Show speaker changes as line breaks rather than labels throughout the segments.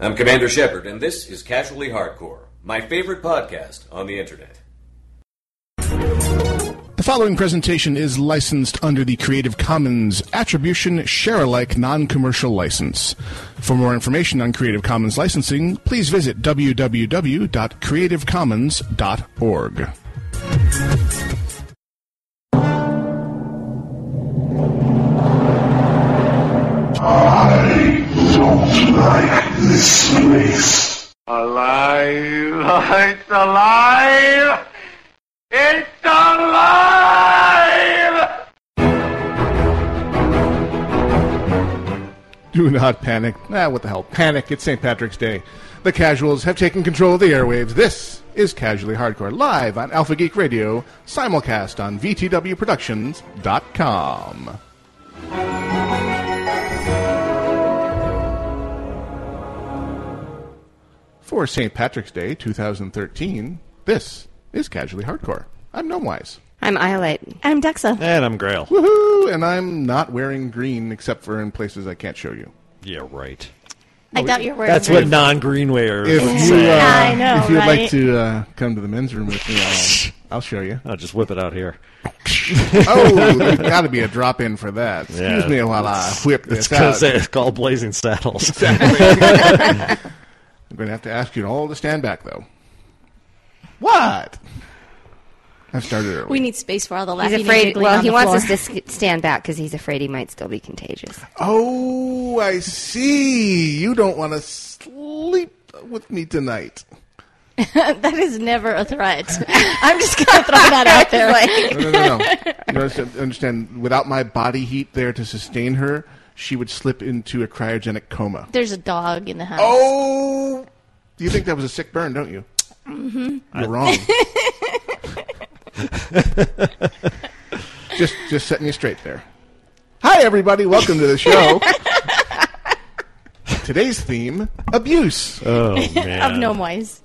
I'm Commander Shepard, and this is Casually Hardcore, my favorite podcast on the internet.
The following presentation is licensed under the Creative Commons Attribution Share Alike Non Commercial License. For more information on Creative Commons licensing, please visit www.creativecommons.org.
I don't like this place.
Alive! It's alive! It's alive!
Do not panic. Ah, what the hell? Panic. It's St. Patrick's Day. The casuals have taken control of the airwaves. This is Casually Hardcore, live on Alpha Geek Radio, simulcast on VTWProductions.com. For St. Patrick's Day 2013, this is Casually Hardcore. I'm Gnomewise.
I'm Iolite.
I'm Dexa.
And I'm Grail.
Woohoo! And I'm not wearing green except for in places I can't show you.
Yeah, right.
I doubt you're wearing
That's what non-green wear.
If
would
you,
say.
uh,
I know,
if you'd like
right?
to uh, come to the men's room with me, I'll, uh, I'll show you.
I'll just whip it out here.
Oh, there's got to be a drop in for that. Excuse
Yeah.
me while I whip
It's
this out.
'cause it's called Blazing Saddles.
I'm going to have to ask you all to stand back, though. What? I've started early.
We need space for all the
He's
laughing.
afraid. Well, he wants us to sk- stand back because he's afraid he might still be contagious.
oh, I see. You don't want to sleep with me tonight.
to. that is never a threat. I'm just gonna throw that out there.
No, no, no, no. you understand, understand, without my body heat there to sustain her, she would slip into a cryogenic coma.
There's a dog in the house.
Oh! You think that was a sick burn, don't you? Mm-hmm. You're wrong. just, just set me straight there. Hi, everybody. Welcome to the show. Today's theme: abuse.
oh man.
of gnome wise.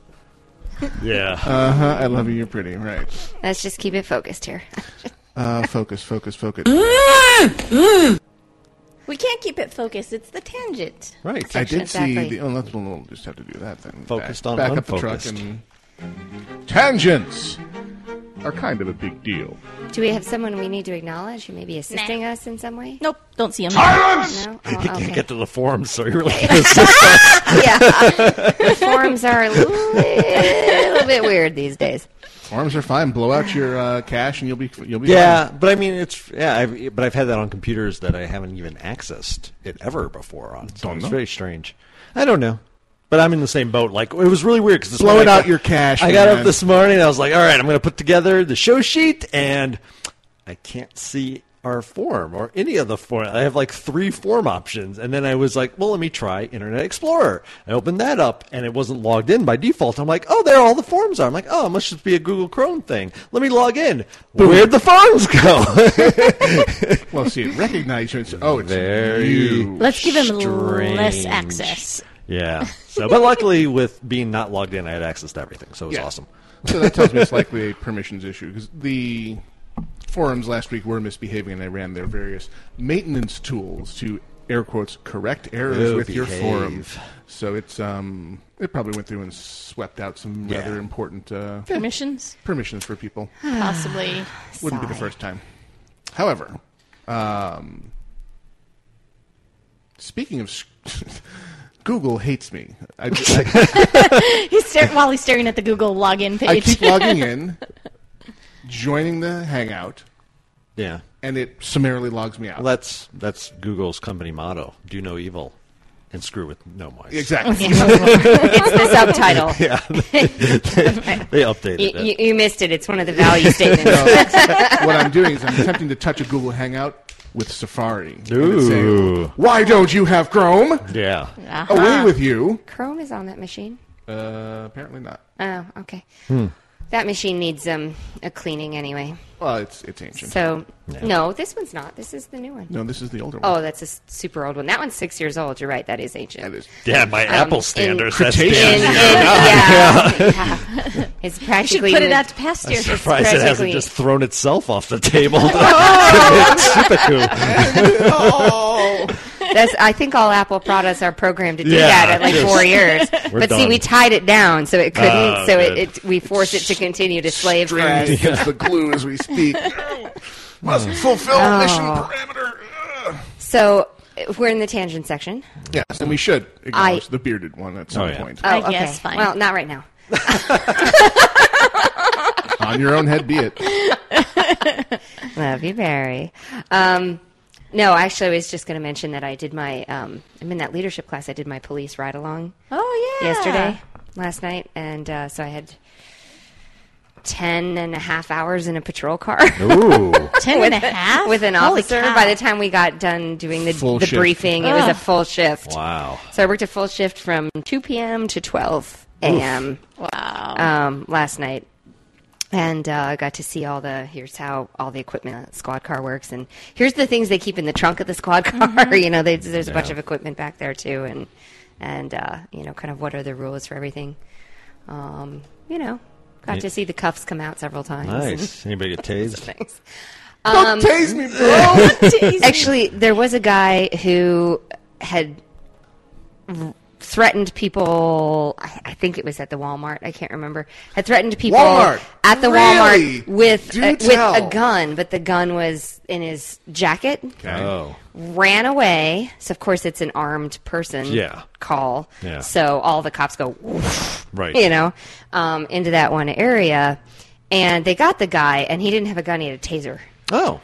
Yeah.
Uh huh. I love you. You're pretty. Right.
Let's just keep it focused here.
Uh, focus. Focus. Focus.
Mm-hmm. We can't keep it focused. It's the tangent.
right.
I did see
Exactly.
the. Oh, that's one. We'll just have to do that then.
Focused
back,
on
back up the truck
unfocused.
and tangents are kind of a big deal.
Do we have someone we need to acknowledge who may be assisting us in some way?
Nope, don't see him.
No. Oh,
you can't
okay.
get to the forums, so you're like, this
yeah. the forms are a little bit weird these days.
Arms are fine. Blow out your uh, cash and you'll be you'll be
yeah. But I mean, it's yeah. I've, but I've had that on computers that I haven't even accessed it ever before on. So
Don't
it's
know.
very strange. I don't know. But I'm in the same boat. Like it was really weird because
Blowing out your cash,
I got
man.
up this morning. and I was like, all right, I'm going to put together the show sheet, and I can't see our form or any of the form. I have like three form options, and then I was like, well, let me try Internet Explorer. I opened that up, and it wasn't logged in by default. I'm like, oh, there all the forms are. I'm like, oh, it must just be a Google Chrome thing. Let me log in. Where'd the forms go?
fine. Well, see, it recognize you. And say, oh, it's
Very
you.
Let's give him less
Strange.
access.
yeah. So, but luckily, with being not logged in, I had access to everything, so it was
Yeah.
awesome.
So that tells me it's likely a permissions issue because the forums last week were misbehaving and they ran their various maintenance tools to air quotes correct errors
Oh,
with your forum.
behave.
So it's um it probably went through and swept out some
Yeah.
rather important uh,
Permissions?
permissions for people.
Possibly.
Wouldn't be the
Sigh.
first time. However, um, speaking of s- Google hates me. I, I,
He's star- while he's staring at the Google login
I
page.
keep logging in, joining the Hangout,
Yeah.
and it summarily logs me out.
Well, that's that's Google's company motto: "Do no evil, and screw with no mice."
exactly.
It's the subtitle.
Yeah, they updated
You,
it.
you, you missed it. It's one of the value statements.
what I'm doing is I'm attempting to touch a Google Hangout with Safari. And it's saying,
Ooh.
Why don't you have Chrome?
Uh-huh.
yeah,
Away with you.
Chrome is on that machine.
Uh, apparently not.
Oh, okay.
Hmm.
That machine needs um, a cleaning anyway.
Well, it's it's ancient.
So, no, this one's not. This is the new one.
no, this is the older one.
Oh, that's a s- super old one. That one's six years old. You're right. That is ancient.
That is
yeah. My
Um,
Apple standards. That's
Cretaceous.
And-
damn
and-
near-
yeah, yeah. It's
You should
practically.
put it out to past year.
Surprised it hasn't
practically-
just thrown
Oh!
itself off the table. Super cool.
oh,
That's, I think all Apple products are programmed to do
Yeah,
that at like
just-
four years.
We're
but see,
done.
we tied it down, so it couldn't.
Ah,
so
good.
it, it, we forced it to continue to slave for
Strained
us.
against the glue as we speak. No. Must fulfill mission
Hmm. Oh.
parameter. Ugh.
So uh, we're in the tangent section.
Yes, and we should acknowledge the bearded one at some
Oh, yeah.
point.
Oh,
I guess,
okay.
fine.
Well, not right now.
On your own head, be it.
Love you, Barry. Um, no, actually, I was just going to mention that I did my. Um, I'm in that leadership class. I did my police ride along
Oh yeah.
yesterday, last night, and uh, so I had. Ten and a half hours in a patrol car
Ooh.
Ten and a half
with an
Holy
officer.
cow.
By the time we got done doing the,
Full
the
shift.
briefing, it was a
Ugh.
full shift.
wow.
So I worked a full shift from 2 p.m. to 12 a.m.
wow.
um, last night, and uh, I got to see all the here's how all the equipment in a squad car works, and here's the things they keep in the trunk of the squad car. you know, they, there's a bunch
Yeah.
of equipment back there too, and and uh, you know, kind of what are the rules for everything. Um, you know, got
Yeah.
to see the cuffs come out several times. and
Nice. Anybody get tased?
things. Um,
Don't tase me, bro.
Actually, there was a guy who had r- threatened people. I, I think it was at the Walmart. I can't remember. Had threatened people
Walmart.
at the
Really?
Walmart with
Do
a,
tell.
with a gun, but the gun was in his jacket.
Oh.
Ran away. So of course, it's an armed person.
Yeah.
Call.
Yeah.
So all the cops go. "Woof,"
Right.
You know, um, into that one area, and they got the guy, and he didn't have a gun. He had a taser.
Oh.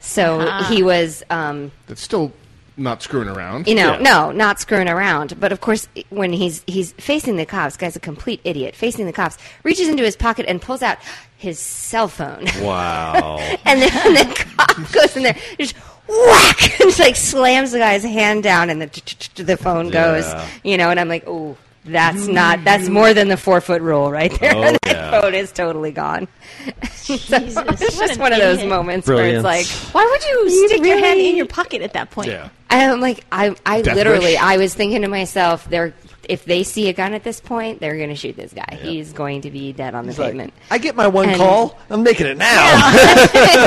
So he was um,
That's still not screwing around.
you know,
Yeah.
no, not screwing around. But of course, when he's he's facing the cops, guy's a complete idiot. Facing the cops, reaches into his pocket and pulls out his cell phone,
Wow.
and then and the cop goes in there, just whack, and just like slams the guy's hand down, and the the phone goes,
Yeah.
you know. And I'm like, oh, that's not that's more than the four foot rule right there.
Oh,
that
yeah.
phone is totally gone. So
Jesus,
it's
what
just
an
one of those
idiot.
moments
Brilliance.
where it's like.
Why would you,
You
stick your hand
really-
in your pocket at that point?
Yeah.
I'm Um, like, I, I
Death
literally,
wish?
I was thinking to myself, they're if they see a gun at this point, they're going to shoot this guy. He's going to be dead on the pavement.
I get my one
And-
call. I'm making it now.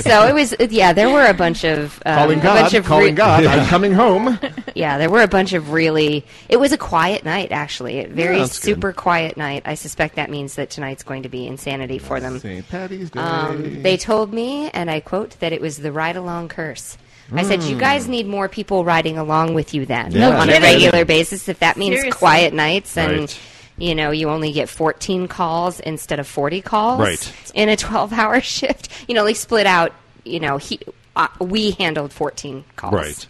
so it was, yeah, there were a bunch of um,
Calling
a bunch
God,
of
calling
re-
God,
um,
I'm coming home.
yeah, there were a bunch of really. It was a quiet night, actually. A very
Yeah, that's good.
super quiet night. I suspect that means that tonight's going to be insanity for them.
St. Patty's Day.
Um, they told me, and I quote, that it was the ride along curse. I said, you
Hmm.
guys need more people riding along with you then
No
on a
kidding.
regular basis. If that means
Seriously.
quiet nights and.
Right.
You know, you only get 14 calls instead of 40 calls
Right.
in a 12 hour shift. You know, they split out, you know, he, uh, we handled 14 calls.
right.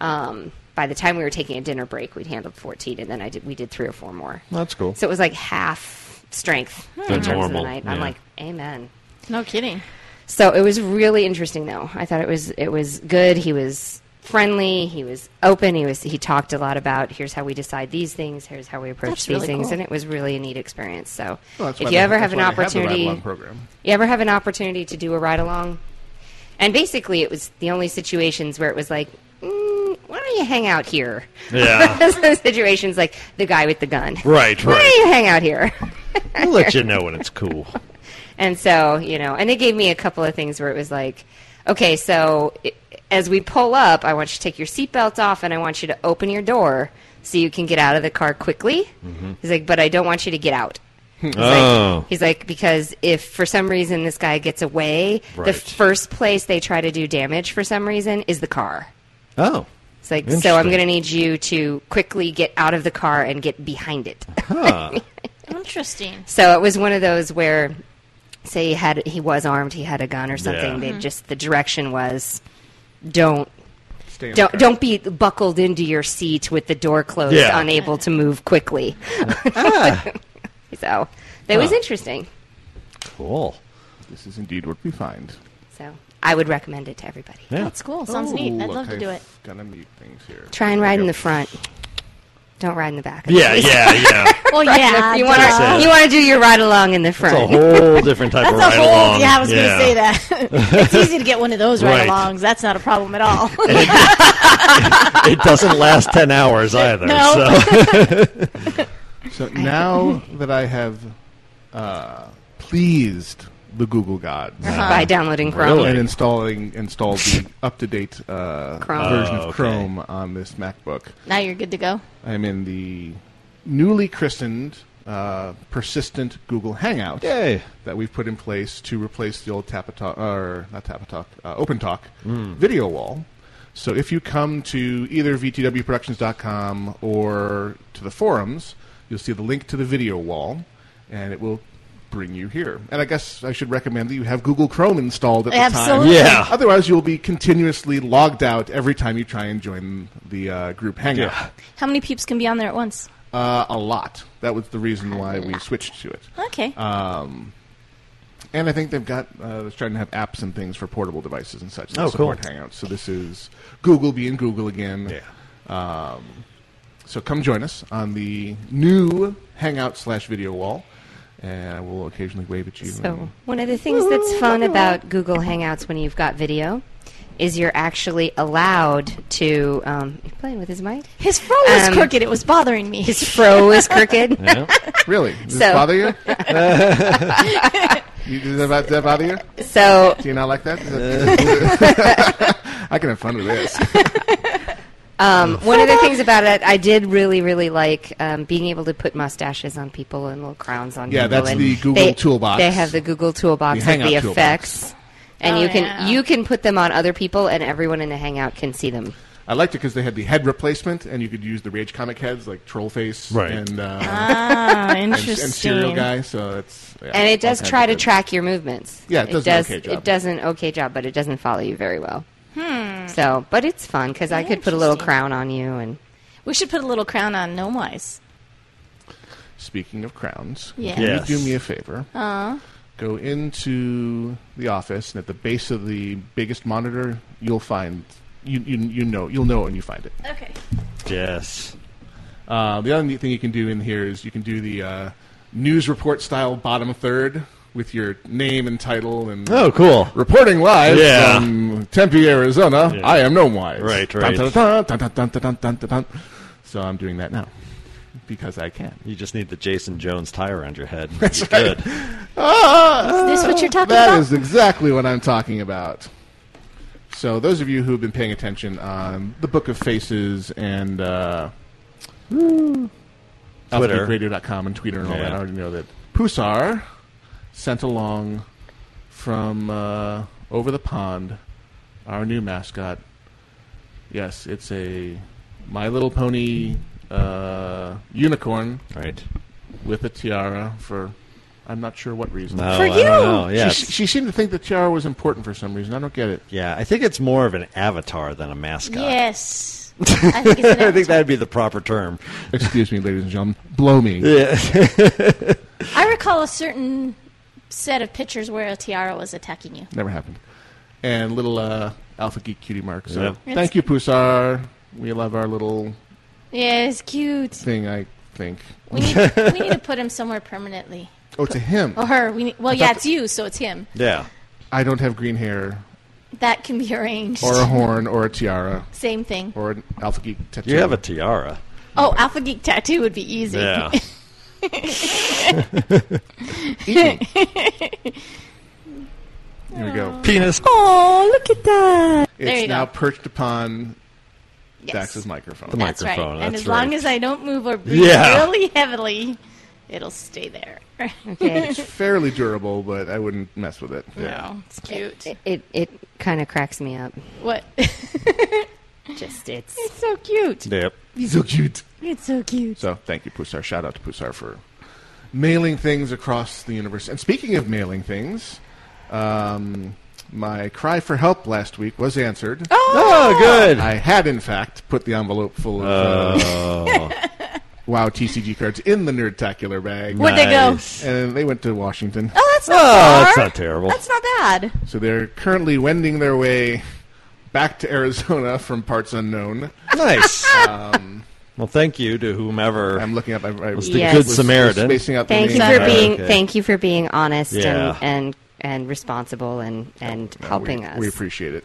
Um, by the time we were taking a dinner break, we'd handled 14, and then I did, we did three or four more.
That's cool.
So it was like half strength. in
That's
terms of the
normal,
night. I'm
yeah.
like, amen.
No kidding.
So it was really interesting, though. I thought it was it was good. He was friendly. He was open. He was he talked a lot about here's how we decide these things. Here's how we approach
That's
these
really
things,
cool.
and it was really a neat experience. So
Well, that's
if
why they-
you ever
that's
have an
why they have the
opportunity,
ride-along program.
you ever have an opportunity to do a ride along, and basically it was the only situations where it was like. Mm, why don't you hang out here?
Yeah.
Those situations like the guy with the gun.
Right,
Why
right.
don't you hang out here?
We'll let you know when it's cool.
And so, you know, and they gave me a couple of things where it was like, okay, so i as we pull up, I want you to take your seatbelt off and I want you to open your door so you can get out of the car quickly. He's like, but I don't want you to get out. He's,
Mm-hmm. Oh.
like, he's like, because if for some reason this guy gets away, the
Right.
first place they try to do damage for some reason is the car.
Oh.
It's like, so I'm
Interesting.
going to need you to quickly get out of the car and get behind it.
Huh.
Interesting.
So it was one of those where, say, he had he was armed, he had a gun or something.
Yeah.
They just the direction was, don't
Stay in the
don't
car.
don't be buckled into your seat with the door closed,
Yeah.
unable to move quickly.
ah.
so that was
Huh.
interesting.
Cool.
This is indeed what we find.
So I would recommend it to everybody.
Yeah.
That's cool. Sounds neat.
Oh,
I'd love
look,
to do
I've
it.
Gonna mute things here.
Try and
There we
ride in
go.
the front. Don't ride in the back.
Yeah, yeah, yeah.
Well, yeah.
You want to
That's it.
you want to do your ride along in the
It's a
front.
whole different type
That's
of
a
ride
whole.
along.
Yeah, I was going to say that. it's easy to get one of those
Right.
right alongs. That's not a problem at all.
It doesn't last 10 hours either.
No.
So.
So now that I have uh, pleased the Google gods.
by downloading Chrome.
Really?
And installing installed the up to date uh,
Chrome.
version
Oh,
of
okay.
Chrome on this MacBook.
Now you're good to go.
I'm in the newly christened uh, persistent Google Hangout
Yay.
that we've put in place to replace the old Tapatalk or not Tapatalk, uh, OpenTalk
Hmm.
video wall. So if you come to either vtwproductions.com or to the forums, you'll see the link to the video wall, and it will bring you here. And I guess I should recommend that you have Google Chrome installed at
Absolutely.
the time.
Yeah.
Otherwise, you'll be continuously logged out every time you try and join the uh, group hangout.
Yeah.
How many peeps can be on there at once?
Uh, a lot. That was the reason why we switched to it.
Okay.
And I think they've got uh, they're starting to have apps and things for portable devices and such. that
Oh, cool.
support Hangouts. So this is Google being Google again.
Yeah.
So come join us on the new Hangout slash video wall, and we'll occasionally wave at you.
So,
and-
one of the things that's fun about Google Hangouts when you've got video is you're actually allowed to. Um, you playing with his mic?
His fro was
um,
crooked. It was bothering me.
His fro is crooked.
really, does
So-
this bother you? you? Does that, bo- does that bother you?
So,
Do you not like that? Does
Uh.
that- I can have fun with this.
um, one of the things about it, I did really, really like um, being able to put mustaches on people and little crowns on
Yeah,
people.
that's
and
the Google
they-
toolbox.
They have the Google toolbox
The
with the
Hangout toolbox.
effects. And
Oh,
you can
yeah.
you can put them on other people, and everyone in the Hangout can see them.
I liked it because they had the head replacement, and you could use the Rage comic heads like Trollface
Right.
and uh,
ah,
and,
interesting.
and Serial Guy. So it's yeah,
And it
all
does
kinds
try
of
to
good.
track your movements.
Yeah, it does an okay job.
It does an okay job, but it doesn't follow you very well. Hmm. So, but it's fun because I could put a little
Interesting.
crown on you, and
We should put a little crown on Gnome Wise.
Speaking of crowns,
Yeah.
can
Yes.
you do me a favor?
Uh-huh.
Go into the office, and at the base of the biggest monitor, you'll find you you, you know you'll know it when you find it.
Okay.
Yes.
Uh, the other neat thing you can do in here is you can do the uh, news report style bottom third with your name and title and
Oh, cool.
Reporting live
Yeah.
from Tempe, Arizona,
Yeah.
I am Gnome Wise.
Right,
Dun,
right.
dun, dun, dun, dun, dun, dun, dun, dun, dun. So I'm doing that now because I can.
You just need the Jason Jones tie around your head. That's good.
Ah,
Is this what you're talking
that
about?
is exactly what I'm talking about. So those of you who have been paying attention on the Book of Faces and uh,
Twitter.
AlphaGeekRadio.com and Twitter and all that,
Yeah.
I already know that Pusar sent along from uh, over the pond our new mascot. Yes, it's a My Little Pony uh, unicorn
Right.
with a tiara for I'm not sure what reason.
No,
For
I
you.
don't know. Yeah.
She,
it's-
she seemed to think the tiara was important for some reason. I don't get it.
yeah, I think it's more of an avatar than a mascot.
Yes. I think it's an
I think
avatar.
that'd be the proper term.
Excuse me, ladies and gentlemen. Blow me.
I recall a certain set of pictures where a tiara was attacking you.
Never happened. And little uh, Alpha Geek Cutie Mark. So
Yep.
thank you, Pusar. We love our little
Yeah, it's cute.
thing, I think.
We need, we need to put him somewhere permanently.
Oh, to him.
Or her. We need, well, yeah, it's you, so it's him.
Yeah.
I don't have green hair
That can be arranged.
or a horn or a tiara
Same thing.
or an Alpha Geek tattoo.
You have a tiara.
Oh, Alpha Geek tattoo would be easy.
Yeah.
Eat me. Here we go.
Penis.
Oh, look at that. There
It's
you
now
go.
perched upon
Yes.
Dax's microphone.
That's right.
microphone,
and
that's
as long
right.
as I don't move or breathe
Yeah.
really heavily, it'll stay there.
okay,
Fairly durable, but I wouldn't mess with it.
No, it's cute.
it it, it kind of cracks me up. Oh,
What?
Just it's
it's so cute.
Yep.
He's so cute.
It's so cute.
So thank you, Pusar. Shout out to Pusar for mailing things across the universe. And speaking of mailing things, um, my cry for help last week was answered. Oh!
Oh, good.
I had, in fact, put the envelope full of uh,
Oh.
WoW TCG cards in the Nerdtacular bag.
Where'd they go?
Nice.
And they went to Washington.
Oh, that's not
Oh,
far.
that's not terrible.
That's not bad.
So they're currently wending their way back to Arizona from parts unknown.
Nice. Um, well, thank you to whomever.
I'm looking up. I, I
Was
the Good
Samaritan.
Spacing out the
thank you
names.
for
Yeah,
being
okay.
thank you for being honest
Yeah.
and, and and responsible and and helping
we,
us.
We appreciate it.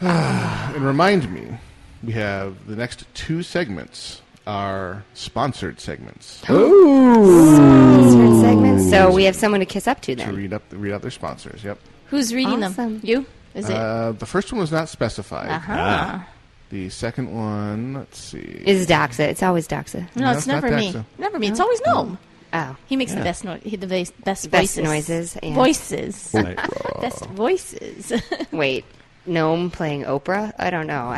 and remind me, we have the next two segments our sponsored segments.
Sponsored segments. So we have someone to kiss up to
To
then.
read up, read out their sponsors. Yep.
Who's reading
Awesome.
them? You? Is it?
Uh, the first one was not specified.
Uh-huh.
Ah,
The second one, let's see.
Is Doxa. It's always Doxa.
no,
no,
it's,
it's not
never
that,
me.
so-
Never me. It's always gnome.
Oh.
He makes the best noise. The best,
Best
best, voices.
noises, yeah.
Voices.
Right.
best voices.
Wait. Gnome playing Oprah? I don't know.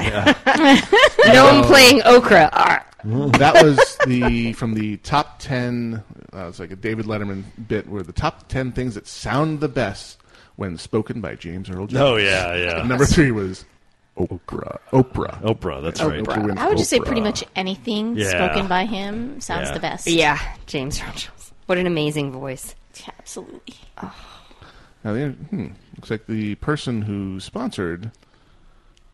Gnome playing Okra. Arr.
that was the from the top ten. Uh, it's like a David Letterman bit where the top ten things that sound the best when spoken by James Earl Jones.
Oh yeah, yeah.
Number three was Oprah. Oprah.
Oprah. That's right.
Oprah Winfrey.
I would just say pretty
Oprah.
much anything
Yeah.
spoken by him sounds
Yeah.
the best.
Yeah, James Earl Jones. What an amazing voice.
Yeah, absolutely.
Now, the, hmm, looks like the person who sponsored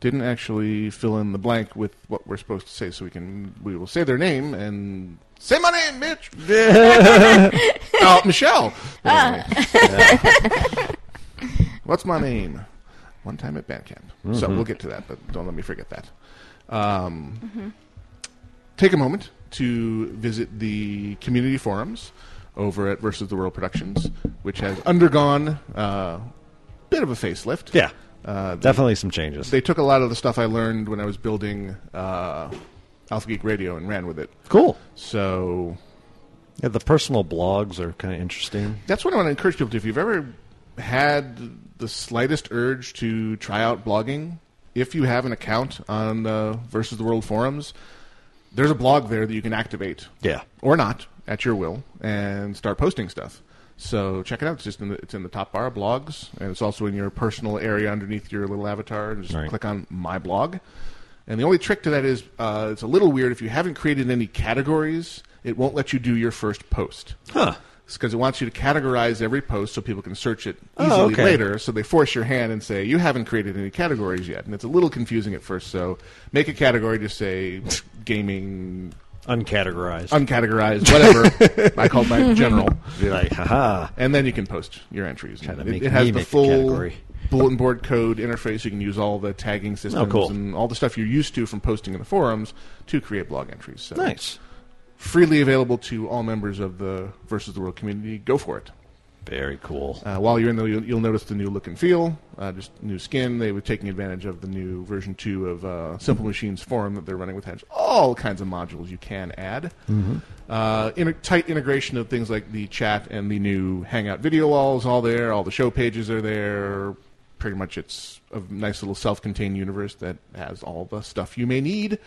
didn't actually fill in the blank with what we're supposed to say, so we can we will say their name and say my name, Mitch. oh, Michelle. What's my name? One time at band camp. So we'll get to that, but don't let me forget that. Um, Take a moment to visit the community forums over at Versus the World Productions, which has undergone a bit of a facelift.
Yeah.
Uh, they,
Definitely some changes.
they took a lot of the stuff I learned when I was building uh, Alpha Geek Radio and ran with it.
cool.
So
Yeah, the personal blogs are kind of interesting.
that's what I want to encourage people to. If you've ever had the slightest urge to try out blogging, if you have an account on uh, Versus the World forums, there's a blog there that you can activate.
Yeah.
Or not at your will and start posting stuff. So check it out. It's just in the, it's in the top bar of blogs, and it's also in your personal area underneath your little avatar. Just
Right.
click on my blog. And the only trick to that is uh, it's a little weird. If you haven't created any categories, it won't let you do your first post.
Huh.
It's because it wants you to categorize every post so people can search it
Oh,
easily
okay.
later. So they force your hand and say, You haven't created any categories yet. And it's a little confusing at first. So make a category, just say gaming,
Uncategorized.
uncategorized, whatever. I called my general.
Be like, haha.
And then you can post your entries.
to
It,
make
it has
me
the
make a
full
category. Oh,
bulletin board code interface. You can use all the tagging systems
cool.
and all the stuff you're used to from posting in the forums to create blog entries. So
Nice.
Freely available to all members of the Versus the World community. Go for it.
Very cool.
Uh, while you're in there, you'll, you'll notice the new look and feel, uh, just new skin. They were taking advantage of the new version 2 of uh, Simple Machines forum that they're running with has all kinds of modules you can add. Uh, in tight integration of things like the chat and the new Hangout video walls, all there. All the show pages are there. Pretty much, it's a nice little self contained universe that has all the stuff you may need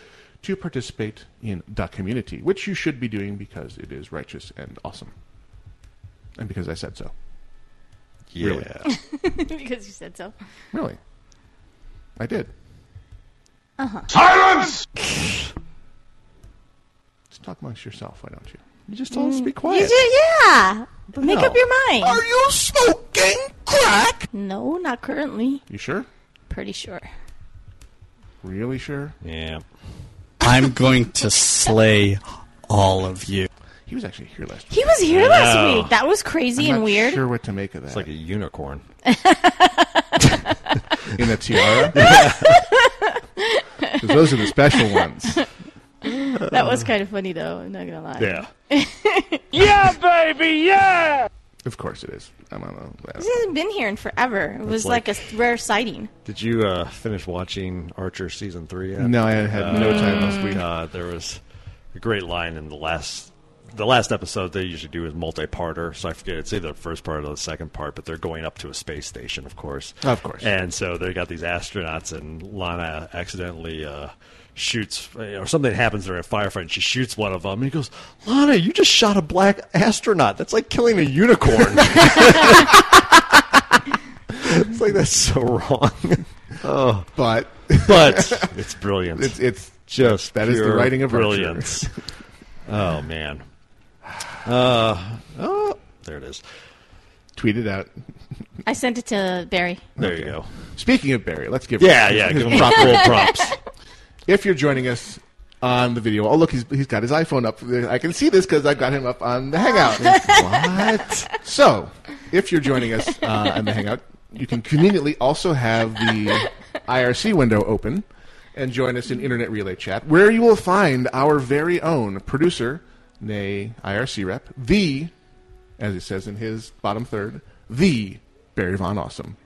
to participate in the community, which you should be doing because it is righteous and awesome. And because I said so.
yeah.
really.
because you said so.
Really? I did.
Silence!
Just talk amongst yourself, why don't you?
You just told us to be quiet.
yeah. Make
no.
up your mind.
you smoking crack?
no, not currently.
You sure?
Pretty sure.
Really sure?
Yeah.
I'm going to slay all of you.
He was actually here last week.
He was here last
know.
week. That was crazy
I'm
and
not
weird.
sure what to make of that.
It's like a unicorn.
in a tiara. 'Cause those are the special ones.
That was kind of funny though. I'm not gonna lie.
Yeah, baby, yeah!
Of course it is. I don't know.
He hasn't been here in forever. It was like,
like-
a rare sighting.
Did you uh, finish watching Archer season three yet?
No, I had no time last week.
Uh, there was a great line in the last the last episode they usually do is multi-parter so i forget it's either the first part or the second part but they're going up to a space station of course
Of course.
and so they got these astronauts and lana accidentally uh shoots or something happens during a firefight and she shoots one of them and he goes lana you just shot a black astronaut that's like killing a unicorn it's like that's so wrong
But
but it's brilliant
it's it's
just
That is the
pure
writing of
brilliance. oh man. Uh, oh, there it is.
tweeted out.
I sent it to Barry.
There you go.
Speaking of Barry, let's give
Yeah,
his-
yeah.
his
Give him
proper-
proper old props.
if you're joining us on the video, oh look, he's he's got his iPhone up. I can see this because I've got him up on the Hangout. what? So, if you're joining us uh, on the Hangout, you can conveniently also have the IRC window open. and join us in Internet Relay Chat, where you will find our very own producer, nay, IRC rep, the, as he says in his bottom third, the Barry Von Awesome.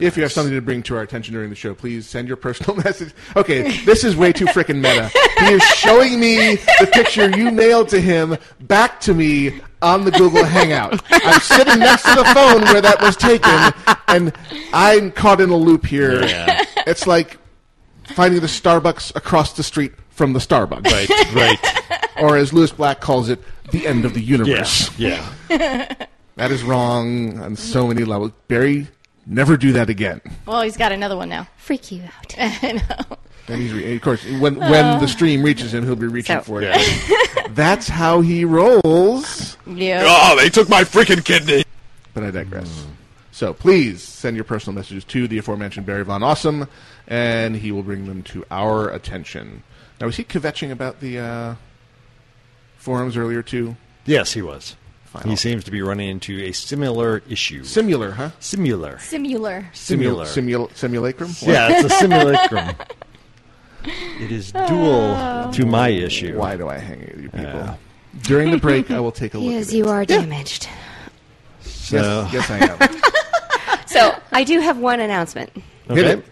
If you have something to bring to our attention during the show, please send your personal message. Okay, this is way too freaking meta. He is showing me the picture you mailed to him back to me on the Google Hangout. I'm sitting next to the phone where that was taken, and I'm caught in a loop here.
Yeah.
It's like finding the Starbucks across the street from the Starbucks,
Right, right.
or as Lewis Black calls it, the end of the universe.
yeah.
That is wrong on so many levels. Barry, never do that again.
Well, he's got another one now.
Freak you out.
I know.
And he's re- of course when when the stream reaches him, he'll be reaching
So-
for it. That's how he rolls.
Yeah.
Oh, they took my freaking kidney.
But I digress. So please send your personal messages to the aforementioned Barry Von Awesome, and he will bring them to our attention. Now, was he kvetching about the uh, forums earlier too?
Yes, he was.
Final.
He seems to be running into a similar issue.
Simular, huh?
similar.
Simular.
Similar.
Simul- simulacrum.
yeah, it's a simulacrum. it is dual to my issue.
Why do I hang out with you people?
Yeah.
During the break, I will take a look.
Because
at it.
you are damaged.
So,
Yes, yes, I am.
So I do have one announcement.
Hit
okay.
it.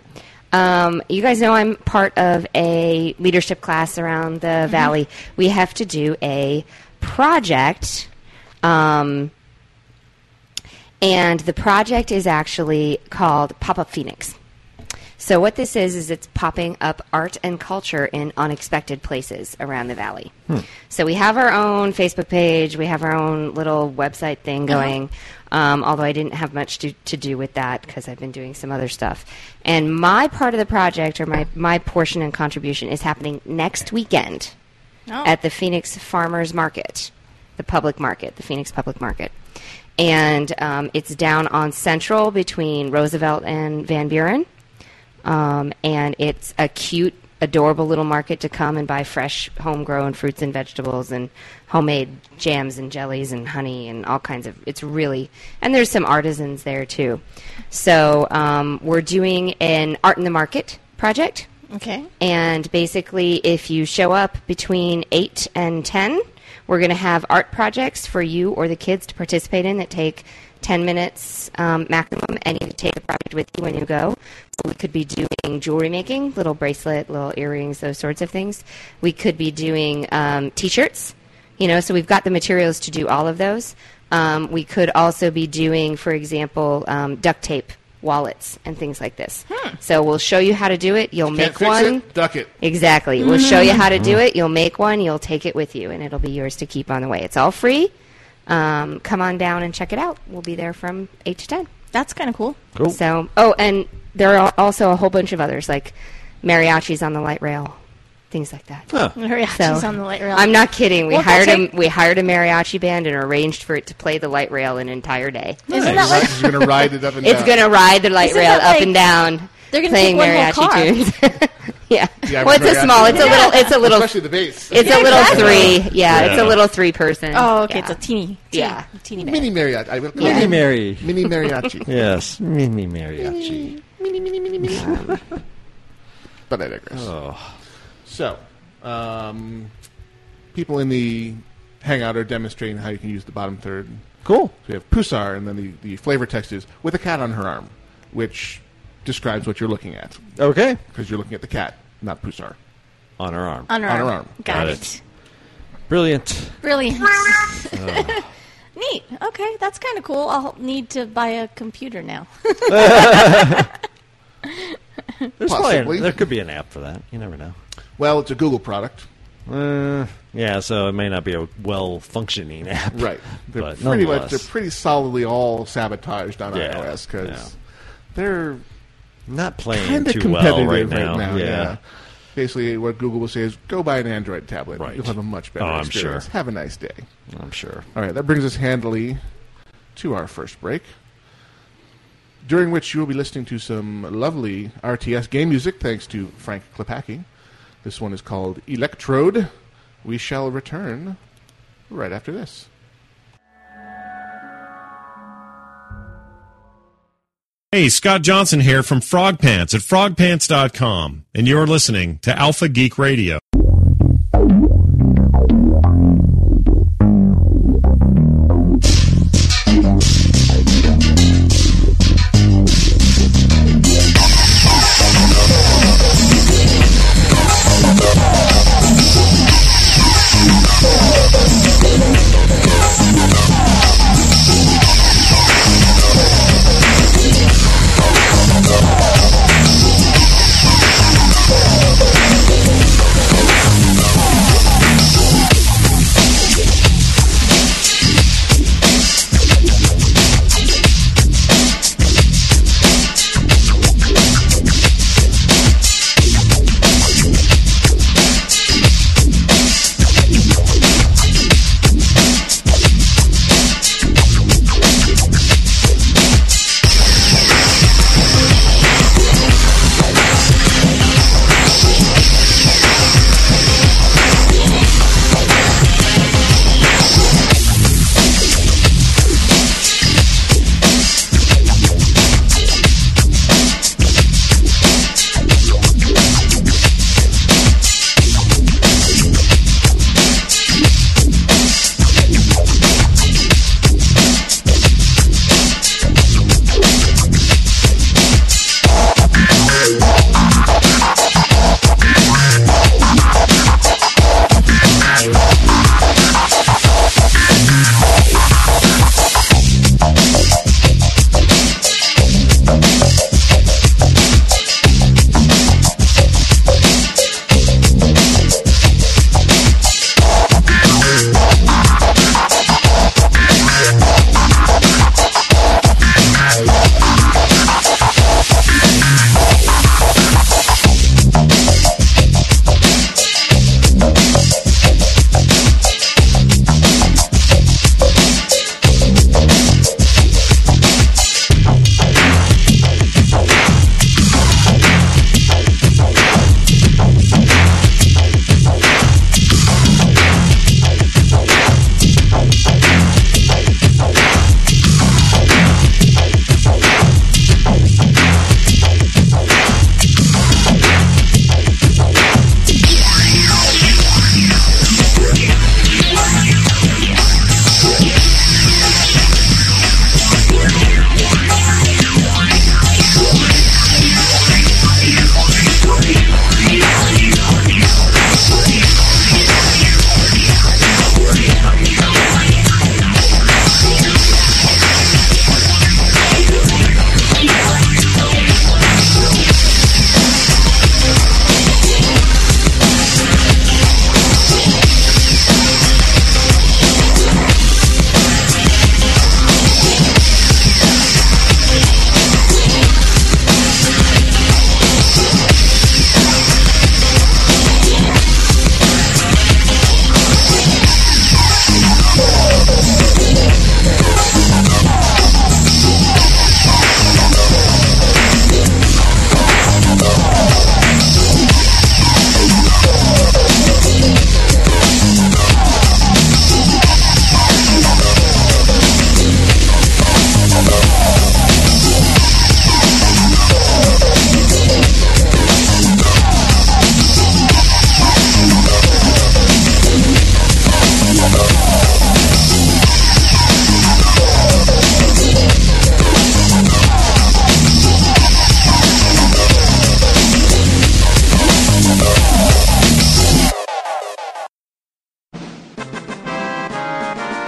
Um, you guys know I'm part of a leadership class around the valley. We have to do a project, um, and the project is actually called Pop Up Phoenix. So what this is is it's popping up art and culture in unexpected places around the valley. So we have our own Facebook page, we have our own little website thing going. Um, although I didn't have much to, to do with that because I've been doing some other stuff. And my part of the project or my, my portion and contribution is happening next weekend
No.
at the Phoenix Farmers Market, the public market, the Phoenix Public Market. And um, it's down on Central between Roosevelt and Van Buren. Um, and it's a cute, adorable little market to come and buy fresh, homegrown fruits and vegetables and homemade jams and jellies and honey and all kinds of. It's really. And there's some artisans there too. So um, we're doing an Art in the Market project.
Okay.
And basically, if you show up between 8 and 10, we're going to have art projects for you or the kids to participate in that take 10 minutes um, maximum, and you can take a project with you when you go. So we could be doing jewelry making, little bracelet, little earrings, those sorts of things. We could be doing um, t shirts. You know, so we've got the materials to do all of those. Um, we could also be doing, for example, um, duct tape wallets and things like this. So we'll show you how to do it. You'll
Can't
make
fix
one.
it. Duck it.
Exactly. We'll show you how to do it. You'll make one. You'll take it with you, and it'll be yours to keep on the way. It's all free. Um, come on down and check it out. We'll be there from eight to ten.
That's kind of cool.
Cool.
So, oh, and there are also a whole bunch of others like mariachis on the light rail, things like that.
Huh.
Mariachi's on the light rail.
I'm not kidding. We
Won't that
hired
take-
a, we hired a mariachi band and arranged for it to play the light rail an entire day.
Isn't
He's
that
right,
like
he's going to ride it up and
It's
down.
gonna ride the light
Isn't
rail
that
up
like-
and down.
They're gonna
playing
take
mariachi
one whole
tunes. yeah.
Yeah, I
well, it's
remember
a small. It's a
asking.
little. It's a little.
Especially the bass.
It's a little
Exactly.
three. Yeah, it's a little three person.
Oh, okay.
Yeah.
It's a teeny, teeny
Yeah.
teeny bit.
Mini mariachi. I will call
Mini
it
Mary.
mini mariachi.
Yes, mini mariachi.
but I digress.
Oh,
So, um, people in the Hangout are demonstrating how you can use the bottom third.
cool.
So we have Pusar, and then the, the flavor text is with a cat on her arm, which describes what you're looking at
Okay.
because you're looking at the cat, not Pusar.
On her arm.
On her
On
arm.
her arm.
Got,
Got
it.
it. Brilliant.
Brilliant. Neat. Okay, that's kind of cool. I'll need to buy a computer now.
There's probably
Possibly.
an, there could be an app for that. You never know.
Well, it's a Google product,
Uh, yeah, so it may not be a well functioning app.
right? They're
But
pretty much
nonetheless.
they're pretty solidly all sabotaged on
Yeah,
iOS because
yeah.
they're
Not playing
kind of
too
competitive
well right
right
now.
yeah. Basically, what Google will say is, "Go buy an Android tablet.
Right.
You'll have a much better
Oh, I'm
experience.
sure.
Have a nice day."
I'm sure.
All right, that brings us handily to our first break, during which you will be listening to some lovely RTS game music, thanks to Frank Klepacki. This one is called Electrode. We shall return right after this.
Hey, Scott Johnson here from Frog Pants at frogpants.com, and you're listening to Alpha Geek Radio.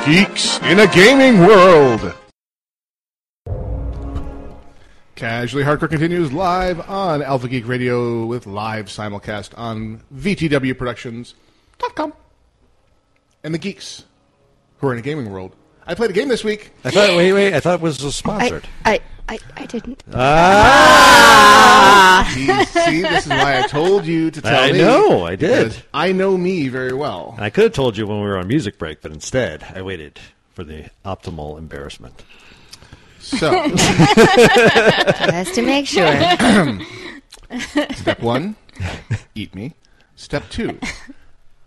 Geeks in a Gaming World. Casually Hardcore continues live on Alpha Geek Radio with live simulcast on VTWProductions.com. And the geeks who are in a gaming world. I played a game this week.
I thought. Wait, wait. I thought it was
I,
sponsored.
I, I, I didn't.
See, see, this is why I told you to tell
I
me.
know, I did.
Because I know me very well.
and I could have told you when we were on music break, but instead I waited for the optimal embarrassment.
So,
Just to make sure.
step one, eat me. Step two,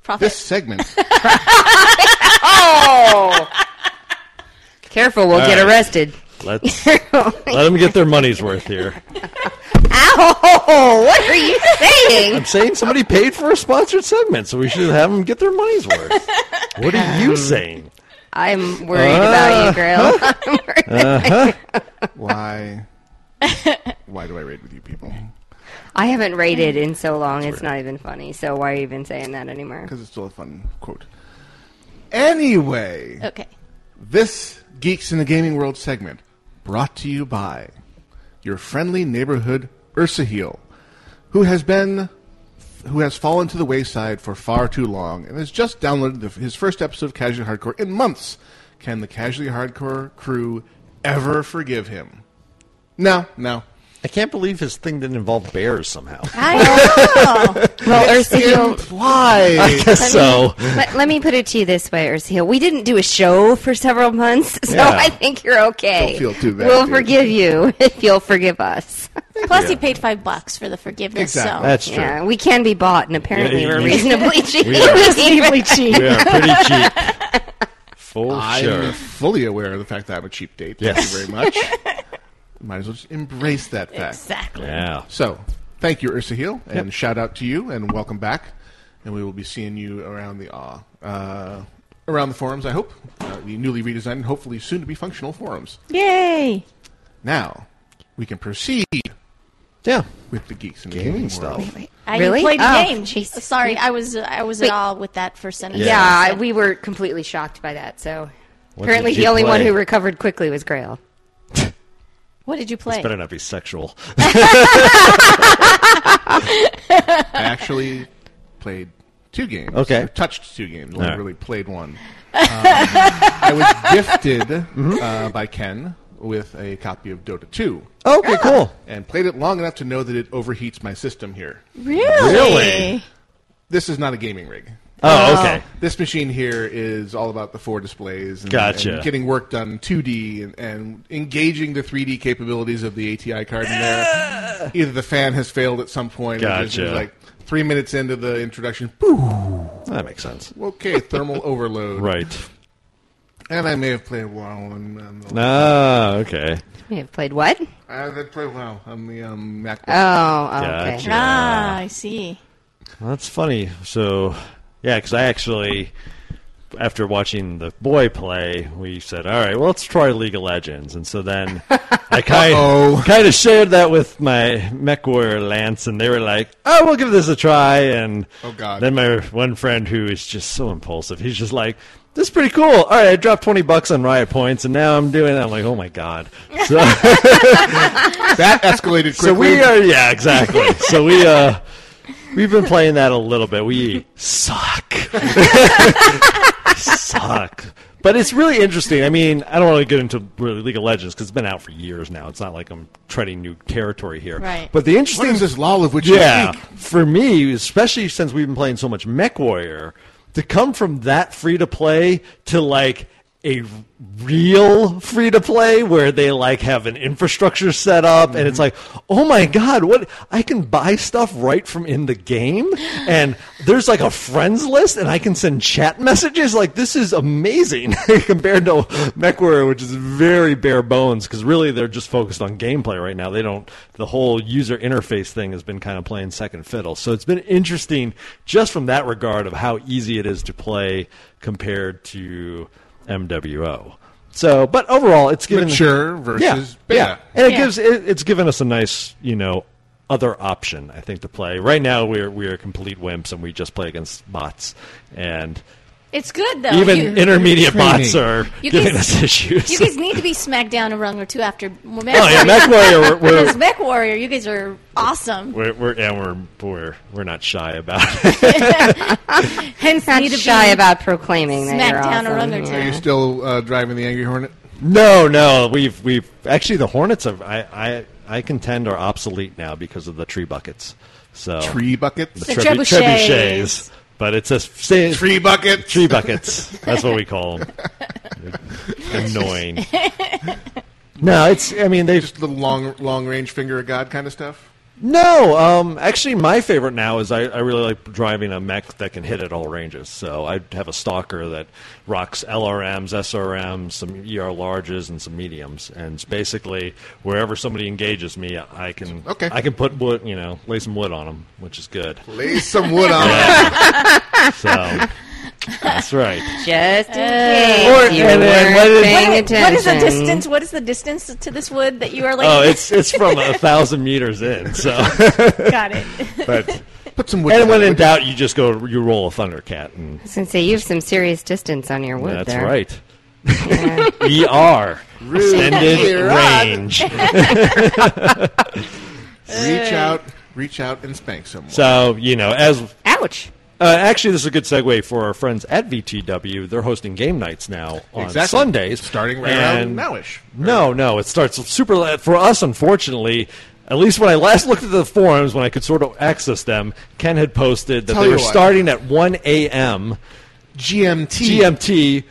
Profit.
this segment
Careful, we'll get arrested.
Let's let them get their money's worth here.
Ow! What are you saying?
I'm saying somebody paid for a sponsored segment, so we should have them get their money's worth. What are you saying?
I'm
Uh.
worried about you, Grill. I'm worried
Why? why do I raid with you people?
I haven't rated in so long; it's not even funny. So why are you even saying that anymore?
Because it's still a fun quote. Anyway,
Okay.
this Geeks in the Gaming World segment brought to you by your friendly neighborhood Ursa Heel, who has been who has fallen to the wayside for far too long and has just downloaded the, his first episode of Casually Hardcore in months. Can the Casually Hardcore crew ever forgive him? No, no.
I can't believe his thing didn't involve bears somehow.
I know.
Well, Ursa Heel.
Why?
Guess so.
Let, let me put it to you this way, Ursa Heel. We didn't do a show for several months, so
Yeah.
I think you're okay.
Don't feel too bad,
We'll
dude.
forgive you if you'll forgive us.
Plus, he paid five bucks for the forgiveness.
Exactly.
That's true.
Yeah, we can be bought, and apparently
Yeah,
we're
you-
reasonably cheap.
So cheap.
We are pretty cheap. For
I'm
sure.
fully aware of the fact that I'm a cheap date. Thank
Yes.
you very much. Might as well just embrace that fact.
Exactly.
Yeah.
So, thank you, Ursa Heel, and shout out to you, and welcome back. And we will be seeing you around the awe, uh, around the forums. I hope uh, the newly redesigned, and hopefully soon to be functional forums.
Yay!
Now we can proceed
Yeah.
with the geeks and
Gaming
gaming
stuff.
world.
I
Really?
played the
Oh,
game.
jeez.
Sorry, I was I was
Wait.
at all with that for sentence.
Yeah,
Yeah.
I- we were completely shocked by that. So
What
apparently,
did you
the only one
play?
who recovered quickly was Grail.
What did you play?
Better not be sexual.
I actually played two games.
Okay.
I touched two games. Only
All right.
really played one. Um, I was gifted
Mm-hmm.
uh, by Ken with a copy of Dota 2
Oh,
Okay, cool.
and played it long enough to know that it overheats my system here.
Really?
Really?
This is not a gaming rig.
Oh, okay.
This machine here is all about the four displays and,
Gotcha.
and getting work done 2D and, and engaging the 3D capabilities of the ATI card in there. Either the fan has failed at some point, or just
Gotcha.
like three minutes into the introduction, boo,
That makes sense.
okay, thermal overload.
Right.
And I may have played WoW on, on the,
Ah, okay.
We have played what? Oh,
I did play WoW on the um, MacBook.
oh, okay.
Gotcha.
Ah, I see.
That's funny. So, yeah, because I actually, after watching the boy play, we said, all right, well, let's try League of Legends. And so then I
Uh-oh.
kind of shared that with my mech warrior Lance, and they were like, oh, we'll give this a try. And
Oh, God.
then my one friend who is just so impulsive, he's just like, this is pretty cool. All right, I dropped 20 bucks on Riot Points, and now I'm doing it. I'm like, oh, my God. So.
That escalated quickly.
So we are, yeah, exactly. so we uh, we've been playing that a little bit. We suck, suck. But it's really interesting. I mean, I don't want to get into really League of Legends because it's been out for years now. It's not like I'm treading new territory here.
Right.
But the
what
interesting
is this lull of which
yeah,
you speak?
for me, especially since we've been playing so much Mech Warrior, to come from that free to play to like a real free to play where they like have an infrastructure set up and it's like, oh my god, what I can buy stuff right from in the game and there's like a friends list and I can send chat messages. Like this is amazing compared to MechWarrior, which is very bare bones because really they're just focused on gameplay right now. They don't the whole user interface thing has been kind of playing second fiddle. So it's been interesting just from that regard of how easy it is to play compared to MWO. So, but overall, it's given
Mature versus beta.
and it
Yeah.
gives it, it's given us a nice you know other option I think to play. Right now we're we're complete wimps and we just play against bots and
It's good though.
even
Oh, you,
intermediate
Training.
bots are
You
giving
guys-
us issues.
you guys need to be smacked down a rung or two after Mech
oh yeah,
Warrior.
Mech Warrior, we're,
Because Mech Warrior, you guys are awesome.
we're, we're, we're, yeah, we're, we're, we're not shy about it.
Hence, not
need to
shy
be
about proclaiming that
smacked
you're
down
awesome.
around their
Yeah.
Are you still uh, driving the Angry Hornet?
no, no, we've, we've, actually the Hornets have, I, I, I contend are obsolete now because of the tree buckets. So,
Tree buckets?
The
trebuchets.
trebuchets.
trebuchets. But it's a same,
Tree buckets?
Tree buckets. That's what we call them. Annoying. No, it's. I mean, they.
just the long long range finger of God kind of stuff.
No, um, actually, my favorite now is I, I really like driving a mech that can hit at all ranges. So I have a stalker that rocks LRMs, SRMs, some ER larges, and some mediums. And it's basically wherever somebody engages me, I can
Okay.
I can put wood, you know, lay some wood on them, which is good.
Lay some wood on it.
So that's right.
Just in case you
and then
weren't
what is-
paying
What
attention.
is the distance? What is the distance to this wood that you are like?
Oh, it's it's from a thousand meters in. So,
got it.
but
Put some wood.
and when
on
in
it.
doubt, you just go you roll a thundercat, and
I was gonna say you have some serious distance on your wood
that's
there.
right. ER extended range.
Reach out, reach out and spank someone.
So you know, as
Ouch.
uh, actually, this is a good segue for our friends at VTW. They're hosting game nights now on
Exactly.
Sundays,
Starting right
and-
around nowish.
No, no, it starts super late for us. Unfortunately, at least when I last looked at the forums, when I could sort of access them, Ken had posted that
Tell
they
you
were
what.
starting at 1 a.m.
GMT.
GMT.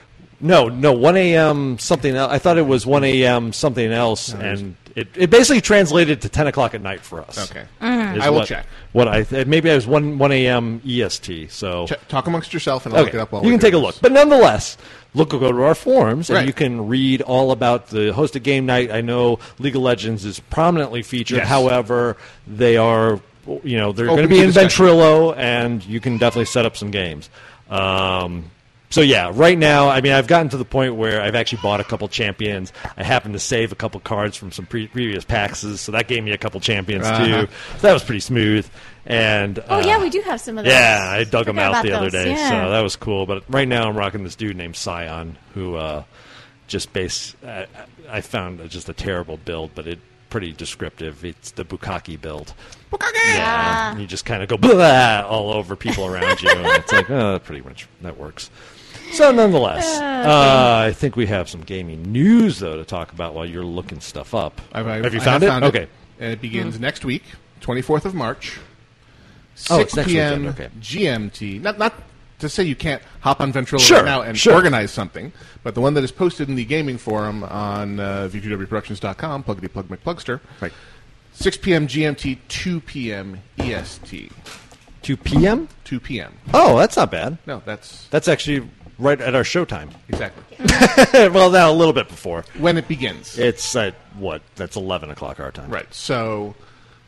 No, no, 1 a.m. something else. I thought it was 1 a.m. something else, and it, it basically translated to 10 o'clock at night for us.
Okay.
Is
I will
what-
check.
What I th- maybe I was 1 1 a.m. EST. E So
Ch- talk amongst yourself, and I'll look it up. While
you
we're
can take a
doing
look,
this.
but nonetheless, look go to our forums and
Right.
you can read all about the hosted game night. I know League of Legends is prominently featured.
Yes.
However, they are you know they're going
Open
to be
to
in
discussion.
Ventrilo, and you can definitely set up some games. Um, so yeah, right now, I mean, I've gotten to the point where I've actually bought a couple champions. I happened to save a couple cards from some pre- previous packs, so that gave me a couple champions
Uh-huh.
too. So that was pretty smooth. And
Oh
uh,
yeah, we do have some of those.
yeah, I dug them
Forgot
out
about
the other
those,
day,
yeah.
so that was cool. But right now, I'm rocking this dude named Scion, who uh, just base. I, I found just a terrible build, but it pretty descriptive. It's the Bukaki build. Bukaki. Yeah, you just kind of go blah all over people around you, and it's like, oh, pretty much that works. So, nonetheless, uh, I think we have some gaming news though to talk about while you're looking stuff up.
I've- I've-
have you
I
found,
have
it?
found
Okay.
And it begins next week, 24th of March, 6
Oh, it's next
p.m.
weekend, okay.
GMT. Not not to say you can't hop on Ventrilo
Sure,
right now and
sure.
organize something, but the one that is posted in the gaming forum on uh, VGWProductions.com, pluggity plug McPlugster,
Right.
6 p.m. GMT, 2 p.m. EST.
2 p.m.
2 p.m.
Oh, that's not bad.
No, that's
That's actually right at our showtime.
exactly
well, now a little bit before.
when it begins.
It's at what? That's eleven o'clock our time.
Right. So,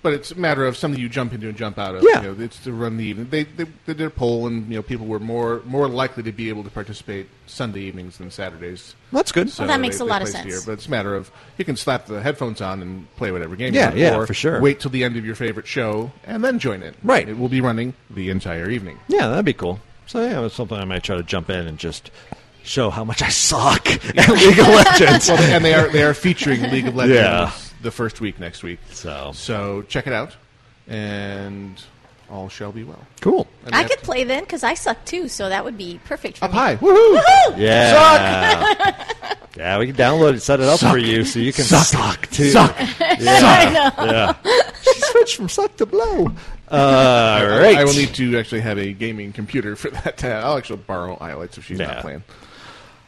but it's a matter of something you jump into and jump out of.
Yeah.
You know, it's to run the evening. They, they, they did a poll, and you know, people were more more likely to be able to participate Sunday evenings than Saturdays.
That's good.
So
Well, that makes
they-
a
they
lot of
placed it
sense.
Here, but it's a matter of you can slap the headphones on and play whatever game.
Yeah,
you want,
yeah,
or
for sure.
Wait till the end of your favorite show and then join it.
Right.
It will be running the entire evening.
Yeah, that'd be cool. So yeah, that's something I might try to jump in and just show how much I suck at League of Legends.
Well, and they are they are featuring League of Legends
Yeah.
the first week next week.
So.
so check it out, and all shall be well.
cool.
And
I
they
could play then because I suck too, so that would be perfect for
Up
me.
high. Woohoo!
Yeah. yeah, we can download it, set it up for you, so you can suck, too. Suck. Yeah. She switched from suck to blow. Uh, all
I-
right.
I will need to actually have a gaming computer for that. To, I'll actually borrow Islets if she's
Yeah.
not playing.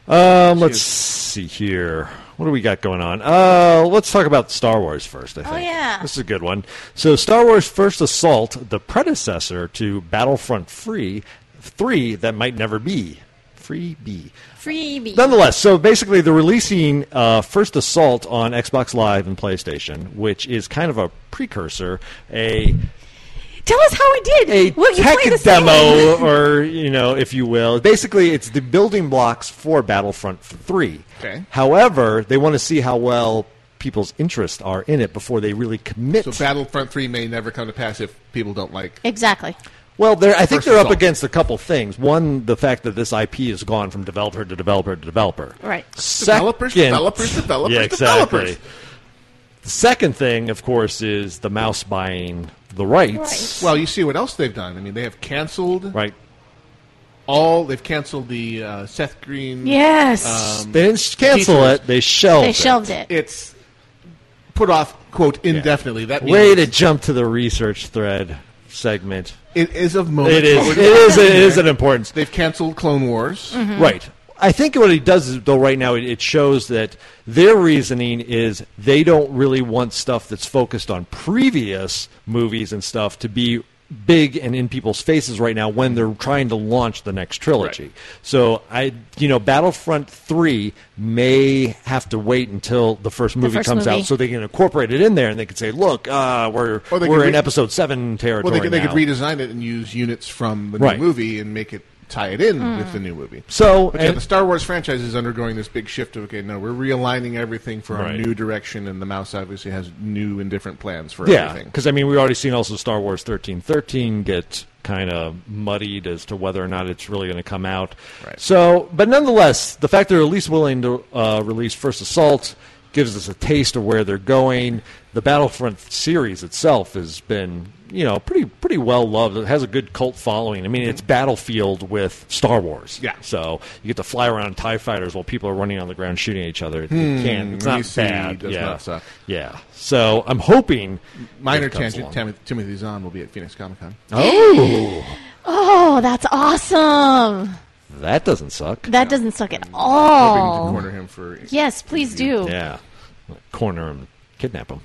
Um, let's see here. What do we got going on? Uh, let's talk about Star Wars first. I think.
yeah.
This is a good one. So, Star Wars: First Assault, the predecessor to Battlefront Free, three that might never be. Free B.
Freebie.
Nonetheless, so basically, they're releasing uh, First Assault on Xbox Live and PlayStation, which is kind of a precursor, a
Tell us how we did.
a
Will you
tech
play this game?
demo, or you know, if you will. Basically, it's the building blocks for Battlefront Three.
Okay.
However, they want to see how well people's interests are in it before they really commit.
So Battlefront Three may never come to pass if people don't like.
Exactly.
well, they're, I think
First
they're up
Assault.
against a couple things. One, the fact that this IP has gone from developer to developer to developer.
Right.
Second-
Developers, developers, developers,
yeah, exactly.
developers.
The second thing, of course, is the mouse buying the rights.
Right.
Well, you see what else they've done. I mean, they have canceled
Right.
all. They've canceled the uh, Seth Green.
Yes.
They didn't cancel
Features.
it. They shelved
they
it.
shelved it.
It's put off quote indefinitely. That means
Way to jump to the research thread segment.
it is of moment.
It is.
moment.
It is. It is an importance. Mm-hmm.
Mm-hmm.
They've canceled Clone Wars.
Right. I think what it does is, though, right now, it, it shows that their reasoning is they don't really want stuff that's focused on previous movies and stuff to be big and in people's faces right now when they're trying to launch the next trilogy. So I, you know, Battlefront Three may have to wait until the first movie
first
comes
movie.
out so they can incorporate it in there and they can say, look, uh, we're
Or they
we're
could
in
re-
episode seven
Well,
territory
they could, they
now.
could redesign it and use units from the
Right.
new movie and make it tie it in with the new movie.
So-
but yeah,
and-
the Star Wars franchise is undergoing this big shift of okay, no, we're realigning everything for
Right.
a new direction, and the mouse obviously has new and different plans for
Yeah,
everything.
because I mean, we've already seen also Star Wars thirteen thirteen get kind of muddied as to whether or not it's really going to come out.
Right.
So, but nonetheless, the fact they're at least willing to uh, release First Assault gives us a taste of where they're going. The Battlefront series itself has been, you know, pretty pretty well loved. It has a good cult following. I mean, it's Battlefield with Star Wars.
Mm-hmm. Yeah.
So you get to fly around in Tie Fighters while people are running on the ground shooting at each other. It, it can't. It's
let me
not
Hmm, see.
bad.
Does
yeah.
not suck.
Yeah. So I'm hoping.
Minor
it comes
tangent:
along.
Tim- Timothy Zahn will be at Phoenix Comic Con.
Oh,
Oh, that's awesome.
that doesn't suck.
That doesn't suck at
Hoping to
all.
corner him for
Yes, please do.
Yeah. Corner him, kidnap him.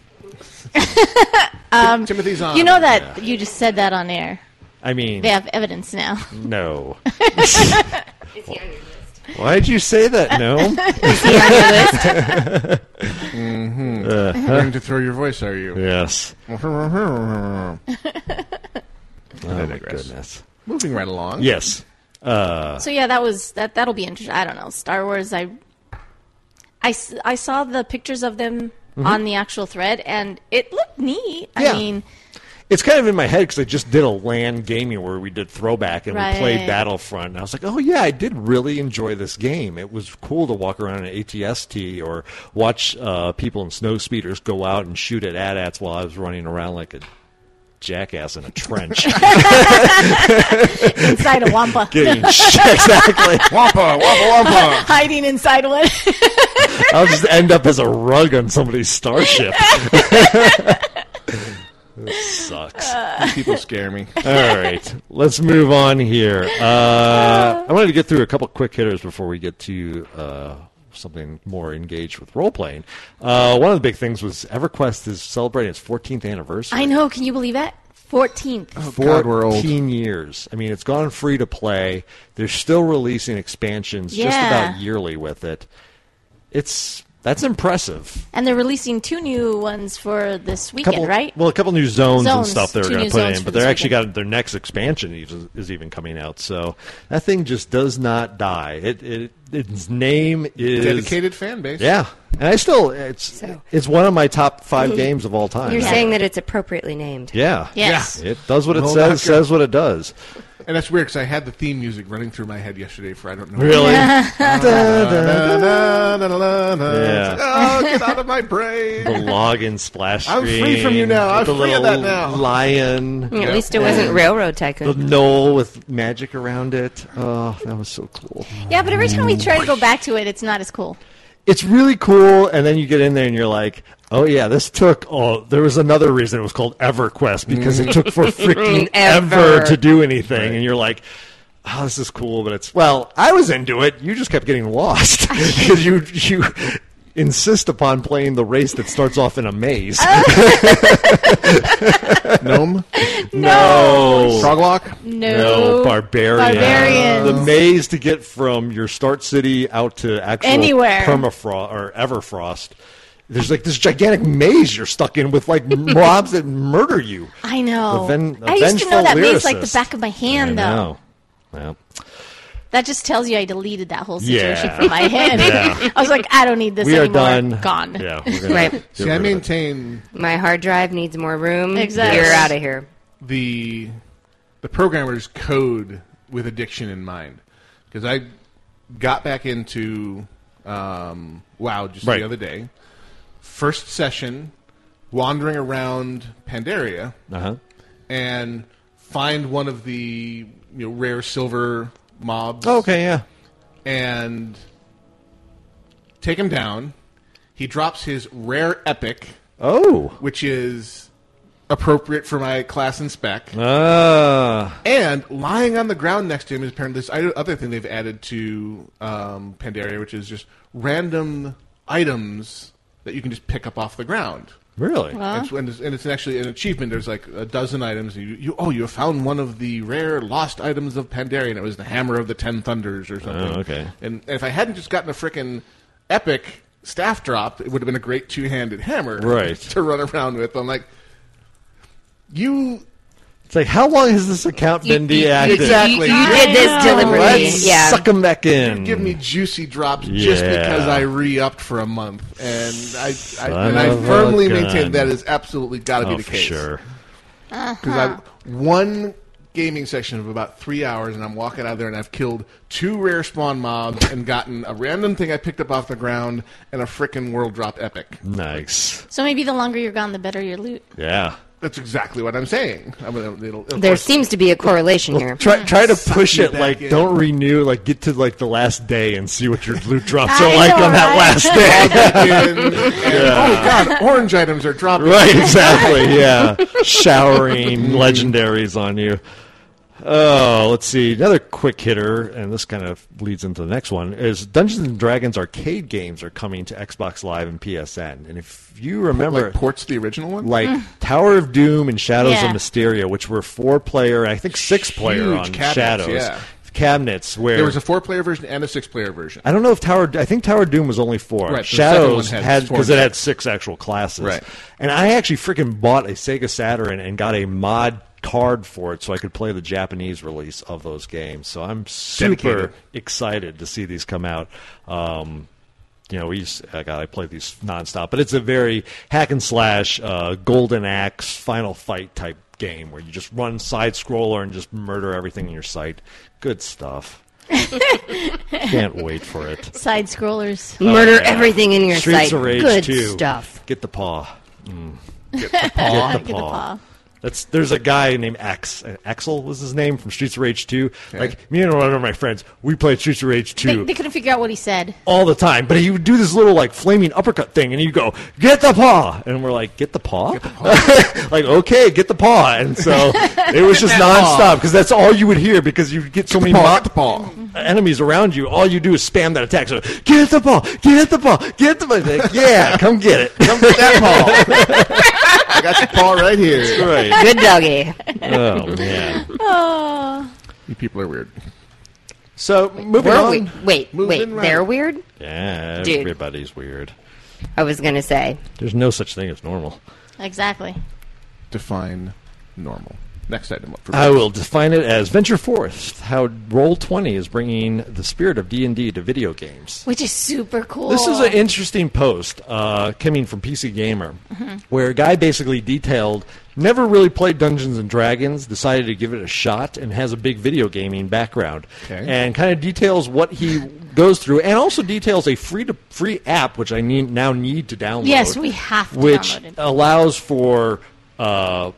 Timothy Zahn.
You know
Um,
that you just said that on air.
I mean,
They have evidence now.
no.
Is he on your list?
Why'd you say that? No.
learning to throw your voice, are
Oh,
you?
yes.
I
Oh my
digress.
goodness.
Moving right along.
Yes.
so yeah, that was that. That'll be interesting. I don't know. Star Wars. I, I, s- I saw the pictures of them on the actual thread, and it looked neat. I
Mm-hmm. Yeah.
mean,
It's kind of in my head because I just did a land gaming where we did throwback and we played
Right.
Battlefront, and I was like, "Oh yeah, I did really enjoy this game. It was cool to walk around in ATST or watch uh, people in snow speeders go out and shoot at AT-ATs while I was running around like a jackass in a trench."
inside a wampa,
getting exactly.
Wampa, wampa, wampa.
hiding inside one.
I'll just end up as a rug on somebody's starship. this sucks.
People scare me.
All right, let's move on here. Uh, I wanted to get through a couple quick hitters before we get to uh, something more engaged with role playing. Uh, one of the big things was EverQuest is celebrating its 14th anniversary.
I know. Can you believe that? Fourteenth.
Oh.
God, we're old.
14 years. I mean, it's gone free to play. They're still releasing expansions just
Yeah.
about yearly with it. It's that's impressive.
And they're releasing two new ones for this weekend,
couple,
right?
Well, a couple new zones, and
Zones,
stuff they were
two
going to
new
put
zones
in,
for
but they're
this
actually
weekend.
got their next expansion is, is even coming out. So that thing just does not die. It, it its name is
Dedicated fan base.
Yeah, and I still it's
So-
it's one of my top five games of all time.
You're
Yeah.
saying that it's appropriately named.
yeah,
Yes.
It does what it
Well,
says,
that's good.
says what it does.
And that's weird because I had the theme music running through my head yesterday for I don't know.
Really?
Da, da, da, da, da.
Yeah.
It's like, oh, get out of my
the
brain.
login splash
I'm free
screen.
from you now. I'm
with the
free of
little
that now.
Lion.
At least it wasn't Railroad
The
Tycoon.
knoll with magic around it. Oh, that was so cool.
Yeah, but every time we try to go back to it, it's not as cool.
It's really cool, and then you get in there and you're like, oh yeah, this took. Oh, there was another reason it was called EverQuest because it took for freaking ever.
Ever.
to do anything, and you're like. Oh, this is cool, but it's well. I was into it. You just kept getting lost because you you insist upon playing the race that starts off in a maze.
Gnome?
no,
Froglock?
No,
barbarian.
Barbarian.
The maze to get from your start city out to actual
Anywhere.
permafrost or everfrost. There's like this gigantic maze you're stuck in with like mobs that murder you.
I know.
The ven- the
I used to
vengeful
know that maze like the
lyricist.
back of my hand,
I
though.
know. Yeah.
That just tells you I deleted that whole situation
Yeah.
from my head.
Yeah.
I was like, I don't need this
We are
anymore.
done.
Gone.
Yeah. We're gonna
Right.
get
See,
rid
I
of it.
maintain
My hard drive needs more room.
Exactly.
You're out of here.
the the programmer's code with addiction in mind because I got back into um, WoW just
Right.
the other day. First session, wandering around Pandaria,
Uh-huh.
and find one of the you know, rare silver mobs.
Oh, Okay. Yeah.
and take him down. He drops his rare epic,
Oh.
which is appropriate for my class and spec.
Ah.
And lying on the ground next to him is apparently this i- other thing they've added to um, Pandaria, which is just random items that you can just pick up off the ground.
Really?
And, it's, and, it's, and it's actually an achievement. There's like a dozen items. And you, you oh, you have found one of the rare lost items of Pandaria, and it was the Hammer of the Ten Thunders or something.
Oh, okay.
And, and if I hadn't just gotten a frickin' epic staff drop, it would have been a great two-handed hammer
Right.
to run around with. I'm like, you
It's like, how long has this account been
you, you,
deactivated?
Exactly.
you did
I
this
know.
deliberately.
Let's
yeah.
suck them back in.
give me juicy drops just
Yeah.
because I re-upped for a month, and I, I
Son
and I
of a
firmly
gun.
maintain that is absolutely got to
oh,
be the
for
case.
sure.
because I've one gaming session of about three hours, and I'm walking out of there, and I've killed two rare spawn mobs and gotten a random thing I picked up off the ground and a frickin' world drop epic.
Nice.
So maybe the longer you're gone, the better your loot.
Yeah.
That's exactly what I'm saying. I mean, it'll- it'll- of
There
course-
seems to be a correlation here.
Hmm.
Try try to push
you
it
back
like
in.
don't renew like get to like the last day and see what your loot drops are
I
like
know,
on that
right?
last day.
And- and- Oh God! Orange items are dropping.
right, exactly. Yeah, showering legendaries on you. Oh, let's see. Another quick hitter, and this kind of leads into the next one, is Dungeons and Dragons arcade games are coming to Xbox Live and PSN. And if you remember,
Like ports the original one.
like Tower of Doom and Shadows
Mm. Yeah.
of Mysteria, which were four player, I think six player
Huge
on
cabinets,
Shadows
yeah.
cabinets. Where
there was a four-player version and a six-player version.
I don't know if Tower. I think Tower Doom was only four.
Right, the
Shadows
second one
had
had
because
four.
it had six actual classes.
Right.
And I actually freaking bought a Sega Saturn and got a mod card for it so I could play the Japanese release of those games. So I'm super
Dedicated.
excited to see these come out. Um, you know, we used, uh, God, I play these nonstop, but it's a very hack and slash, uh, golden axe, final fight type game where you just run side scroller and just murder everything in your sight. Good stuff. Can't wait for it.
Side scrollers.
Murder
Oh, yeah.
everything in your
Streets
sight.
of Rage
Good
2.
stuff.
Get the paw. Mm.
Get
the paw. That's there's a guy named Ax uh, Axel was his name from Streets of Rage 2. Like me and one of my friends, we played Streets of Rage 2
They, they couldn't figure out what he said.
all the time. But he would do this little like flaming uppercut thing, and he'd go, "Get the paw," and we're like, "Get the paw,", like okay, get the paw. And so it was just nonstop because that's all you would hear because you get so many
paw,
mo-
get the paw.
enemies around you. All you do is spam that attack. So get the paw, get the paw, get the paw. Like, yeah, come get it.
Come get that paw. I got the paw right here.
right.
Good doggy.
Oh man.
Oh.
You people are weird.
So moving
We're
on.
we- wait,
Moving
wait.
right.
They're weird.
Yeah,
Dude.
everybody's weird.
I was gonna say.
There's no such thing as normal.
Exactly.
Define normal. Next item up for
I will define it as venture forth. How Roll Twenty is bringing the spirit of D and D to video games.
Which is super cool.
This is an interesting post uh, coming from PC Gamer, where a guy basically detailed never really played Dungeons and Dragons, decided to give it a shot, and has a big video gaming background,
Okay.
and kind of details what he goes through, and also details a free to free app which I need now need to download.
Yes, we have to
which
download it.
allows for. Uh,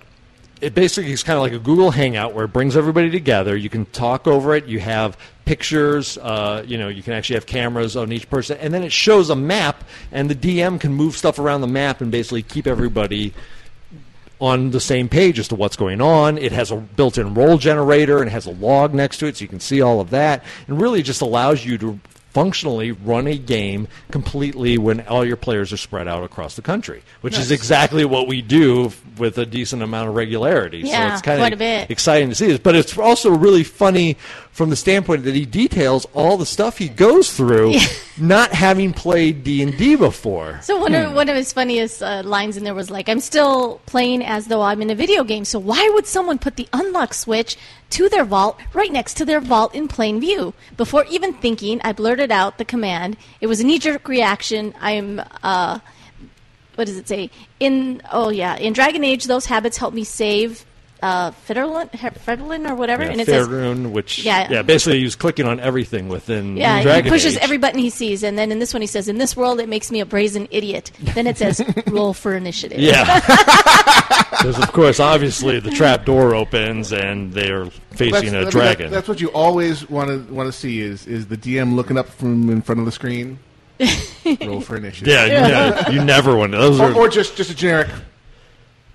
it basically is kind of like a Google Hangout where it brings everybody together. You can talk over it. You have pictures. Uh, you know, you can actually have cameras on each person, and then it shows a map, and the DM can move stuff around the map and basically keep everybody on the same page as to what's going on. It has a built-in role generator and it has a log next to it, so you can see all of that, and really just allows you to functionally run a game completely when all your players are spread out across the country, which is exactly what we do f- with a decent amount of regularity.
Yeah,
so it's kind
quite
of
a bit.
exciting to see this, but it's also really funny from the standpoint that he details all the stuff he goes through, not having played D and D before.
So one
Hmm.
of one of his funniest uh, lines in there was like, "I'm still playing as though I'm in a video game. So why would someone put the unlock switch to their vault right next to their vault in plain view? Before even thinking, I blurted out the command. It was a knee jerk reaction. I'm uh, what does it say? In oh yeah, in Dragon Age, those habits helped me save uh, Fiddlin, Fiddlin or whatever, and it says
Faerun, which
Yeah.
yeah, basically he was clicking on everything within
Yeah,
Dragon
he pushes
Age.
every button he sees, and then in this one he says, "In this world, it makes me a brazen idiot." Then it says, "Roll for initiative."
Yeah, because of course, obviously, the trap door opens and they're
That's-
facing
I mean,
a
that-
dragon.
that's what you always want to want to see is is the DM looking up from in front of the screen. Roll for initiative.
yeah, yeah, you never want those.
Or,
Are,
or just just a generic.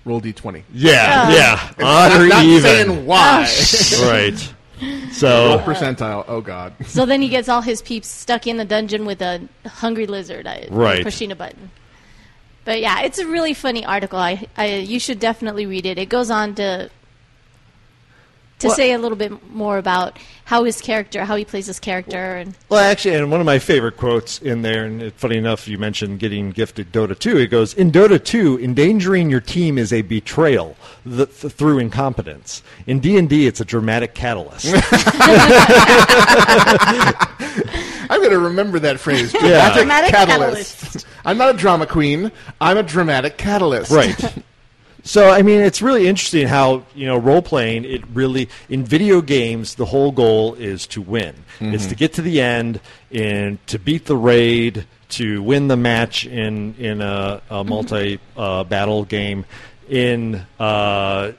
Roll d20.
Yeah, yeah. Odd or
Not
even. Ah,
saying why.
Right. So
percentile. Oh god.
So then he gets all his peeps stuck in the dungeon with a hungry lizard uh,
Right.
pushing a button. But yeah, it's a really funny article. I, I you should definitely read it. It goes on to to say a little bit more about how his character, how he plays his character, and
Well, actually, and one of my favorite quotes in there, and it- funny enough, you mentioned getting gifted Dota 2. It goes, In Dota 2, endangering your team is a betrayal th- th- through incompetence. In D&D, it's a dramatic catalyst.
I'm going to remember that phrase.
Yeah.
Dramatic
Dramatic
catalyst. I'm not a drama queen. I'm a dramatic catalyst.
Right. So I mean, it's really interesting how you know role playing. It really in video games, the whole goal is to win. It's to get to the end and to beat the raid, to win the match in in a, a multi uh, battle game. In uh,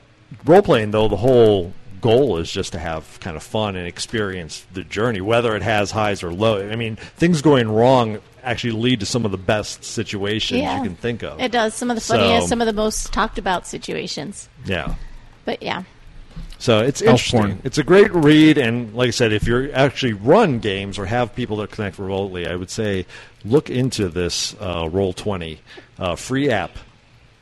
role playing, though, the whole goal is just to have kind of fun and experience the journey, whether it has highs or lows. I mean, things going wrong actually lead to some of the best situations
yeah,
you can think of.
It does some of the
So-
funniest, some of the most talked about situations.
Yeah.
But yeah,
So it's
Elf
interesting.
porn.
It's a great read, and like I said, if you actually run games or have people that connect remotely, I would say look into this uh, Roll Twenty uh, free app.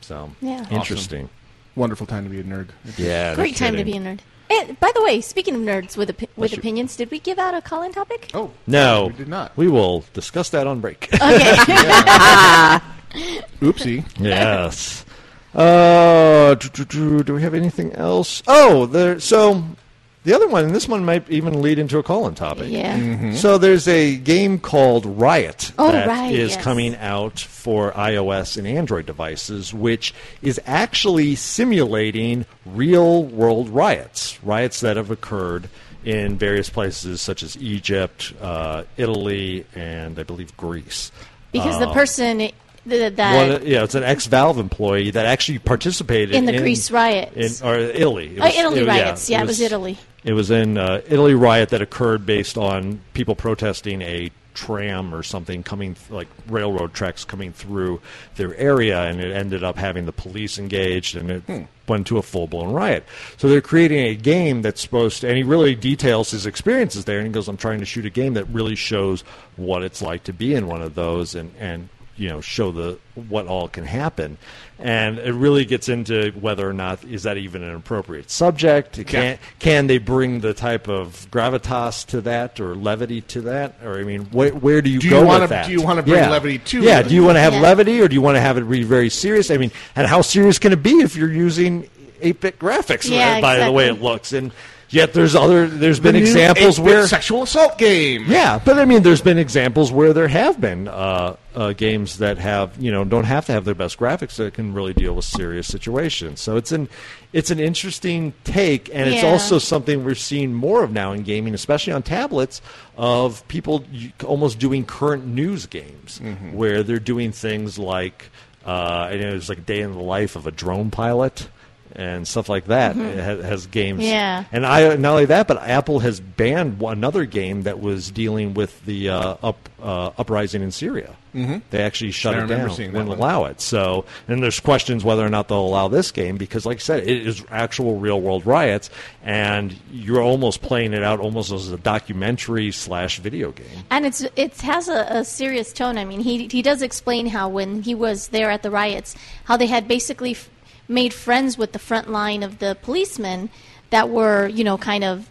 So
Yeah. Awesome.
interesting.
Wonderful time to be a nerd.
Yeah, no
great time to
kidding.
be a nerd. And, by the way, speaking of nerds with opi- with
you-
opinions, did we give out a call-in topic?
Oh
No,
we did not.
We will discuss that on break.
Oopsie.
yes. Uh, do, do, do, do we have anything else? Oh, there. So the other one, and this one might even lead into a call-in topic.
Yeah.
So there's a game called Riot that
Mm-hmm. Oh,
is
Riot, yes.
coming out for iOS and Android devices, which is actually simulating real-world riots, riots that have occurred in various places such as Egypt, uh, Italy, and I believe Greece.
Because
Oh.
the person i-
One,
th- that
uh, yeah, it's an ex-Valve employee that actually participated
In the Greece riots.
in, or Italy. It
Oh, Italy riots. Yeah, it
it
was Italy.
It was in uh, Italy riot that occurred based on people protesting a tram or something coming th- like railroad tracks coming through their area, and it ended up having the police engaged, and it went to a full-blown riot. So they're creating a game that's supposed to, and he really details his experiences there, and he goes, "I'm trying to shoot a game that really shows what it's like to be in one of those," and and you know show the what all can happen and it really gets into whether or not is that even an appropriate subject It can can they bring the type of gravitas to that or levity to that or i mean wh- where do you
Do you
go
wanna-
with that
do you wanna bring levity to
yeah
it?
do you want to have
Yeah.
levity or do you want to have it be very serious i mean and how serious can it be if you're using 8-bit graphics
Yeah,
by the way it
exactly.
looks and yet there's other there's been
The new
examples
8-bit
where
sexual assault game.
yeah, but I mean, there's been examples where there have been uh, uh, games that have you know don't have to have their best graphics that can really deal with serious situations. So it's an it's an interesting take, and it's
Yeah.
also something we're seeing more of now in gaming, especially on tablets, of people y- almost doing current news games where they're doing things like uh, I know there's like a day in the life of a drone pilot. And stuff like that It has, has games,
Yeah.
and I not only that, but Apple has banned one- another game that was dealing with the uh, up uh, uprising in Syria. Mm-hmm. They actually shut
I
it
remember
down,
seeing
wouldn't
that one.
allow it. So, and there's questions whether or not they'll allow this game because, like I said, it is actual real world riots, and you're almost playing it out almost as a documentary slash video game.
And it's it has a, a serious tone. I mean, he he does explain how when he was there at the riots, how they had basically f- made friends with the front line of the policemen that were you know kind of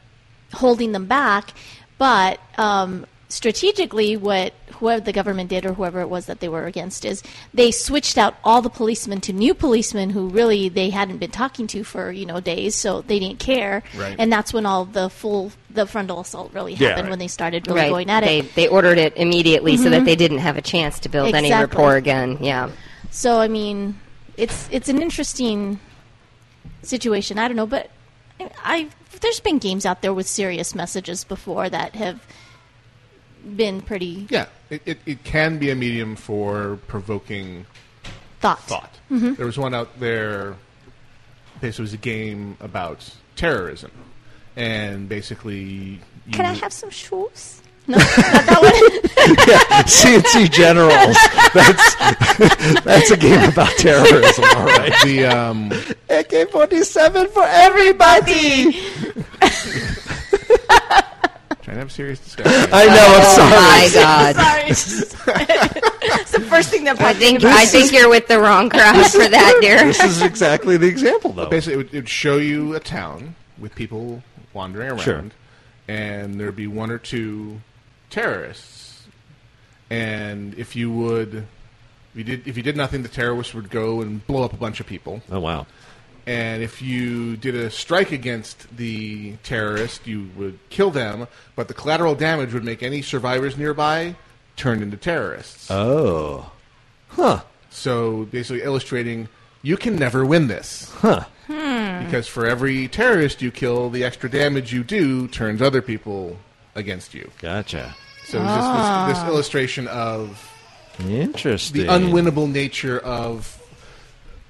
holding them back, but um, strategically, what whoever the government did or whoever it was that they were against is they switched out all the policemen to new policemen who really they hadn't been talking to for you know days, so they didn't care,
Right.
and that's when all the full the frontal assault really
Yeah,
happened
right.
when they started really
Right.
going at
they,
it.
they ordered it immediately so that they didn't have a chance to build any
Exactly.
rapport again. Yeah.
So I mean, it's it's an interesting situation. I don't know, but I, I there's been games out there with serious messages before that have been pretty
Yeah. It, it, it can be a medium for provoking
thought.
thought. There was one out there. This was a game about terrorism, and basically, you,
Can I have some shoes?
yeah, CNC generals. That's that's a game about terrorism. All right.
The um,
AK forty seven for everybody.
trying to have a serious discussion.
I know. I'm sorry.
My God.
Sorry. it's the first thing that
I
popped
think
into my
I think you're with the wrong crowd for that, dear.
This is exactly the example, though.
Basically, it would, it would show you a town with people wandering around,
Sure.
and there'd be one or two terrorists. And if you would, if you did, if you did nothing, the terrorists would go and blow up a bunch of people.
Oh wow.
And if you did a strike against the terrorist, you would kill them, but the collateral damage would make any survivors nearby turn into terrorists.
Oh. Huh.
So basically illustrating you can never win this.
Huh.
Because for every terrorist you kill, the extra damage you do turns other people against you.
Gotcha.
So it's just this, this illustration of
Interesting.
the unwinnable nature of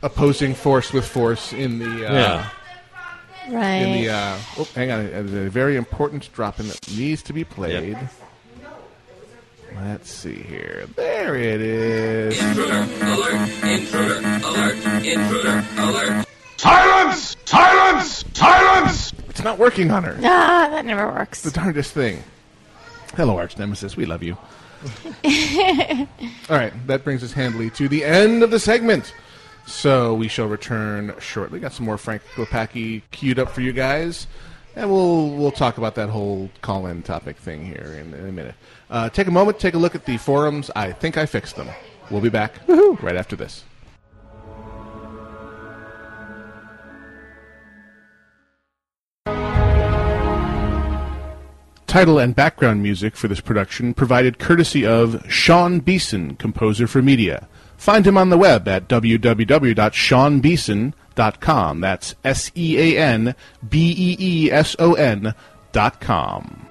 opposing force with force in the uh,
Yeah.
right.
in the uh, oh, hang on, there's a very important drop in that needs to be played. Let's see here. There it is.
Silence! Silence! Silence!
It's not working on her.
ah, that never works.
The darndest thing. Hello, arch nemesis. We love you. All right, that brings us handily to the end of the segment. So we shall return shortly. Got some more Frank Kopacki queued up for you guys, and we'll we'll talk about that whole call-in topic thing here in, in a minute. Uh, take a moment, take a look at the forums. I think I fixed them. We'll be back right after this. Title and background music for this production provided courtesy of Sean Beeson, composer for media. Find him on the web at www.seanbeeson.com. That's S E A N B E E S O N dot com.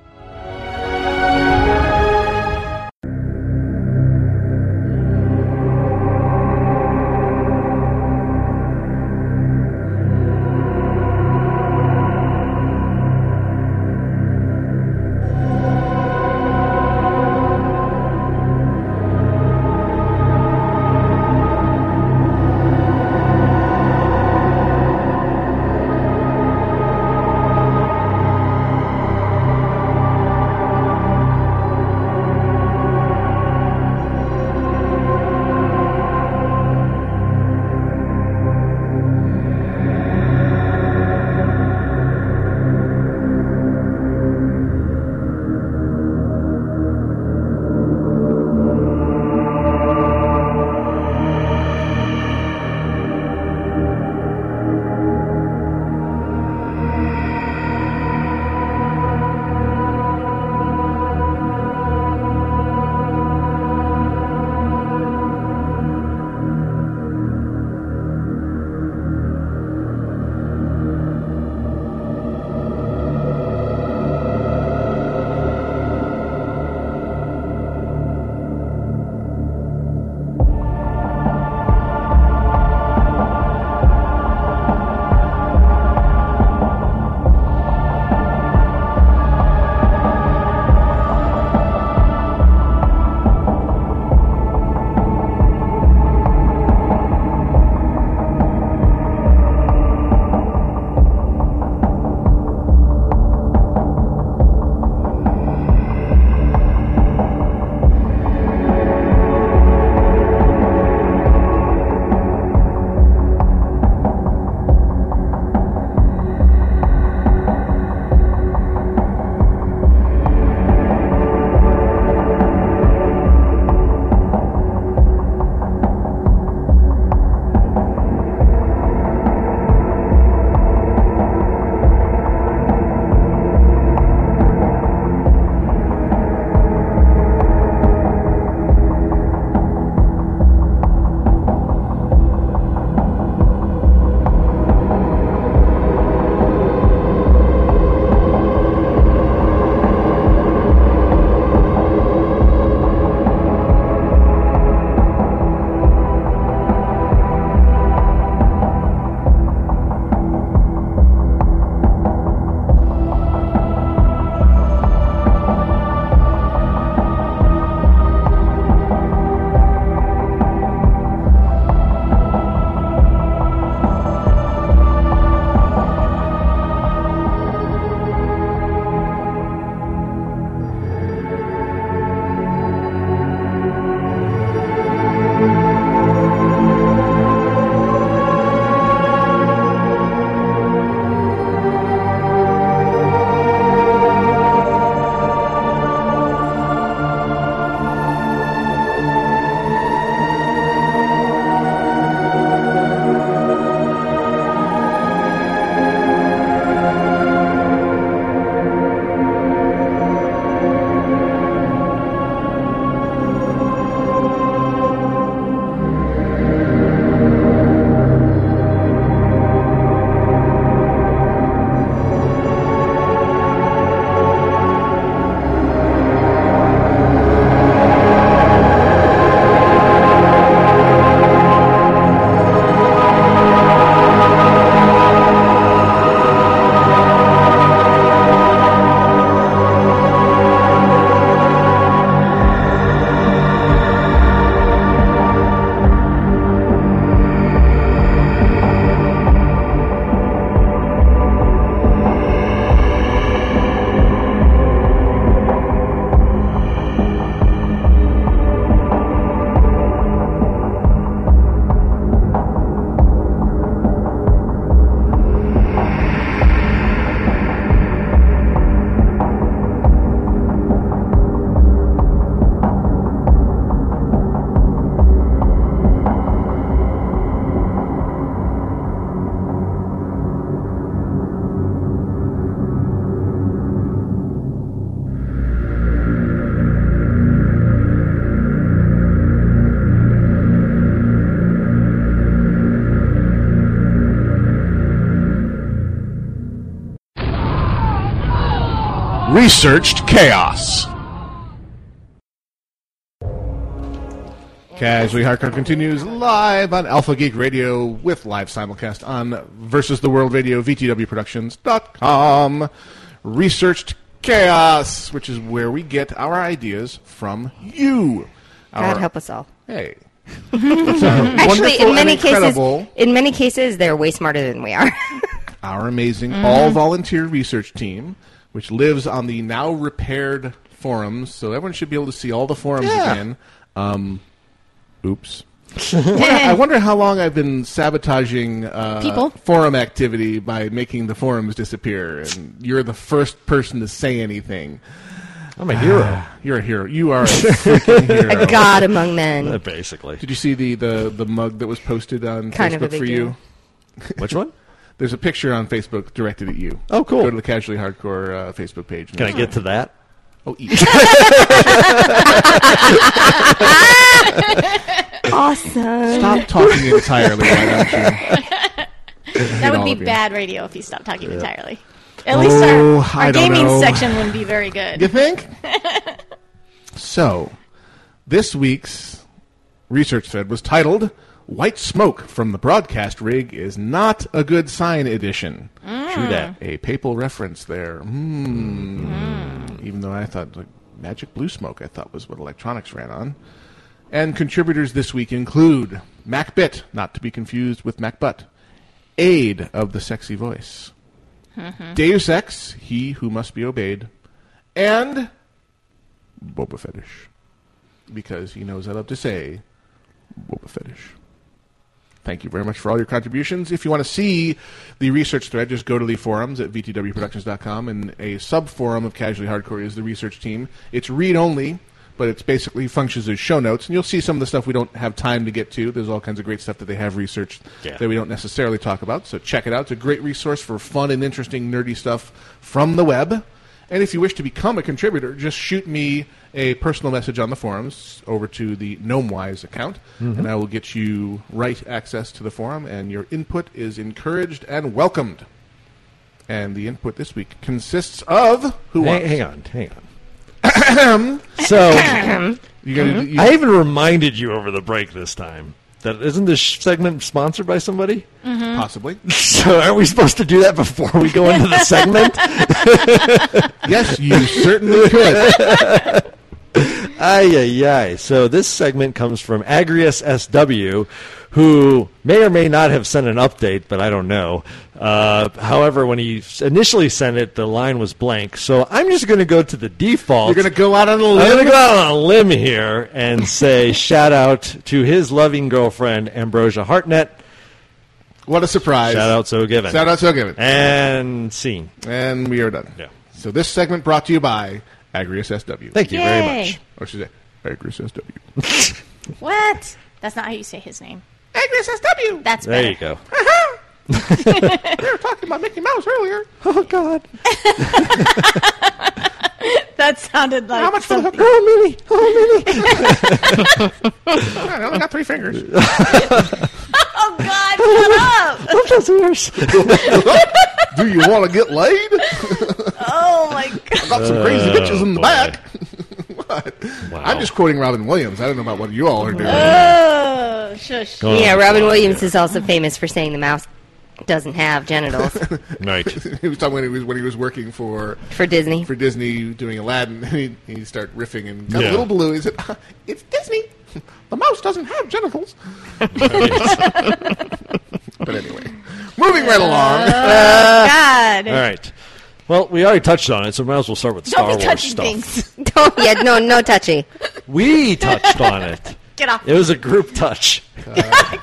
researched chaos. Casually Hardcore continues live on Alpha Geek Radio with live simulcast on Versus the World Radio, VTWProductions.com. Researched Chaos, which is where we get our ideas from you.
God
Our-
help us all.
Hey. That's our
Actually,
wonderful
in many
and incredible,
cases, in many cases, they're way smarter than we are.
our amazing
Mm-hmm.
all volunteer research team, which lives on the now repaired forums, so everyone should be able to see all the forums
Yeah.
again. Um, oops. I wonder how long I've been sabotaging uh,
People.
forum activity by making the forums disappear, and you're the first person to say anything.
I'm a hero.
You're a hero. You are a freaking hero.
God among men.
Basically.
Did you see the, the, the mug that was posted on
Kind
Facebook
of a big
for
deal.
you?
Which one?
There's a picture on Facebook directed at you.
Oh, cool.
Go to the Casually Hardcore uh, Facebook page. and
Can I get to that?
Oh, eat.
Awesome.
Stop talking entirely, why don't you?
That
all
would be
of you.
bad radio if you stopped talking entirely. At least our,
Oh, I
our
don't
gaming
know.
section wouldn't be very good.
You think? so, this week's research thread was titled White Smoke from the Broadcast Rig is Not a Good Sign Edition.
True that.
A papal reference there. Hmm. Even though I thought like, Magic Blue Smoke, I thought was what electronics ran on. And contributors this week include MacBit, not to be confused with MacButt, Aid of the Sexy Voice, Deus Ex, He Who Must Be Obeyed, and Boba Fetish. Because he knows I love to say Boba Fetish. Thank you very much for all your contributions. If you want to see the research thread, just go to the forums at vtwproductions.com, and a sub forum of Casually Hardcore is the research team. It's read only, but it's basically functions as show notes, and you'll see some of the stuff we don't have time to get to. There's all kinds of great stuff that they have researched
Yeah.
that we don't necessarily talk about, so check it out. It's a great resource for fun and interesting nerdy stuff from the web. And if you wish to become a contributor, just shoot me a personal message on the forums over to the GnomeWise account,
Mm-hmm.
and I will get you right access to the forum, and your input is encouraged and welcomed. And the input this week consists of who
Hang,
wants.
hang on, hang on. so
You gonna, do- you-
I even reminded you over the break this time that isn't this sh- segment sponsored by somebody? Mm-hmm.
Possibly.
So aren't we supposed to do that before we go into the segment?
yes, you certainly could.
Ay, ay, ay. So this segment comes from Agrius SW, who may or may not have sent an update, but I don't know. Uh, however, when he s- initially sent it, the line was blank. So I'm just going to go to the default.
You're going to go out on a
I'm
limb.
going to go out on a limb here and say shout out to his loving girlfriend, Ambrosia Hartnett.
What a surprise.
Shout out so given.
Shout out, so given.
And scene.
And we are done.
Yeah.
So this segment brought to you by Agrius SW.
Thank you very
Yay.
much.
Or should I say Agrius SW.
What? That's not how you say his name.
Agrius SW!
That's
There
better.
you go.
We were talking about Mickey Mouse earlier.
Oh, God.
That sounded like
How much for the
something.
hooker?
Oh, Minnie. Oh, Minnie.
I only got three fingers.
Oh God! Shut up!
Love those ears.
Do you want to get laid?
Oh my God!
Got some crazy bitches in the
Oh, boy. Oh.
back. what? I'm just quoting Robin Williams. I don't know about what you all are doing.
Oh, shush.
Go on.
Yeah, Robin Williams is also famous for saying the mouse doesn't have genitals
Right.
he was talking when he was when he was working for
for Disney.
for Disney doing Aladdin. He he started riffing and got
Yeah.
a little blue. He said, "Ah, "It's Disney. The mouse doesn't have genitals." but anyway, moving right along.
God!
All right. Well, we already touched on it, so might as well start with Star
Don't
Wars
be touching
stuff.
things.
Don't, Oh, yeah, no, no touchy.
We touched on it.
Get off!
It was a group touch.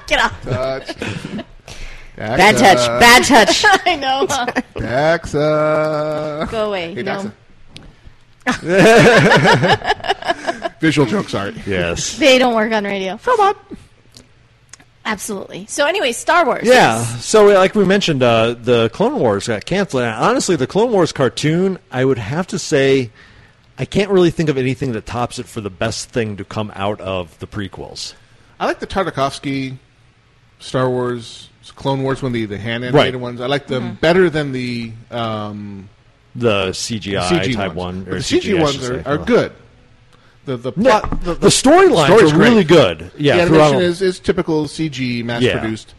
Get off!
Uh,
Bad touch. Bad touch.
I know.
Daxa.
Go away.
Hey,
no.
Daxa. Visual jokes art.
Yes.
They don't work on radio. Robot. Absolutely. So anyway, Star Wars.
Yeah. So, uh, like we mentioned, uh, the Clone Wars got canceled. And honestly, the Clone Wars cartoon, I would have to say, I can't really think of anything that tops it for the best thing to come out of the prequels.
I like the Tartakovsky, Star Wars, Clone Wars, one of the, the hand animated
Mm-hmm.
Right.
ones. I like them better than the um,
the CGI
CG
type
ones.
one.
But
or
the CG,
I should
ones
say.
are, are good. The the
No,
plot-
the, the storylines
story's
are really
great.
good. Yeah,
the
throughout
animation
all-
is, is typical CG, mass produced.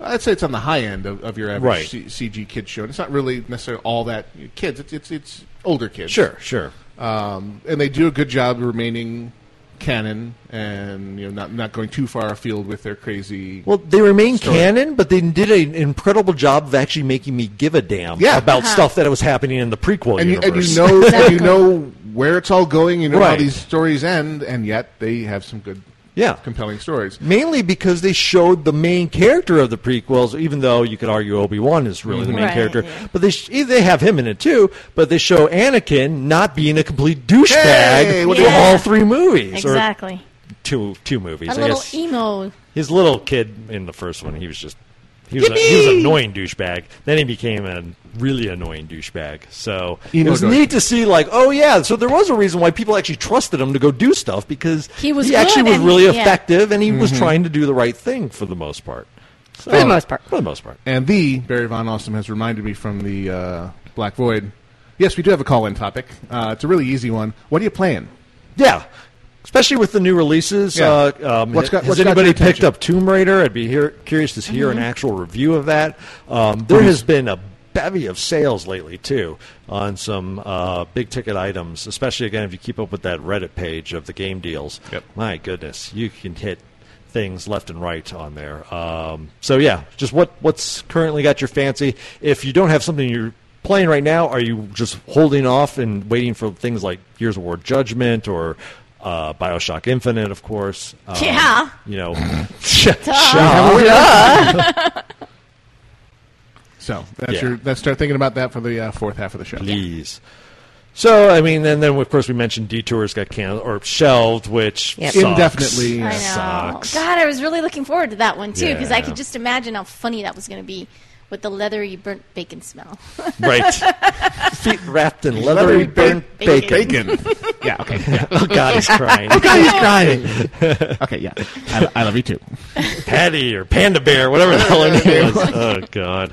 I'd say it's on the high end of, of your average
Right.
C- CG kids show, and it's not really necessarily all that kids. It's it's, it's older kids,
sure, sure.
um, and they do a good job of remaining canon and you know not not going too far afield with their crazy.
Well, they remain
Story.
canon, but they did an incredible job of actually making me give a damn
Yeah.
about stuff that was happening in the prequel
and you,
universe.
and you know and you know where it's all going. You know how
Right.
these stories end, and yet they have some good,
Yeah.
compelling stories.
Mainly because they showed the main character of the prequels, even though you could argue Obi Wan is really the main
Mhm. Right,
character.
yeah.
But they sh- they have him in it too. But they show Anakin not being a complete douchebag
Hey,
through
what
do you-
all three movies,
Exactly.
or two two movies.
A
I
little
guess
emo.
his little kid in the first one, he was just he was, a, he was an annoying douchebag. Then he became a really annoying douchebag. So it
Emo
was
douche.
neat to see, like, oh yeah, so there was a reason why people actually trusted him to go do stuff because
He was
actually
good
was
and
really
he- yeah.
effective and he was
Mm-hmm.
trying to do the right thing for the most part. So-
For the most part.
For the most part.
And the Barry Von Awesome has reminded me from the uh, Black Void. Yes, we do have a call-in topic. Uh, it's a really easy one. What are you playing?
Yeah. Especially with the new releases,
Yeah.
uh, um,
What's got-
has
what's got your
anybody picked
attention?
up Tomb Raider? I'd be here, curious to hear an actual review of that. Um, there has been a bevy of sales lately too on some uh, big ticket items, especially again if you keep up with that Reddit page of the game deals.
Yep.
My goodness, you can hit things left and right on there. Um, so yeah, just what what's currently got your fancy? If you don't have something you're playing right now, are you just holding off and waiting for things like Gears of War Judgment or uh, Bioshock Infinite, of course? Um,
Yeah.
you know,
So that's
Yeah.
your. Let's start thinking about that for the uh, fourth half of the show.
please. So I mean, and then of course we mentioned detours got canceled or shelved, which
Yep.
sucks.
Indefinitely.
I know.
Sucks.
God, I was really looking forward to that one too because I
Yeah.
could just imagine how funny that was going to be with the leathery burnt bacon smell.
right? Feet wrapped in
Leathery
leathery burnt bacon.
Bacon. yeah. Okay. Yeah.
Oh God, he's crying.
Okay. Yeah. I, I love you too.
Patty or Panda Bear, whatever the hell her name was. Oh God.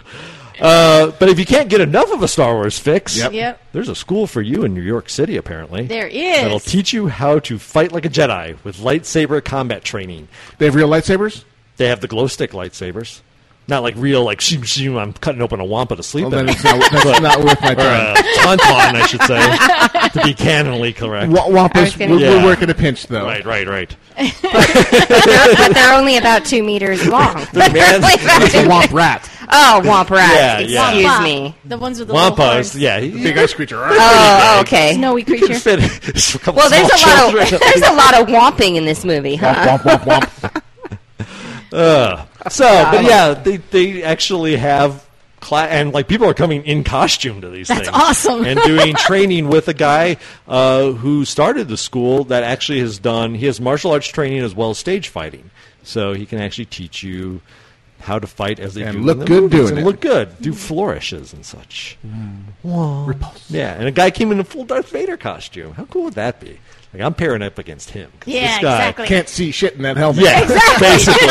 Uh, but if you can't get enough of a Star Wars fix,
Yep.
Yep.
there's a school for you in New York City, apparently.
There is.
That'll teach you how to fight like a Jedi with lightsaber combat training.
They have real lightsabers.
They have the glow stick lightsabers. Not like real, like, shim, shim, I'm cutting open a wampa to sleep
Well,
in.
then
it.
it's not, that's not worth my
Or
time.
a tauntaun, I should say, to be canonly correct.
Wa-
I
Wampus
was
would,
gonna-
would
Yeah.
work in a pinch, though.
Right, right, right.
but they're only about two meters long.
The man-
Like that.
It's a womp rat.
oh, womp
Yeah,
rats!
yeah.
Excuse
Wampa.
me.
The ones with the little
Wampa
horns.
is, yeah. He,
Big ice creature.
Oh, okay.
Snowy
he
creature.
fit a couple
well, there's
small
a
children.
lot of there's a lot of whomping in this movie,
Womp,
huh?
womp, womp.
So, but yeah, they, they actually have class, and like people are coming in costume to these
That's
things.
awesome.
and doing training with a guy uh, who started the school that actually has done he has martial arts training as well as stage fighting. So he can actually teach you how to fight as they
And
do
look
in the
good
movies
doing
and
it. Mm.
look good, do flourishes and such. Wow. Yeah, and a guy came in a full Darth Vader costume. How cool would that be? Like I'm pairing up against him. 'cause
Yeah,
this guy-
exactly.
Can't see shit in that helmet.
Yeah, basically.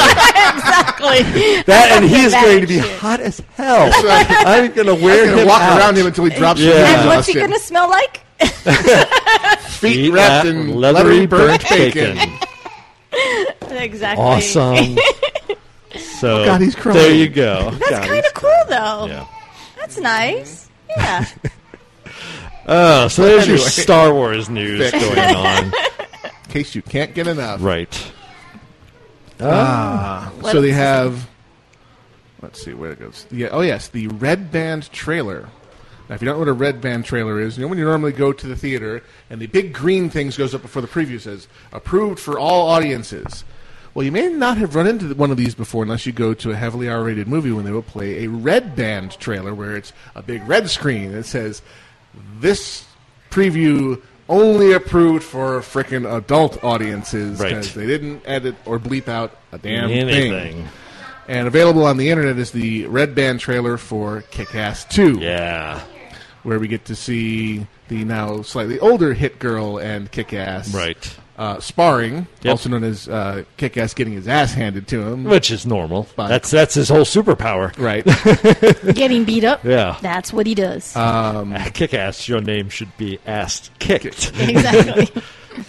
exactly.
That and he is
That
going
and
to be
shit.
hot as hell. I'm going to wear
He's gonna
him
walk
out.
around him until he drops.
Yeah.
his
And what's he
exhausted.
going to smell like?
feet wrapped in leathery burnt bacon.
exactly.
awesome. So
God, he's crying.
there you go. That's
Kind of cool though.
Yeah.
That's nice. Yeah.
Uh, so there's your
Anyway.
Star Wars news
Fixed.
going on.
In case you can't get enough.
right.
So they have. Let's see where it goes. Yeah. Oh yes, the red band trailer. Now, if you don't know what a red band trailer is, you know when you normally go to the theater and the big green things goes up before the preview says approved for all audiences. Well, you may not have run into one of these before unless you go to a heavily R-rated movie when they will play a red band trailer where it's a big red screen that says this preview only approved for frickin' adult audiences
Right.
because they didn't edit or bleep out a damn thing.
Anything.
And available on the internet is the Red Band trailer for Kick Ass 2,
Yeah.
where we get to see the now slightly older Hit Girl and Kick Ass
Right.
Uh, sparring,
Yep.
also known as uh, kick ass getting his ass handed to him.
which is normal.
Fine.
That's that's his whole superpower.
Right.
Getting beat up.
Yeah.
That's what he does.
Uh, Mm.
Kick ass. Your name should be ass kicked.
exactly.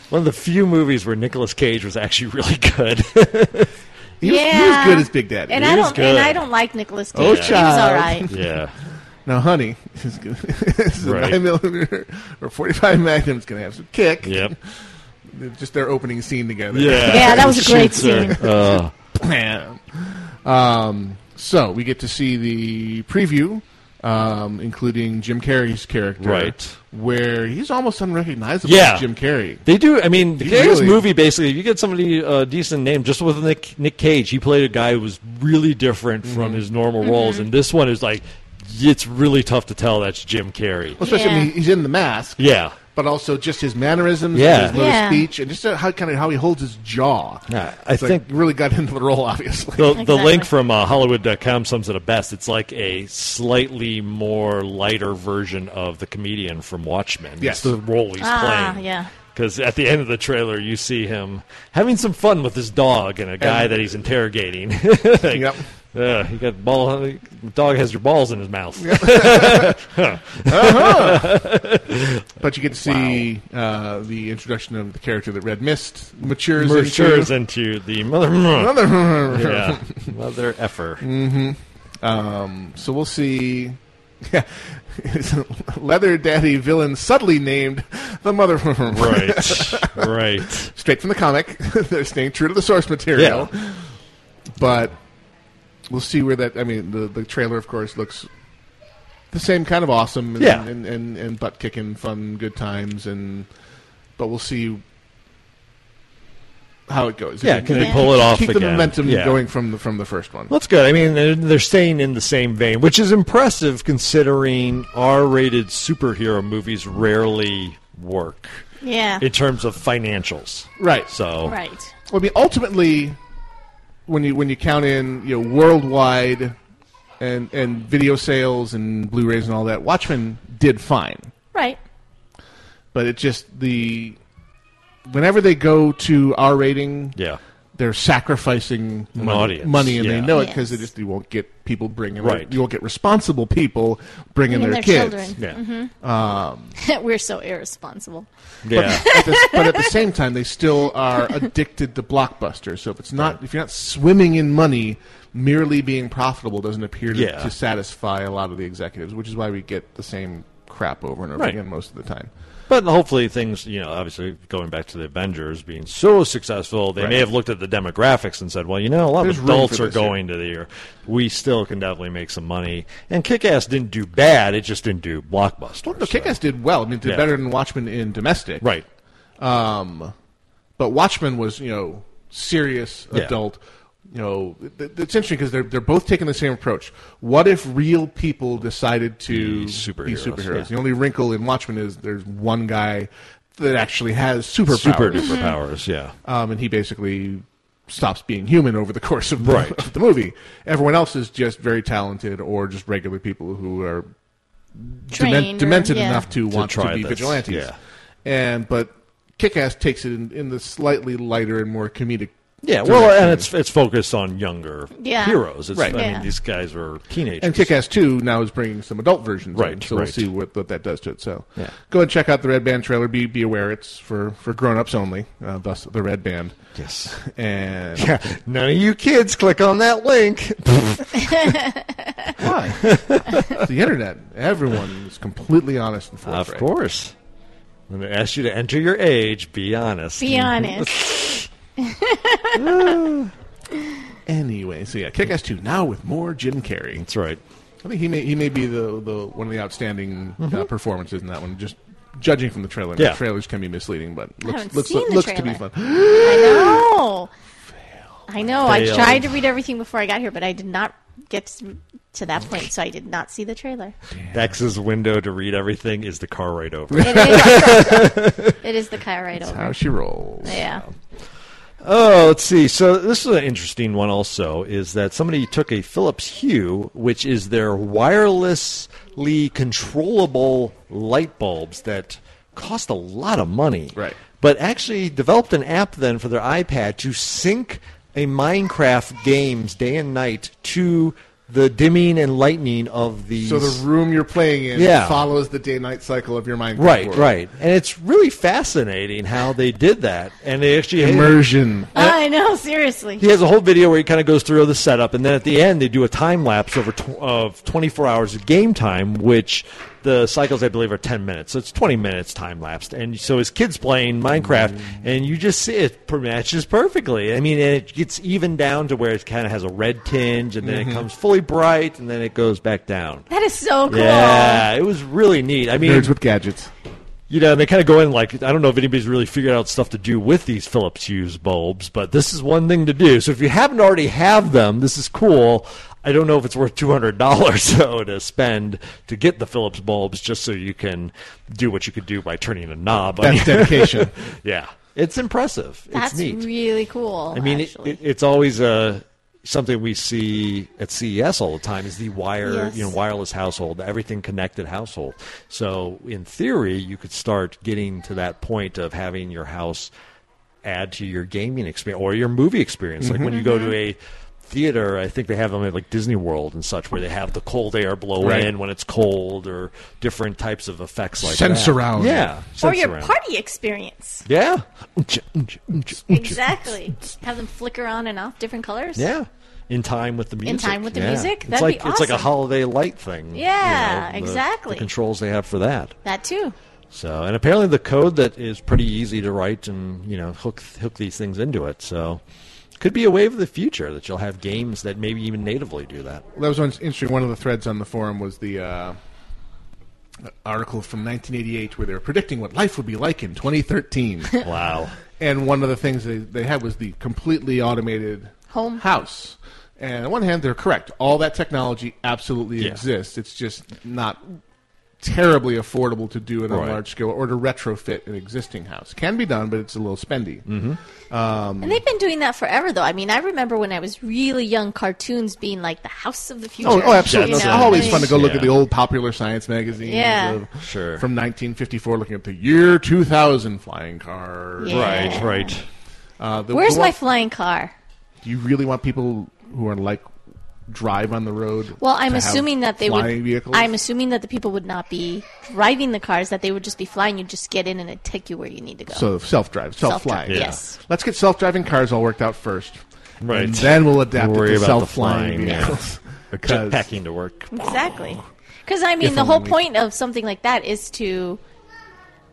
One of the few movies where Nicolas Cage was actually really good.
He was, he was good as Big Daddy.
And
He
I
was
don't and
good.
I don't like Nicholas Cage.
Oh,
he was
child.
all right.
yeah.
now, honey, this is, gonna, this is
Right.
a 9 millimeter or 45 Magnum. It's going to have some kick.
Yep.
Just their opening scene together.
Yeah.
Yeah, that was a great
Shoots her.
scene.
Uh,
um, so we get to see the preview, um, including Jim Carrey's character,
Right.
Where he's almost unrecognizable.
Yeah.
as Jim Carrey.
They do. I mean, the
He
Cage
really-
movie basically, if you get somebody a decent name, just with Nick, Nick Cage, he played a guy who was really different from his normal
Mm-hmm.
roles, and this one is like, it's really tough to tell that's Jim Carrey.
Well, especially
Yeah.
when he's in the mask.
Yeah.
But also just his mannerisms,
Yeah.
and his little
Yeah.
speech, and just uh, how kind of how he holds his jaw.
Yeah, I
It's like,
think-
really got into the role, obviously.
The, the
Exactly.
link from uh, Hollywood.com sums it up best. It's like a slightly more lighter version of the comedian from Watchmen.
Yes.
It's the role he's
Ah,
playing.
yeah.
Because at the end of the trailer, you see him having some fun with his dog and a guy that he's interrogating. Like,
Yep.
Uh, he got ball. The dog has your balls in his mouth.
But you get to see uh, the introduction of the character that Red Mist matures,
Matures
into.
into the mother.
Another-
yeah, mother effer.
Um, so we'll see. Yeah, Leather Daddy villain subtly named the mother.
Right. right.
Straight from the comic. They're staying true to the source material. But we'll see where that. I mean, the, the trailer, of course, looks the same kind of awesome and,
Yeah.
and, and, and butt kicking, fun, good times. and But we'll see how it goes.
Yeah,
If
can
they
they pull it off
Keep the
again?
momentum
Yeah.
going from the, from the first one.
That's good. I mean, they're, they're staying in the same vein, which is impressive considering R-rated superhero movies rarely work
Yeah.
in terms of financials.
Right.
So,
right.
Well, I mean, ultimately, when you when you count in you know worldwide and and video sales and Blu-rays and all that, Watchmen did fine,
Right.
but it just the whenever they go to our rating,
yeah,
they're sacrificing money,
audience,
money, and
yeah.
they know it because
Yes.
they just you won't get people bringing
Right.
you won't get responsible people bringing
And
their,
their
kids.
children.
yeah,
We're so irresponsible.
yeah.
At the- but at the same time, they still are addicted to blockbusters. So if it's not, if you're not swimming in money, merely being profitable doesn't appear to,
Yeah.
to satisfy a lot of the executives, which is why we get the same crap over and over
Right.
again most of the time.
But hopefully, things you know, obviously, going back to the Avengers being so successful, they may have looked at the demographics and said, "Well, you know, a lot
There's
of
room
adults
for
are
this here."
going to the year. We still can definitely make some money." And Kick-Ass didn't do bad; it just didn't do blockbusters.
No, Kick-Ass did well. I mean, it did
Yeah.
better than Watchmen in domestic,
right?
Um, but Watchmen was you know serious
Yeah.
adult. You know, it- it- it's interesting because they're they're both taking the same approach. What if real people decided to
Be superheroes, yeah.
The only wrinkle in Watchmen is there's one guy that actually has superpowers,
Super duper powers, yeah.
um, and he basically stops being human over the course of the,
Right.
of the movie. Everyone else is just very talented or just regular people who are
Trained.
demen-
or-
demented
yeah.
enough to, want
try
to be
this,
vigilantes.
yeah.
And but Kick-Ass takes it in, in the slightly lighter and more comedic.
Yeah, well,
direction.
and it's it's focused on younger
Yeah.
heroes. It's,
Right.
I
Yeah.
mean, these guys were teenagers.
and Kick-Ass Two now is bringing some adult versions, In,
Right,
so we'll
right.
see what, what that does to it. So
Yeah.
go and check out the Red Band trailer. Be be aware it's for for grown-ups only. Uh, thus the Red Band.
yes.
And
None of you kids click on that link.
why? It's the internet. Everyone is completely honest and
of
forthright.
course. When they ask you to enter your age, be honest.
Be honest.
Anyway, so yeah, Kick-Ass Two now with more Jim Carrey.
That's right.
I think he may he may be the, the one of the outstanding uh, performances in that one. Just judging from the trailer,
Mm-hmm. Yeah.
the trailers can be misleading, but looks
haven't
looks,
seen the
looks to be
trailer.
fun.
I know. I know. I
Failed.
tried to read everything before I got here, but I did not get to- to that point, so I did not see the trailer.
Dex's window to read everything is the car right over.
It is, it is the Kyle right over.
How she rolls.
Yeah.
Oh, let's see. So this is an interesting one. Also, is that somebody took a Philips Hue, which is their wirelessly controllable light bulbs that cost a lot of money.
Right.
But actually developed an app then for their iPad to sync a Minecraft games day and night to the dimming and lightning of these.
So the room you're playing in
Yeah.
follows the day-night cycle of your mind.
Right, right. And it's really fascinating how they did that. And they actually
Immersion.
I know, seriously.
he has a whole video where he kind of goes through the setup, and then at the end they do a time lapse over tw- of 24 hours of game time, which the cycles I believe are 10 minutes, so it's 20 minutes time lapsed. And so his kids playing Minecraft, and you just see it per- matches perfectly. I mean, and it gets even down to where it kind of has a red tinge, and then it comes fully bright, and then it goes back down.
That is so cool.
Yeah, it was really neat. I mean,
Nerds with gadgets.
you know, and they kind of go in like I don't know if anybody's really figured out stuff to do with these Philips Hue bulbs, but this is one thing to do. So if you haven't already have them, this is cool. I don't know if it's worth two hundred dollars though to spend to get the Philips bulbs just so you can do what you could do by turning a knob. on
That's
your-
dedication.
yeah, it's impressive.
That's
it's neat.
really cool.
I mean, it,
actually.
it, it's always uh, something we see at CES all the time is the wire,
Yes.
you know, wireless household, the everything connected household. So in theory, you could start getting to that point of having your house add to your gaming experience or your movie experience.
Mm-hmm.
Like when you go to a theater, I think they have them at like Disney World and such, where they have the cold air blow
Right.
in when it's cold or different types of effects like that.
Sensurround.
Yeah.
or your
sensurround.
party experience.
Yeah. Ooncha, ooncha, ooncha, ooncha.
Exactly. Have them flicker on and off different colors.
Yeah. In time with the music.
time with the
yeah.
music?
It's
That'd
like
be
it's like a
awesome.
holiday light thing. you
Yeah,
the-
exactly.
The controls they have for that.
That too.
So, and apparently the code that is pretty easy to write and you know hook hook these things into it. So, could be a wave of the future that you'll have games that maybe even natively do that.
Well, that was one, interesting. One of the threads on the forum was the uh, article from 1988 where they were predicting what life would be like in 2013.
Wow.
and one of the things they, they had was the completely automated
Home.
house. And on one hand, they're correct. All that technology absolutely
Yeah.
exists. It's just not terribly affordable to do it on
Right.
a large scale or to retrofit an existing house. Can be done, but it's a little spendy.
Mm-hmm.
Mm.
And they've been doing that forever, though. I mean, I remember when I was really young, cartoons being like the house of the future.
Oh, oh, absolutely!
you
It's
know?
always
Like,
fun to go look at the
Yeah.
old popular science magazines.
Yeah.
of-
Sure.
From 1954, looking at the year 2000 flying cars.
Yeah.
Right. Right.
Uh, the-
Where's
the
my
one-
flying car?
Do you really want people who are like drive on the road?
Well, I'm
to have
assuming that they
flying
would.
Vehicles?
I'm assuming that the people would not be driving the cars; that they would just be flying. You just get in and it take you where you need to go.
so self-drive, self-flying.
Self-drive, Yeah. yes.
Let's get self-driving cars all worked out first.
Right.
And then we'll adapt
Worry
it to
about the
self-flying
flying, yeah.
vehicles. Because-
Jetpacking to work.
exactly. Because I mean,
If
the whole
only.
point of something like that is to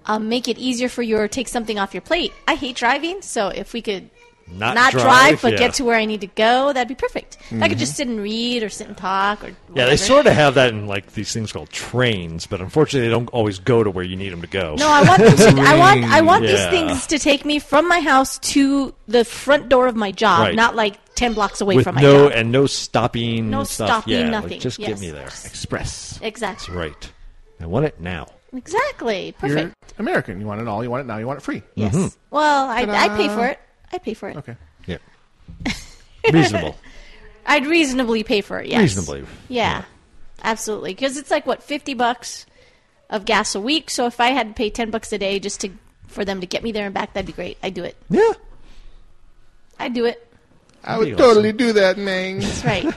um, make it easier for you or take something off your plate. I hate driving, so if we could
Uh,
Not,
not
drive,
drive, but
yeah.
get to where I need to go, that'd be perfect. If I
Mm-hmm.
could just sit and read or sit and talk or
Yeah, they sort of have that in like these things called trains, but unfortunately, they don't always go to where you need them to go.
No, I want them to, I want I want these
Yeah.
things to take me from my house to the front door of my job,
Right.
not like ten blocks away
with
from my
no
job.
and no stopping.
No
stuff.
stopping,
yeah, like,
nothing.
just get
Yes.
me there.
Express.
exactly.
Right. I want it now.
Exactly. Perfect.
You're American. You want it all. You want it now. You want it free.
Mm-hmm.
yes. Well, I
Ta-da.
I pay for it. I pay for it.
Okay.
Yeah. Reasonable.
I'd reasonably pay for it. Yes.
Reasonably.
Yeah. Absolutely. Because it's like what fifty bucks of gas a week. So if I had to pay ten bucks a day just to for them to get me there and back, that'd be great. I'd do it.
Yeah.
I'd do it.
I
Pretty
would
awesome.
totally do that, man.
That's right.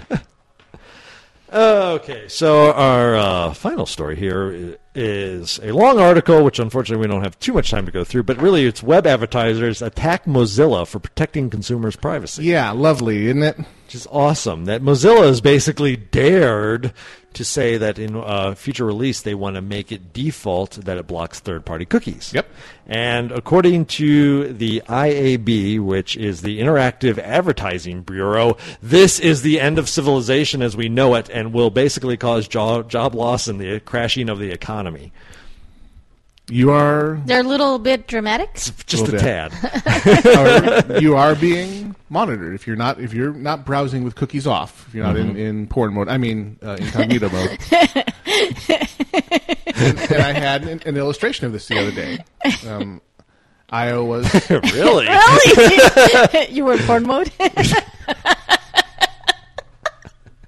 Okay, so our uh, final story here i- is a long article, which unfortunately we don't have too much time to go through, but really it's web advertisers attack Mozilla for protecting consumers' privacy.
yeah, lovely, isn't it?
which is awesome. That Mozilla has basically dared to say that in uh, future release they want to make it default that it blocks third-party cookies.
Yep.
And according to the IAB, which is the Interactive Advertising Bureau, this is the end of civilization as we know it, and will basically cause job job loss and the crashing of the economy.
You are.
They're a little bit dramatic.
Just a
Little bit.
tad.
However, you are being monitored if you're not if you're not browsing with cookies off. If you're not in, in porn mode, I mean uh, incognito mode. and, and I had an, an illustration of this the other day. Um, Iowa's
really?
Really? you were in porn mode?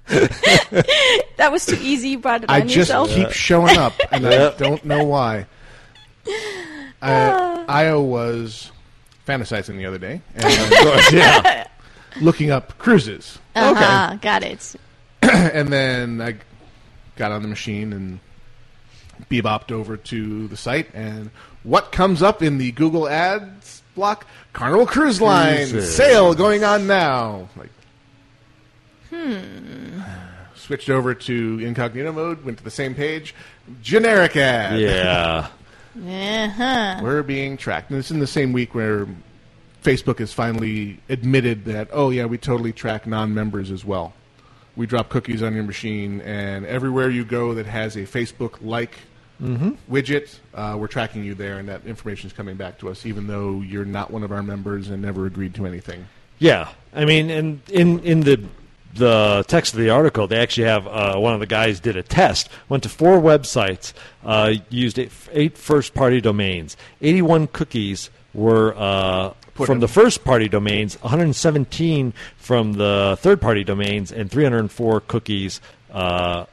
that was too easy. You brought it
I
on
just
yourself.
keep showing up, and I don't know why. Uh, I was fantasizing the other day and
yeah.
looking up cruises,
Uh-huh, Got it.
and then I got on the machine and bebopped over to the site. And what comes up in the Google Ads block? Carnival Cruise Line
Cruises.
sale going on now. Like, hmm. Switched over to incognito mode. Went to the same page. Generic ad.
Yeah.
Uh-huh.
We're being tracked. And it's in the same week where Facebook has finally admitted that, oh, yeah, we totally track non members as well. We drop cookies on your machine, and everywhere you go that has a Facebook like widget, uh, we're tracking you there, and that information is coming back to us, even though you're not one of our members and never agreed to anything.
Yeah, I mean, and in in the the text of the article, they actually have uh, one of the guys did a test, went to four websites, uh, used eight, eight first party domains, eighty one cookies were. Uh,
Put
from
in.
the first party domains, 117 from the third party domains, and 304 cookies uh,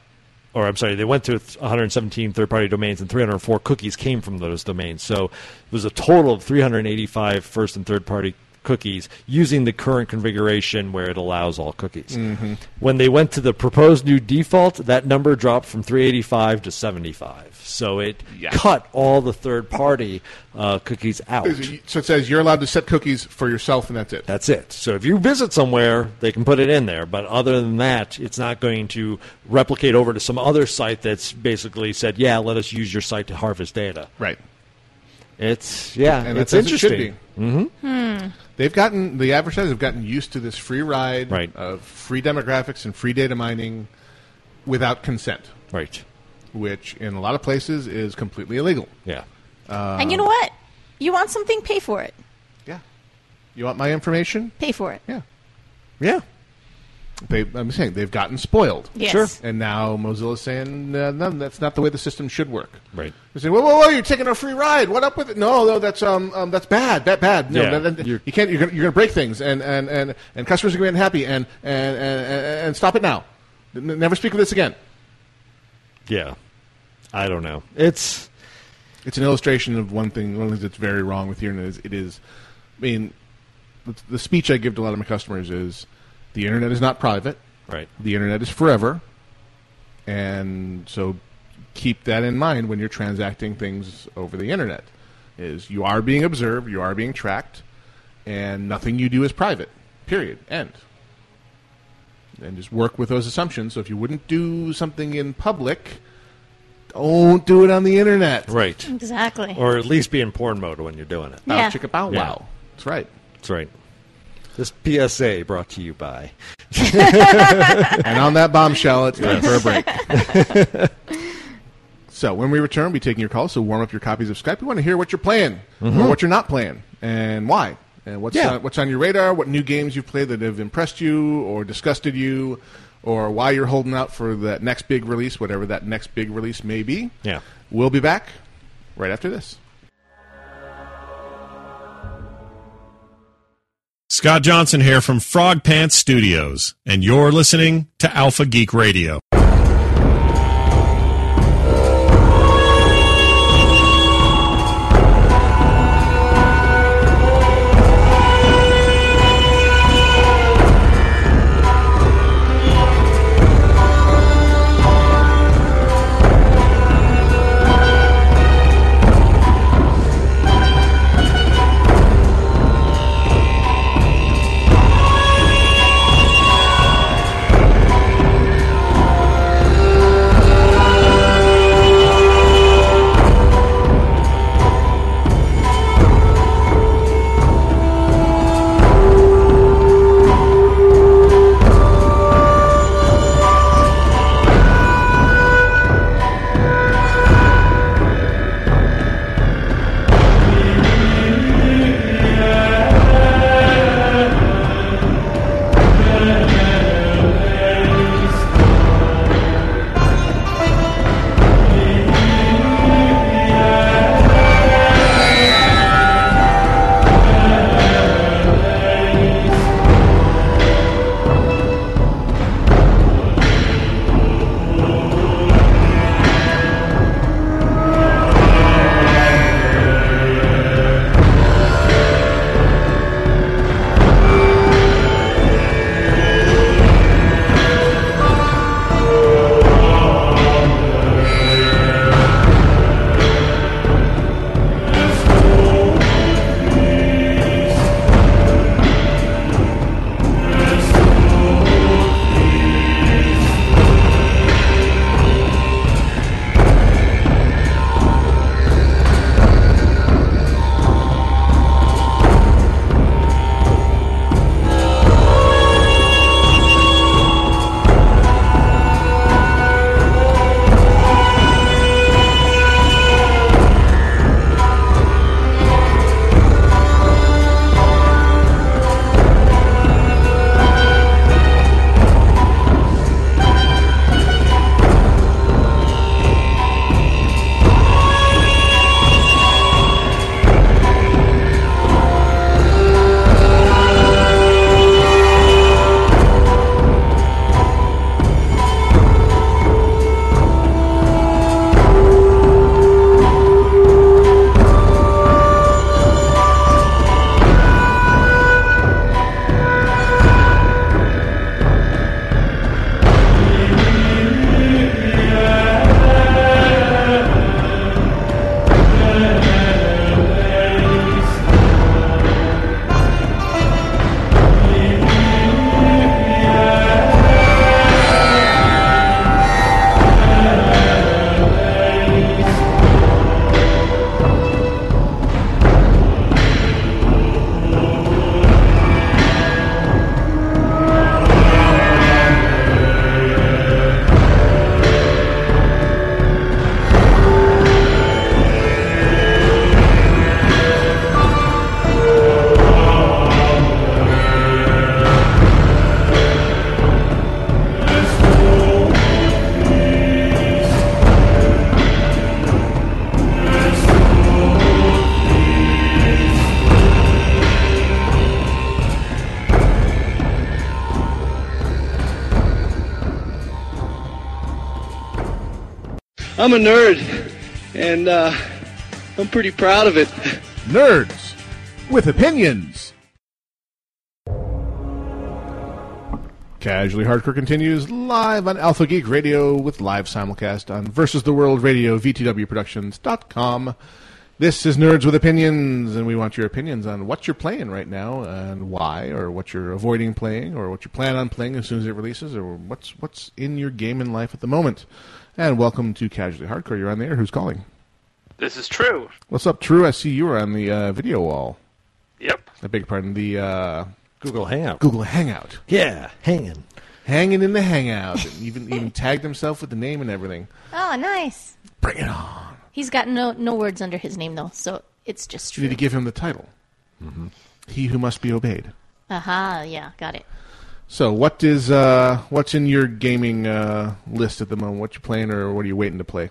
or I'm sorry, they went to 117 third-party domains, and 304 cookies came from those domains. So it was a total of 385 first and third-party cookies using the current configuration where it allows all cookies. When they went to the proposed new default, that number dropped from 385 to 75. So it cut all the third-party uh, cookies out.
So it says you're allowed to set cookies for yourself, and that's it.
That's it. So if you visit somewhere, they can put it in there. But other than that, it's not going to replicate over to some other site that's basically said, "Yeah, let us use your site to harvest data."
right.
It's yeah,
And
it's
that's as it should
interesting.
be. Mm-hmm. They've gotten the advertisers have gotten used to this free ride
Right.
of free demographics and free data mining without consent,
Right.
which in a lot of places is completely illegal.
Yeah.
and you know what? You want something? Pay for it.
Yeah. You want my information?
Pay for it.
Yeah.
Yeah.
They, I'm saying they've gotten spoiled.
Yes.
Sure.
And now Mozilla's saying, uh, no, that's not the way the system should work.
Right.
They're saying, whoa, whoa, whoa, you're taking a free ride. What up with it? No, no, that's um, um that's bad, that bad. No,
Yeah,
that- that-
you're-
you can't. You're gonna, you're gonna break things, and and and and customers are gonna be unhappy, and and and, and, and stop it now. N- never speak of this again.
Yeah. I don't know. It's
It's an illustration of one thing. One of the things that's very wrong with the internet is it is. I mean, the, the speech I give to a lot of my customers is, the internet is not private.
right.
the internet is forever and so keep that in mind when you're transacting things over the internet is you are being observed you are being tracked and nothing you do is private period end and just work with those assumptions so if you wouldn't do something in public don't do it on the internet
Right.
Exactly.
Or at least be in porn mode when you're doing it.
Bow
Yeah.
chicka bow
Yeah.
wow that's right
That's right. This PSA brought to you by
and on that bombshell it's time for a break So when we return, we'll be taking your calls. So warm up your copies of Skype. We want to hear what you're playing or what you're not playing and why. And what's
Mm-hmm. Yeah.
on, what's on your radar? What new games you've played that have impressed you or disgusted you, or why you're holding out for that next big release, whatever that next big release may be.
Yeah.
we'll be back right after this.
Scott Johnson here from Frog Pants Studios, and you're listening to Alpha Geek Radio.
I'm a nerd, and uh, I'm pretty proud of it.
Nerds with opinions. Casually Hardcore continues live on Alpha Geek Radio with live simulcast on Versus the World Radio, VTWProductions.com. This is Nerds with Opinions, and we want your opinions on what you're playing right now and why, or what you're avoiding playing, or what you plan on playing as soon as it releases, or what's what's in your game and life at the moment. And welcome to Casually Hardcore. You're on the air. Who's calling?
This is true.
What's up, True? I see you were on the uh, video wall.
Yep.
I beg your pardon. The uh,
Google Hangout.
Google Hangout.
Yeah, hanging,
hanging in the Hangout, and even even tagged himself with the name and everything.
Oh, nice.
Bring it on.
He's got no no words under his name though, so it's just
You need
true.
to give him the title. He who must be obeyed.
Aha, Uh-huh. yeah, got it.
So, what is uh, what's in your gaming uh, list at the moment? What you playing, or what are you waiting to play?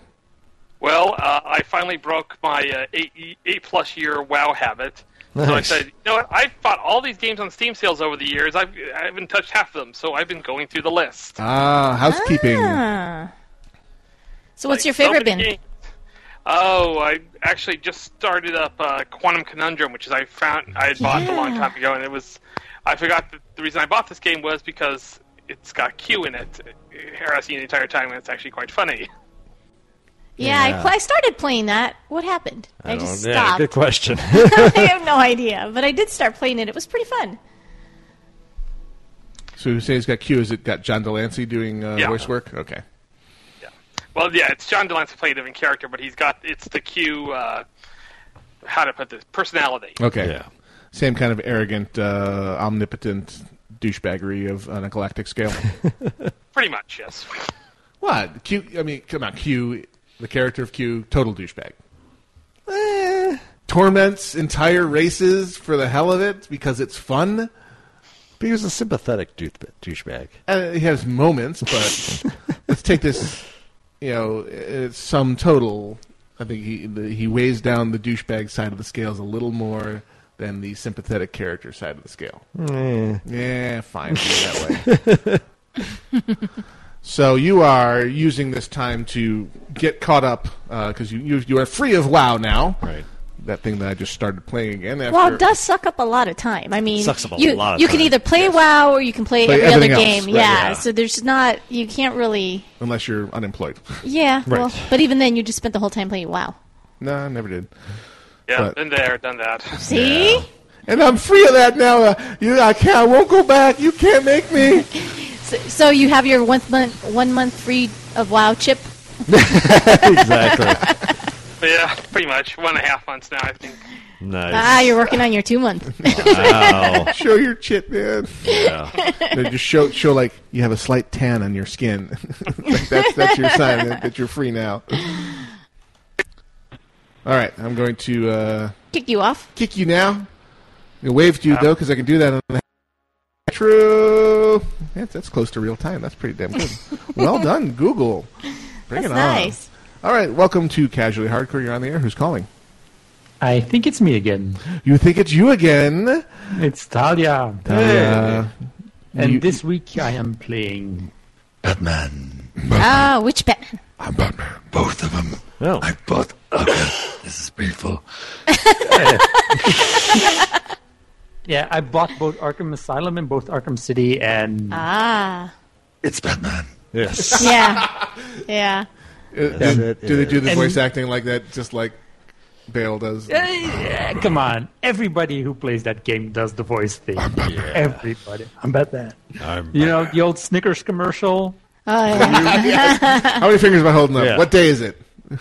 Well, uh, I finally broke my uh, eight eight plus year WoW habit. So I
Nice.
said, you know what? I've bought all these games on Steam sales over the years. I've I haven't touched half of them, so I've been going through the list.
Ah, housekeeping.
Ah. So what's
Like,
your favorite
so many
bin?
games. Oh, I actually just started up uh, Quantum Conundrum, which is I found I had bought a long
Yeah.
time ago, and it was I forgot that the reason I bought this game was because it's got Q in it, harassing you the entire time, and it's actually quite funny.
Yeah, I
Yeah.
pl- I, started playing that. What happened? I,
don't-
just
yeah,
stopped.
good question.
I have no idea, but I did start playing it. It was pretty fun.
So, you say it's got Q. Is it got John Delancey doing uh,
Yeah.
voice work? Okay.
Well, yeah, it's John Delancey playing a different character, but he's got it's the Q. Uh, how to put this personality?
Okay.
Yeah.
Same kind of arrogant, uh, omnipotent douchebaggery of on a galactic scale.
Pretty much, yes.
what Q? I mean, come on, Q. The character of Q, total douchebag. Torments entire races for the hell of it because it's fun.
But he was a sympathetic douche- douchebag.
uh, he has moments, but let's take this, you know, uh, sum total. I think he the, he weighs down the douchebag side of the scales a little more than the sympathetic character side of the scale. Yeah, fine, do it that way. so you are using this time to get caught up because you, you you are free of WoW now.
Right.
That thing that I just started playing again. After,
Well, it does suck up a lot of time. I mean,
Sucks up a
you,
lot of
you can
time,
either play WoW or you can play,
Play
every other
everything else,
game.
right,
yeah,
yeah.
so there's not you can't really.
unless you're unemployed.
Yeah, well,
Right.
but even then, you just spent the whole time playing WoW.
no, I never did.
Yeah,
But-
been there, done that.
See,
and I'm free of that now. Uh, you, I can't. I won't go back. You can't make me.
so, so you have your one month one month free of WoW chip.
exactly.
But yeah, pretty much one and a half months now, I think.
Nice.
Ah, you're working on your two month.
Wow.
Show your chit, man.
Yeah.
They just show show like you have a slight tan on your skin. Like, that's that's your sign that, that you're free now. All right, I'm going to uh,
Kick you off.
kick you now. I'm gonna wave to you though because I can do that on the true. That's, that's close to real time. That's pretty damn good. well done, Google. Bring
That's
it on.
nice.
All right, welcome to Casually Hardcore. You're on the air. Who's calling?
I think it's me again.
You think it's you again?
It's Talia.
Uh,
and
you-
this week I am playing.
Batman.
Ah, which Batman?
I'm Batman. Both of them.
No.
I bought. Okay, this is painful.
Yeah, I bought both Arkham Asylum and both Arkham City, and
Ah,
It's Batman.
Yes.
yeah, yeah.
Uh, do,
it
do they do the
is.
voice acting like that, just like Bale does?
Yeah, come on, everybody who plays that game does the voice thing. Everybody, I'm Batman.
I'm,
You know the old Snickers commercial.
Oh, yeah.
How many fingers am I holding up?
Yeah.
What day is it? Who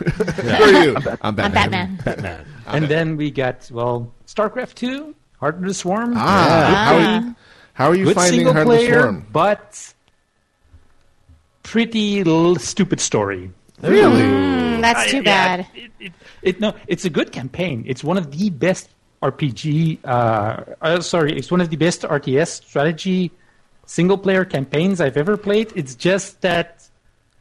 are you? I'm Batman.
I'm Batman.
and then we got well, StarCraft Two, Heart of the Swarm.
Ah, How, are you, how are you
good
finding
single
Heart of the
player,
Swarm?
but pretty l- stupid story.
Really?
Mm, that's too
Yeah,
bad.
It, it, it, no, it's a good campaign. It's one of the best RPG. Uh, uh, sorry, it's one of the best RTS strategy single player campaigns I've ever played. It's just that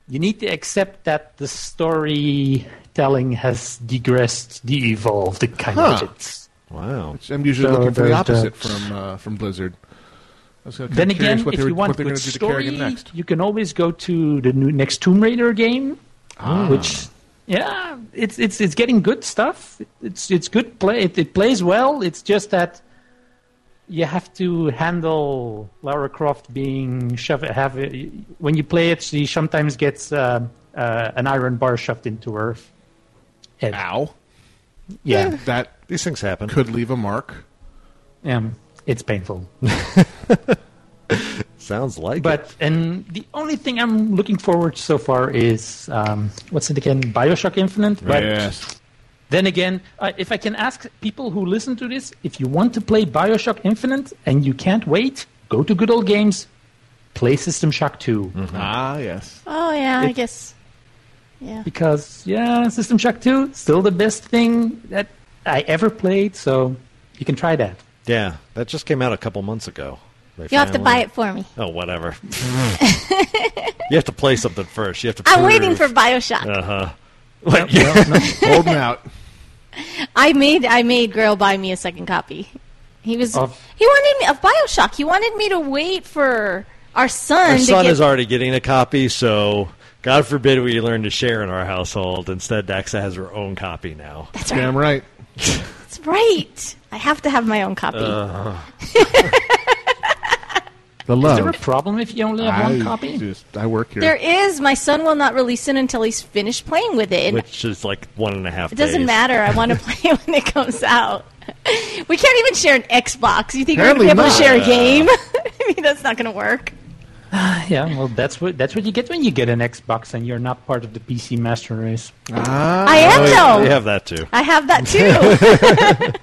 you need to accept that the storytelling has digressed, de-evolved, it kind
Huh.
of bit.
wow.
I'm usually
So
looking for the
there's
opposite
that.
from uh, from Blizzard. I was kinda
Then
curious
again,
what
if
they were,
you want
what they're
good
gonna do to Kerrigan
story,
next.
Ah.
you can always go to the new, next Tomb Raider game, which yeah, it's it's it's getting good stuff. It's it's good play. It, it plays well. It's just that you have to handle Lara Croft being shoved. Have when you play it, she sometimes gets uh, uh, an iron bar shoved into her head.
Ow!
Yeah,
Eh. that
these things happen.
Could leave a mark.
Yeah, it's painful.
Sounds like.
But and the only thing I'm looking forward so far is um, what's it again? Bioshock Infinite. But
Yes.
then again, uh, if I can ask people who listen to this, if you want to play Bioshock Infinite and you can't wait, go to Good Old Games, play System Shock 2
Ah, yes.
Oh yeah, I
It-
guess. Yeah.
because yeah, System Shock 2 still the best thing that I ever played. So you can try that.
Yeah, that just came out a couple months ago. They
You'll have to
finally-
buy it for me.
Oh, whatever. you have to play something first. You have to.
I'm waiting for Bioshock.
Uh huh. What?
Holding out.
I made I made Grail buy me a second copy. He was
Of-
he wanted me of Bioshock. He wanted me to wait for our son.
Our
to
son
get,
is already getting a copy, so God forbid we learn to share in our household. Instead, Daxa has her own copy now.
That's right.
Damn right.
That's right. I have to have my own copy.
Uh,
The love.
Is there a problem if you only have one
I
copy?
Just, I work here.
there is. My son will not release it until he's finished playing with it. And
which is like one and a half.
it doesn't
days.
matter. I want to play it when it comes out. We can't even share an Xbox. You think
Apparently
we're gonna be able
not.
to share a game? I mean, that's not going to work.
Yeah, well, that's what that's what you get when you get an Xbox and you're not part of the PC master race.
Uh,
Ah,
I
oh,
am though.
We have that too.
I have that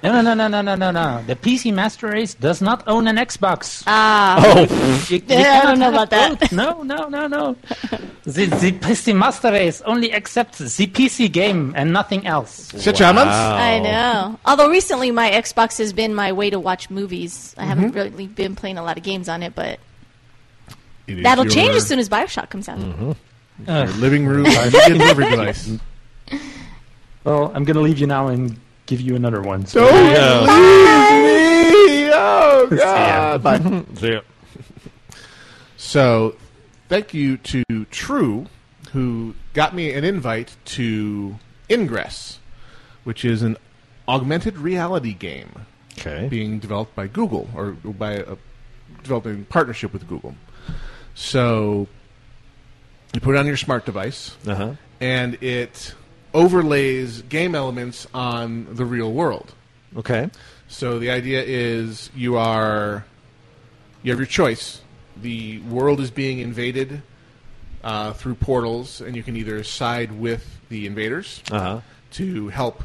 too.
No, no, no, no, no, no, no, no. The PC master race does not own an Xbox.
Ah.
Oh,
You- you
Yeah, I don't
cannot
know
have
about that.
both. No, no, no, no. the, the PC master race only accepts the PC game and nothing else.
Six
Wow.
Oh.
I know. Although recently my Xbox has been my way to watch movies. I haven't
Mm-hmm.
really been playing a lot of games on it, but
It is
that'll
your-
change as soon as Bioshock comes out.
Mm-hmm. your living room video delivery device.
Well, I'm gonna leave you now and give you another one. So
Hey, oh, God. Bye.
Yeah.
So, thank you to True, who got me an invite to Ingress, which is an augmented reality game
Okay.
being developed by Google or by a, developed in partnership with Google. So, you put it on your smart device,
Uh huh.
and it overlays game elements on the real world.
Okay.
So the idea is you are you have your choice. The world is being invaded uh, through portals, and you can either side with the invaders
Uh huh.
to help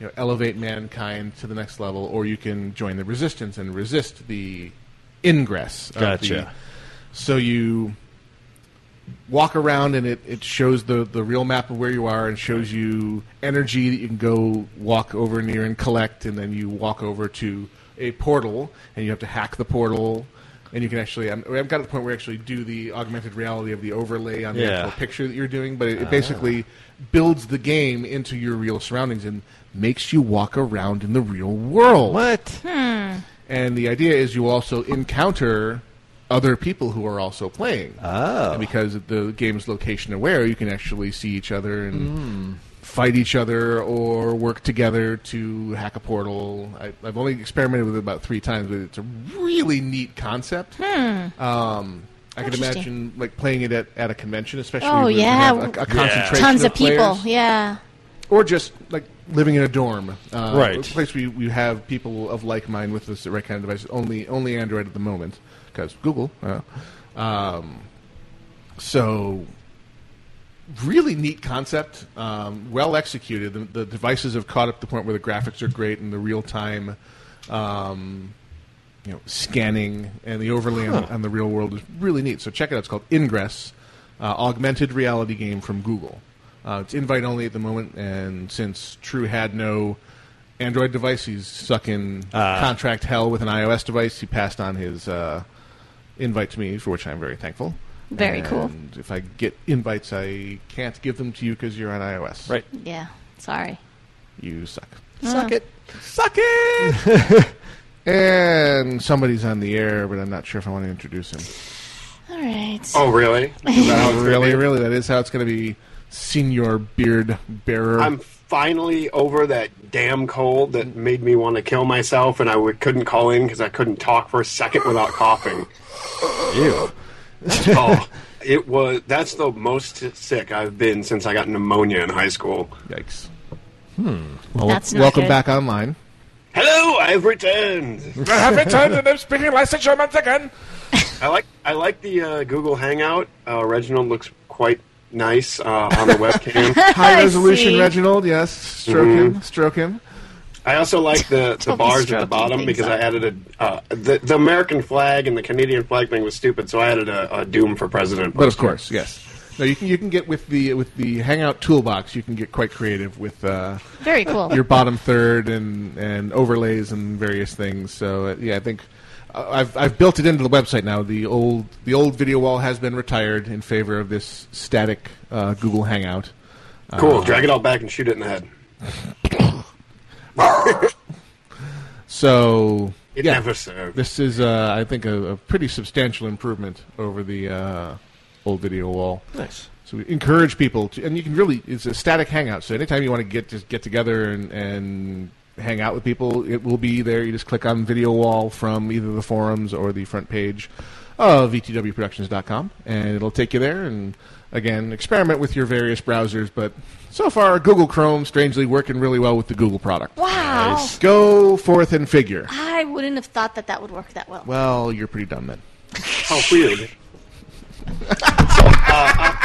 you know, elevate mankind to the next level, or you can join the resistance and resist the ingress. of the-
Gotcha.
so you walk around, and it, it shows the, the real map of where you are and shows you energy that you can go walk over near and collect, and then you walk over to a portal, and you have to hack the portal. And you can actually, I'm, I've got to the point where you actually do the augmented reality of the overlay on the
Yeah.
actual picture that you're doing, but it, it basically builds the game into your real surroundings and makes you walk around in the real world.
What?
And the idea is you also encounter other people who are also playing.
Oh.
And because the game's location aware, you can actually see each other and fight each other or work together to hack a portal. I, I've only experimented with it about three times, but it's a really neat concept. Um, I can
Hmm. Interesting.
imagine like playing it at, at a convention, especially
Oh,
where you
yeah.
have a, a concentration
Tons of
players
people. Yeah.
or just like living in a dorm, uh,
Right.
A place where you, you have people of like mind with this right kind of device. Only only Android at the moment because Google. Uh, um, so really neat concept, um, well executed. The, the devices have caught up to the point where the graphics are great and the real time. Um, you know, scanning and the overlay on, on the real world is really neat. So check it out. It's called Ingress, uh, augmented reality game from Google. Uh, it's invite only at the moment, and since True had no Android device, he's stuck in contract hell with an iOS device. He passed on his uh, invite to me, for which I'm very thankful.
Very
and
cool.
If I get invites, I can't give them to you because you're on iOS.
Right.
Yeah. Sorry.
You suck.
Suck it.
Suck it! and somebody's on the air, but I'm not sure if I want to introduce him.
All right.
Oh, really? Is that how it's gonna
really,
be?
really, that is how it's going to be. senior beard bearer.
I'm finally over that damn cold that made me want to kill myself, and I would, couldn't call in because I couldn't talk for a second without coughing.
Ew.
oh, it was. That's the most sick I've been since I got pneumonia in high school.
Yikes.
Hmm.
Well,
That's not
welcome
good.
back online.
Hello, I've returned.
I have returned
and I'm speaking like such a month again. I like I like the uh, Google Hangout. Uh, Reginald looks quite nice uh, on the webcam.
High resolution, Reginald. Yes, stroke him, stroke him.
I also like the,
Don't be
the bars at the
stroking
bottom
things
because I
up.
added a uh, the the American flag and the Canadian flag thing was stupid, so I added a, a Doom for President.
But of
poster.
course, yes. No, you can you can get with the with the Hangout toolbox. You can get quite creative with uh,
Very cool.
your bottom third and and overlays and various things. So uh, yeah, I think uh, I've I've built it into the website now. The old the old video wall has been retired in favor of this static uh, Google Hangout.
Cool.
Uh,
Drag it all back and shoot it in the head.
So
It
yeah,
never served.
This is, uh, I think, a, a pretty substantial improvement over the uh, old video wall.
Nice.
So we encourage people to, and you can really, it's a static hangout. So anytime you want to get just get together and, and hang out with people, it will be there. You just click on video wall from either the forums or the front page of E vtwproductions.com, and it'll take you there. And again, experiment with your various browsers. But so far, Google Chrome strangely working really well with the Google product.
Wow. Nice.
Go forth and figure.
I wouldn't have thought that that would work that well.
Well, you're pretty dumb then.
How Oh, weird.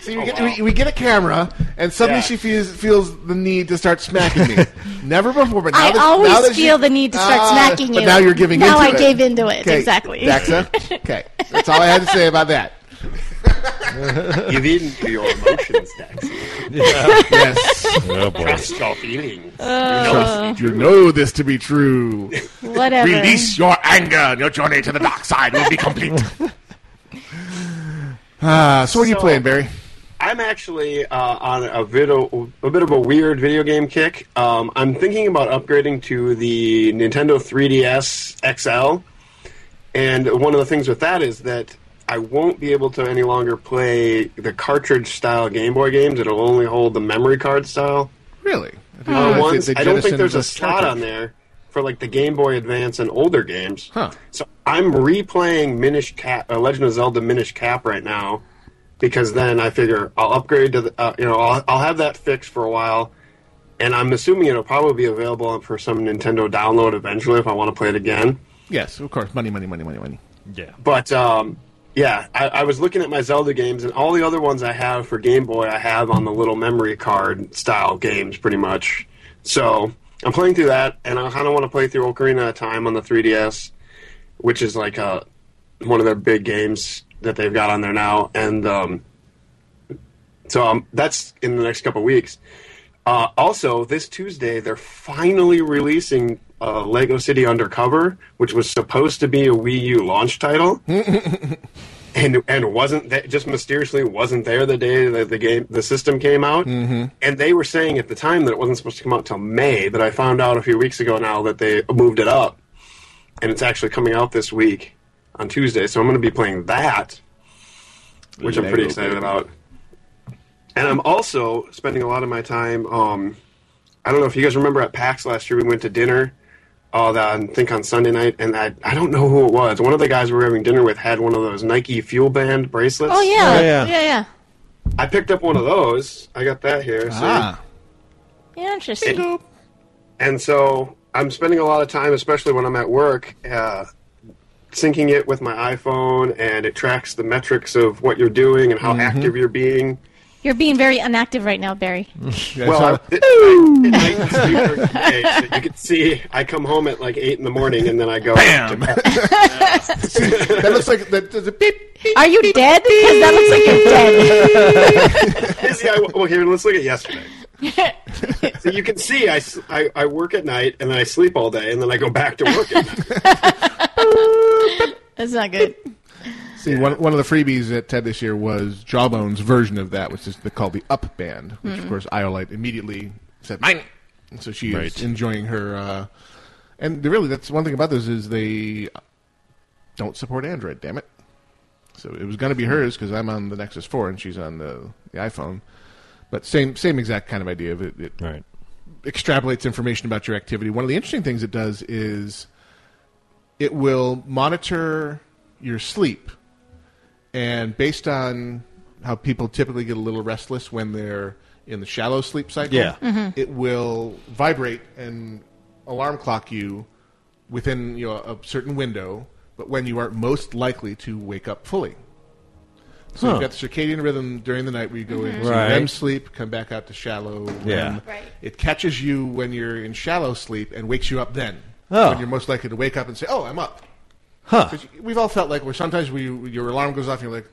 See, we, get, we, we get a camera, and suddenly she feels, feels the need to start smacking me. Never before, but now
I
that,
always
now that
feel
she-
the need to start
Ah,
smacking
but
you.
now you're giving
Now
into
I
it.
gave into it,
Okay,
exactly.
Daxa, okay, that's all I had to say about that.
Give in to your emotions, Dax.
yes.
Oh,
Trust your feelings.
Oh.
Trust- you know this to be true.
Whatever.
Release your anger, and your journey to the dark side will be complete. ah, so what are you
So-
playing, Barry?
I'm actually uh, on a video, a bit of a weird video game kick. Um, I'm thinking about upgrading to the Nintendo 3DS XL, and one of the things with that is that I won't be able to any longer play the cartridge style Game Boy games. It'll only hold the memory card style.
Really? I,
Uh, ones- I don't think there's a
slot
slot on there for like the Game Boy Advance and older games. So I'm replaying Minish Cap, uh, Legend of Zelda Minish Cap right now because then I figure I'll upgrade to the, uh, you know I'll, I'll have that fixed for a while, and I'm assuming it'll probably be available for some Nintendo download eventually if I want to play it again.
Yes, of course. Money, money, money, money, money.
Yeah.
But um, yeah, I, I was looking at my Zelda games, and all the other ones I have for Game Boy, I have on the little memory card style games, pretty much. So I'm playing through that, and I kind of want to play through Ocarina of Time on the 3DS, which is like uh one of their big games that they've got on there now, and um, so um, that's in the next couple weeks. Uh, also, this Tuesday, they're finally releasing uh, Lego City Undercover, which was supposed to be a Wii U launch title, and and wasn't that just mysteriously wasn't there the day that the game the system came out.
Mm-hmm.
And they were saying at the time that it wasn't supposed to come out till May. But I found out a few weeks ago now that they moved it up, and it's actually coming out this week on Tuesday. So I'm going to be playing that, which I'm pretty
Lego
excited
Baby.
about. And I'm also spending a lot of my time. Um, I don't know if you guys remember at PAX last year, we went to dinner. Uh, that I think on Sunday night, and I, I don't know who it was. One of the guys we were having dinner with had one of those Nike Fuel Band bracelets.
Oh yeah. yeah. Yeah,
I picked up one of those. I got that here. So
Ah.
Interesting.
and so I'm spending a lot of time, especially when I'm at work, uh, syncing it with my iPhone, and it tracks the metrics of what you're doing and how active you're being.
You're being very inactive right now, Barry.
well, I, it, I, it makes the speaker today, so you can see I come home at like eight in the morning, and then I go. Bam!
that looks like that. There's a beep.
Are you dead? Because that looks like you're
You see, I, well, here, let's look at yesterday. so you can see I, s- I- I work at night and then I sleep all day and then I go back to work. at night.
dead. That's not good.
See, one, one of the freebies at TED this year was Jawbone's version of that, which is the, called the Up Band, which of
Mm.
course Iolite immediately said mine. And so she
Right.
is enjoying her. Uh, and really, that's one thing about this is they don't support Android. Damn it! So it was going to be hers because I'm on the Nexus Four and she's on the, the iPhone. But same same exact kind of idea of it. it
right.
Extrapolates information about your activity. One of the interesting things it does is it will monitor your sleep, and based on how people typically get a little restless when they're in the shallow sleep cycle,
Yeah. Mhm.
it will vibrate and alarm clock you within you know, a certain window, but when you are most likely to wake up fully. So
Huh.
you've got the circadian rhythm during the night where you go into
Right.
REM sleep, come back out to shallow REM.
Yeah.
Right. It catches you when you're in shallow sleep and wakes you up then.
Oh.
When you're most likely to wake up and say, "Oh, I'm up."
Huh.
'Cause We've all felt like where sometimes we your alarm goes off and you're like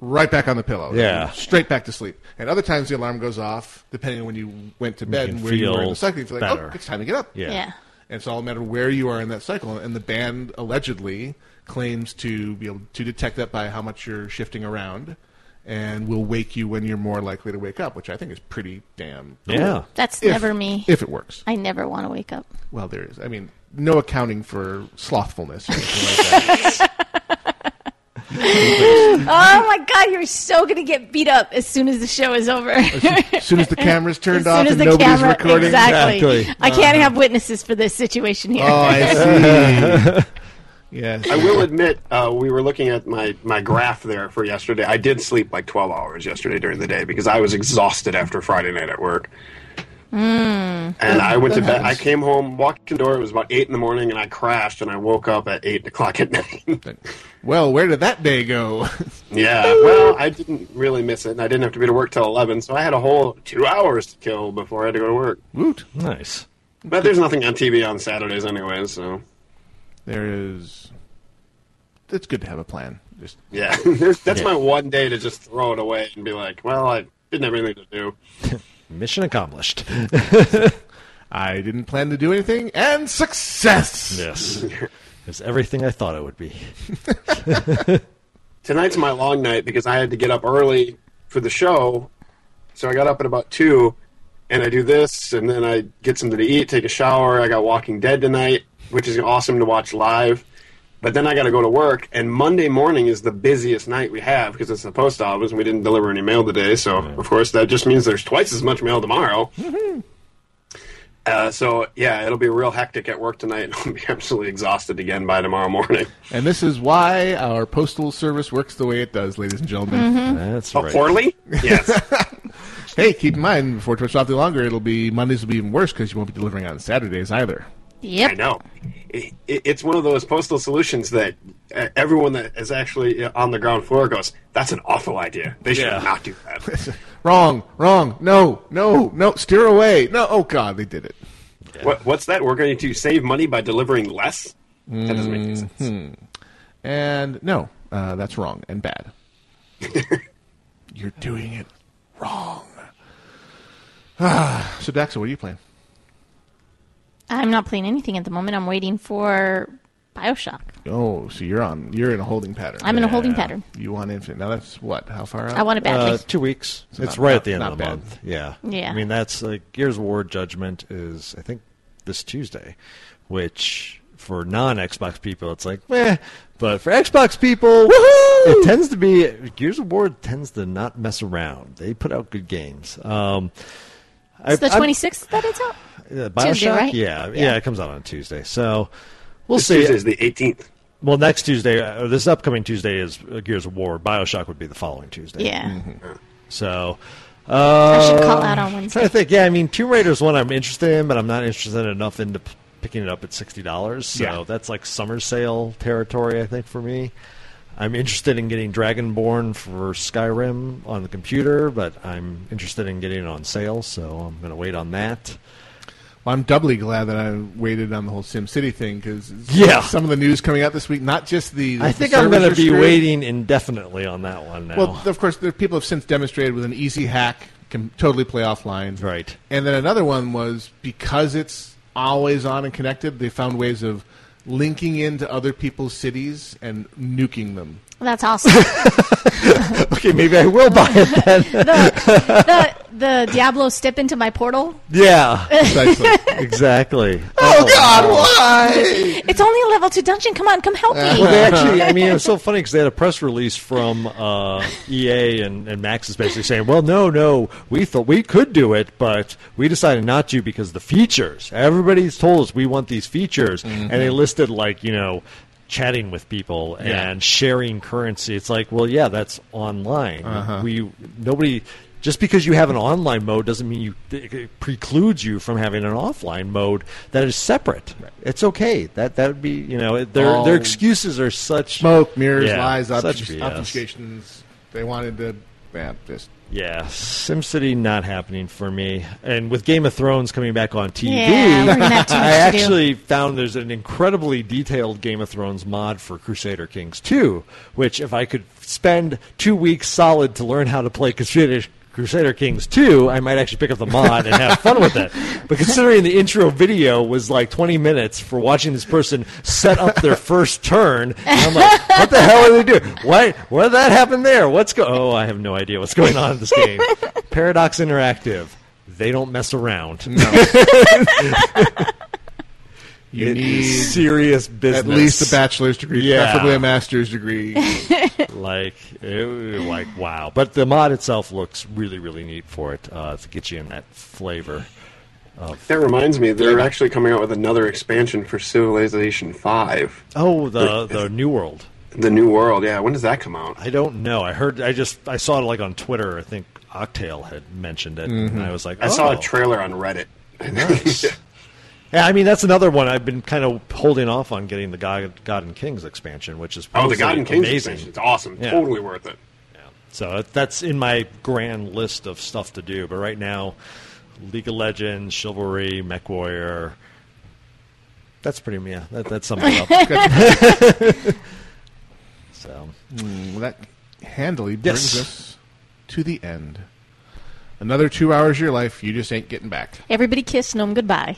right back on the pillow.
Yeah.
Straight back to sleep. And other times the alarm goes off depending on when you went to bed
can
and where you were in
feel
the cycle. You feel like,
better.
"Oh, it's time to get up."
Yeah. Yeah.
And it's all a matter of where you are in that cycle. And the band allegedly claims to be able to detect that by how much you're shifting around and will wake you when you're more likely to wake up, which I think is pretty damn cool.
Yeah.
That's
If-
never me.
If it works.
I never want to wake up.
Well, there is. I mean, no accounting for slothfulness or anything like that.
oh my god, you're so gonna get beat up as soon as the show is over.
As soon as the camera's turned
As soon
off
as
and
the
nobody's
camera-
recording.
Exactly. I can't
Uh-huh.
have witnesses for this situation here.
Oh, I see. yes.
I will admit, uh, we were looking at my, my graph there for yesterday. I did sleep like 12 hours yesterday during the day because I was exhausted after Friday night at work.
Mm.
And I went to
That
bed. I
happens.
came home, walked in the door. It was about 8 in the morning, and I crashed, and I woke up at 8 o'clock at night.
Well, where did that day go?
yeah, well, I didn't really miss it, and I didn't have to be to work till 11, so I had a whole two hours to kill before I had to go to work.
Woot.
Nice.
But there's nothing on TV on Saturdays anyway, so.
There is. It's good to have a plan. Just
Yeah, There's- that's
Yeah.
my one day to just throw it away and be like, well, I didn't have anything to do.
Mission accomplished.
I didn't plan to do anything, and success.
Yes. It's everything I thought it would be.
Tonight's my long night because I had to get up early for the show. So I got up at about 2, and I do this, and then I get something to eat, take a shower. I got Walking Dead tonight, which is awesome to watch live. But then I got to go to work, and Monday morning is the busiest night we have because it's the post office, and we didn't deliver any mail today. So, of course, that just means there's twice as much mail tomorrow. Uh, so, yeah, it'll be real hectic at work tonight, and I'll be absolutely exhausted again by tomorrow morning.
And this is why our postal service works the way it does, ladies and gentlemen.
Mm-hmm.
Mhm.
That's
Oh, right. poorly? Yes.
hey, keep in mind, before Twitch Off the Longer, it'll be Mondays will be even worse because you won't be delivering on Saturdays either.
Yep.
I know. It, it, it's one of those postal solutions that uh, everyone that is actually uh, on the ground floor goes, that's an awful idea. They should
Yeah.
not do that.
Wrong, wrong, no, no, no, steer away. No, oh God, they did it.
what, what's that? We're going to save money by delivering less? That doesn't make any sense.
Mm-hmm.
Mhm. And no, uh, that's wrong and bad. You're doing it wrong. Ah, so, Daxa, what are you playing?
I'm not playing anything at the moment. I'm waiting for Bioshock.
Oh, so you're on. You're in a holding pattern.
I'm in a holding pattern.
You want infinite. Now that's what? How far out?
I want it badly.
Uh, two weeks.
So
it's
not-
right
not-
at the end
not
of the
bad.
month. Yeah.
Yeah.
I mean, that's like Gears of War Judgment is, I think, this Tuesday, which for non Xbox people, it's like, meh. But for Xbox people, it tends to be, Gears of War tends to not mess around. They put out good games. Um, I-
It's the
I'm-
26th that it's out.
Yeah, Bioshock?
Tuesday, right?
yeah, yeah,
Yeah.
it comes out on Tuesday. So we'll
This
see.
Tuesday's the 18th.
Well, next Tuesday, uh, or this upcoming Tuesday is uh, Gears of War. Bioshock would be the following Tuesday.
Yeah.
Mm-hmm.
So. Uh,
should call out on
I'm
Wednesday.
Trying to think. Yeah, I mean, Tomb Raider's one I'm interested in, but I'm not interested enough into p- picking it up at sixty dollars. So
Yeah.
that's like summer sale territory, I think, for me. I'm interested in getting Dragonborn for Skyrim on the computer, but I'm interested in getting it on sale, so I'm going to wait on that.
Well, I'm doubly glad that I waited on the whole Sim City thing because
Yeah.
some of the news coming out this week, not just the.
I
the
think I'm
servers
going
are
to be
screwed.
waiting indefinitely on that one now.
Well, of course, there, people have since demonstrated with an easy hack can totally play offline.
Right.
And then another one was because it's always on and connected, they found ways of linking into other people's cities and nuking them.
That's awesome.
okay, maybe I will buy it then.
the, the Diablo step into my portal.
yeah,
Precisely.
exactly.
Oh,
Oh, God,
why? It's only a level two dungeon. Come on, come help me.
Well, they actually, I mean, it was so funny because they had a press release from uh, EA, and, and Max is basically saying, well, no, no, we thought we could do it, but we decided not to because the features. Everybody's told us we want these features. And they listed, like, you know, chatting with people and
Yeah.
sharing currency. It's like, well, yeah, that's online. We Nobody. Just because you have an online mode doesn't mean you it precludes you from having an offline mode that is separate. It's okay. That that would be you know it- their
All
their excuses are such
Smoke, mirrors,
Yeah,
lies,
such
obfusc-
BS.
obfuscations. They wanted to. Yeah, just.
Yeah, SimCity not happening for me. And with Game of Thrones coming back on TV,
Yeah, we're gonna have too much
I
to do.
actually found there's an incredibly detailed Game of Thrones mod for Crusader Kings 2, which if I could spend two weeks solid to learn how to play Crusader Crusader Kings 2, I might actually pick up the mod and have fun with it. But considering the intro video was like 20 minutes for watching this person set up their first turn, I'm like, what the hell are they doing? What? What did that happen there? What's go? Oh, I have no idea what's going on in this game. Paradox Interactive. They don't mess around.
You
It is
need
serious business.
At least a bachelor's degree,
Yeah.
preferably a master's degree.
like, ew, like wow. But the mod itself looks really, really neat for it uh, to get you in that flavor. Of,
That reminds me, they're actually coming out with another expansion for Civilization Five.
oh, the the New World.
The New World, yeah. When does that come out?
I don't know. I heard. I just I saw it like on Twitter. I think Octale had mentioned it, and
Mhm.
I was like,
I saw a
oh.
trailer on Reddit.
Nice. Yeah, I mean that's another one I've been kind of holding off on getting the God, God and Kings expansion, which is
Oh, the
supposedly
God and Kings
amazing.
expansion. It's awesome.
Yeah.
Totally worth it.
So that's in my grand list of stuff to do. But right now, League of Legends, Chivalry, MechWarrior. That's pretty yeah. That, that sums it up. so
Mm, well, that handily brings
Yes.
us to the end. Another two hours of your life, you just ain't getting back.
Everybody kiss Gnome goodbye.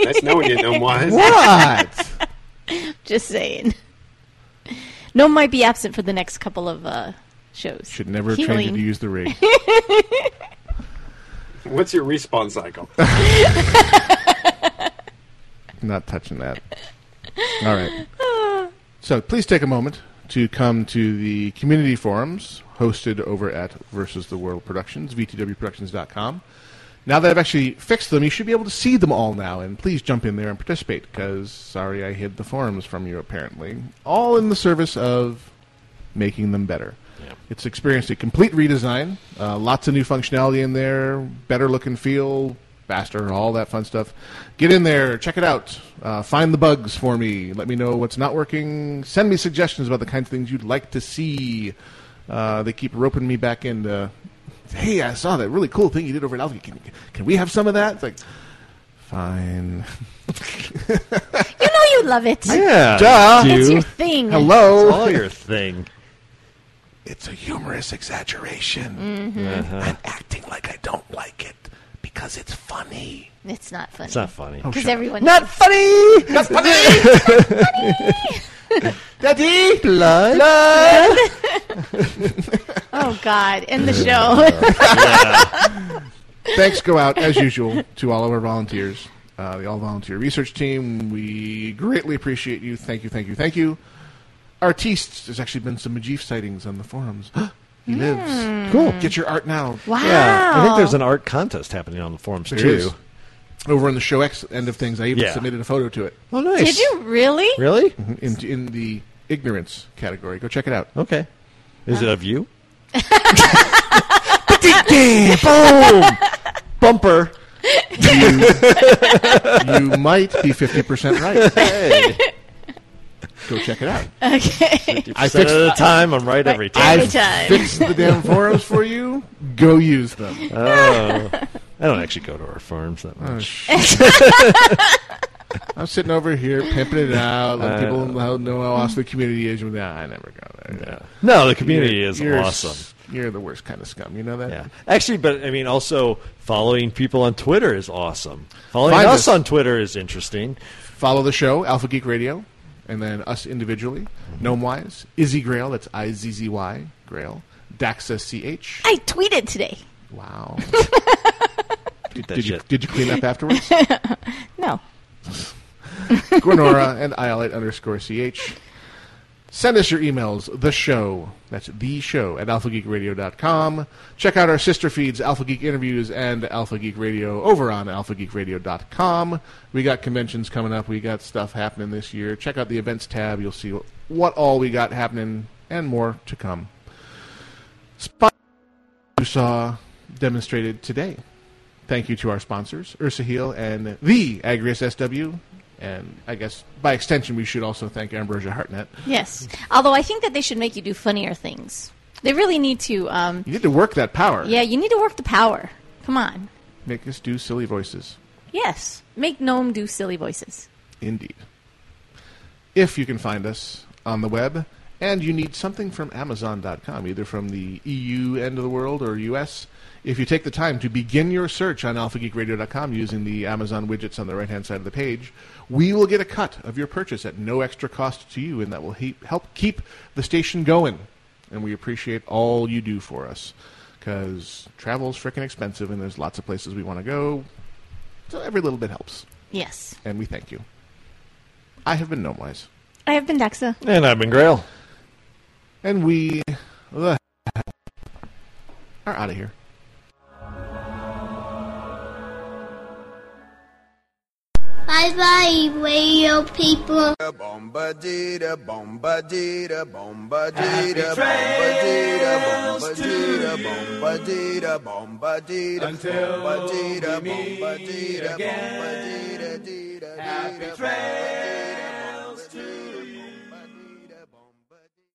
Nice knowing you, Gnome Wise.
What?
Just saying. Gnome might be absent for the next couple of uh, shows.
Should never have trained you
Healing.
to use the rig.
What's your respawn cycle?
Not touching that. All right. So please take a moment to come to the community forums hosted over at Versus the World Productions, VTWProductions.com. Now that I've actually fixed them, you should be able to see them all now, and please jump in there and participate, because sorry I hid the forums from you apparently. All in the service of making them better. It's experienced a complete redesign, uh, lots of new functionality in there, better look and feel, faster, all that fun stuff. Get in there, check it out, uh, find the bugs for me, let me know what's not working, send me suggestions about the kinds of things you'd like to see. Uh, they keep roping me back into, hey, I saw that really cool thing you did over at Alpha. Can, can we have some of that? It's like, fine.
You know you love it.
Yeah, duh.
It's
do.
your thing.
Hello. It's all
your thing.
It's a humorous exaggeration.
Mhm. Uh-huh.
I'm acting like I don't like it because it's funny.
It's not funny.
It's not funny. Oh,
Because
shut up.
everyone
Not funny.
Not funny. Daddy.
Blood.
Blood.
oh God! End the
Yeah.
show.
Thanks go out, as usual, to all of our volunteers, uh, the all volunteer research team. We greatly appreciate you. Thank you, thank you, thank you. Artistes, there's actually been some Majif sightings on the forums. he lives. Cool. Get your art now.
Yeah, I think there's an art contest happening on the forums
There
too.
is. Over on the show X end of things, I even
Yeah.
submitted a photo to it.
Oh, nice.
Did you really?
Really?
In, in the ignorance category. Go check it out.
Okay. Is it of you?
Boom!
Bumper.
You, you might be 50% right.
Hey.
Go check it out.
Okay.
I fixed of the time. I'm right every time.
I fixed the damn forums for you. Go use them.
Oh, I don't actually go to our farms that
Oh,
much.
shit. I'm sitting over here pimping it out, letting people know
Uh,
know how awesome the community is. Nah, I never go there.
No, the community
You're-
is
you're
awesome.
s- You're the worst kind of scum. You know that?
Yeah. Actually, but I mean, also following people on Twitter is awesome. Following
Find
us
us.
on Twitter is interesting.
Follow the show, Alpha Geek Radio, and then us individually. Gnomewise, Izzy Grail, that's I Z Z Y, Grail, Daxa C H.
I tweeted today.
Wow.
Did,
did you, did you clean up afterwards?
No.
Gornora and Iolite underscore CH. Send us your emails, the show, that's the show, at alphageekradio.com. Check out our sister feeds, Alpha Geek Interviews and Alpha Geek Radio, over on alphageekradio.com. We got conventions coming up, we got stuff happening this year. Check out the events tab, you'll see what all we got happening and more to come. Spot you saw demonstrated today. Thank you to our sponsors, Ursa Heal and the Agrius SW. And I guess by extension, we should also thank Ambrosia Hartnett.
Yes. Although I think that they should make you do funnier things. They really need to. Um,
You need to work that power.
yeah, you need to work the power. Come on.
Make us do silly voices.
Yes. Make Gnome do silly voices.
Indeed. If you can find us on the web and you need something from Amazon.com, either from the EU end of the world or US, if you take the time to begin your search on AlphaGeekRadio.com using the Amazon widgets on the right hand side of the page, we will get a cut of your purchase at no extra cost to you, and that will he- help keep the station going. And we appreciate all you do for us because travel's frickin' expensive, and there's lots of places we want to go. So every little bit helps.
Yes.
And we thank you. I have been Gnomewise.
I have been Dexa.
And I've been Grail.
And we the are out of here.
Bye bye, radio people.
Bombadita, bombadita,
Happy
bombadita, bombadita, bombadita, bombadita, bombadita, bombadita, bombadita, bombadita, bombadita, bombadita, bombadita,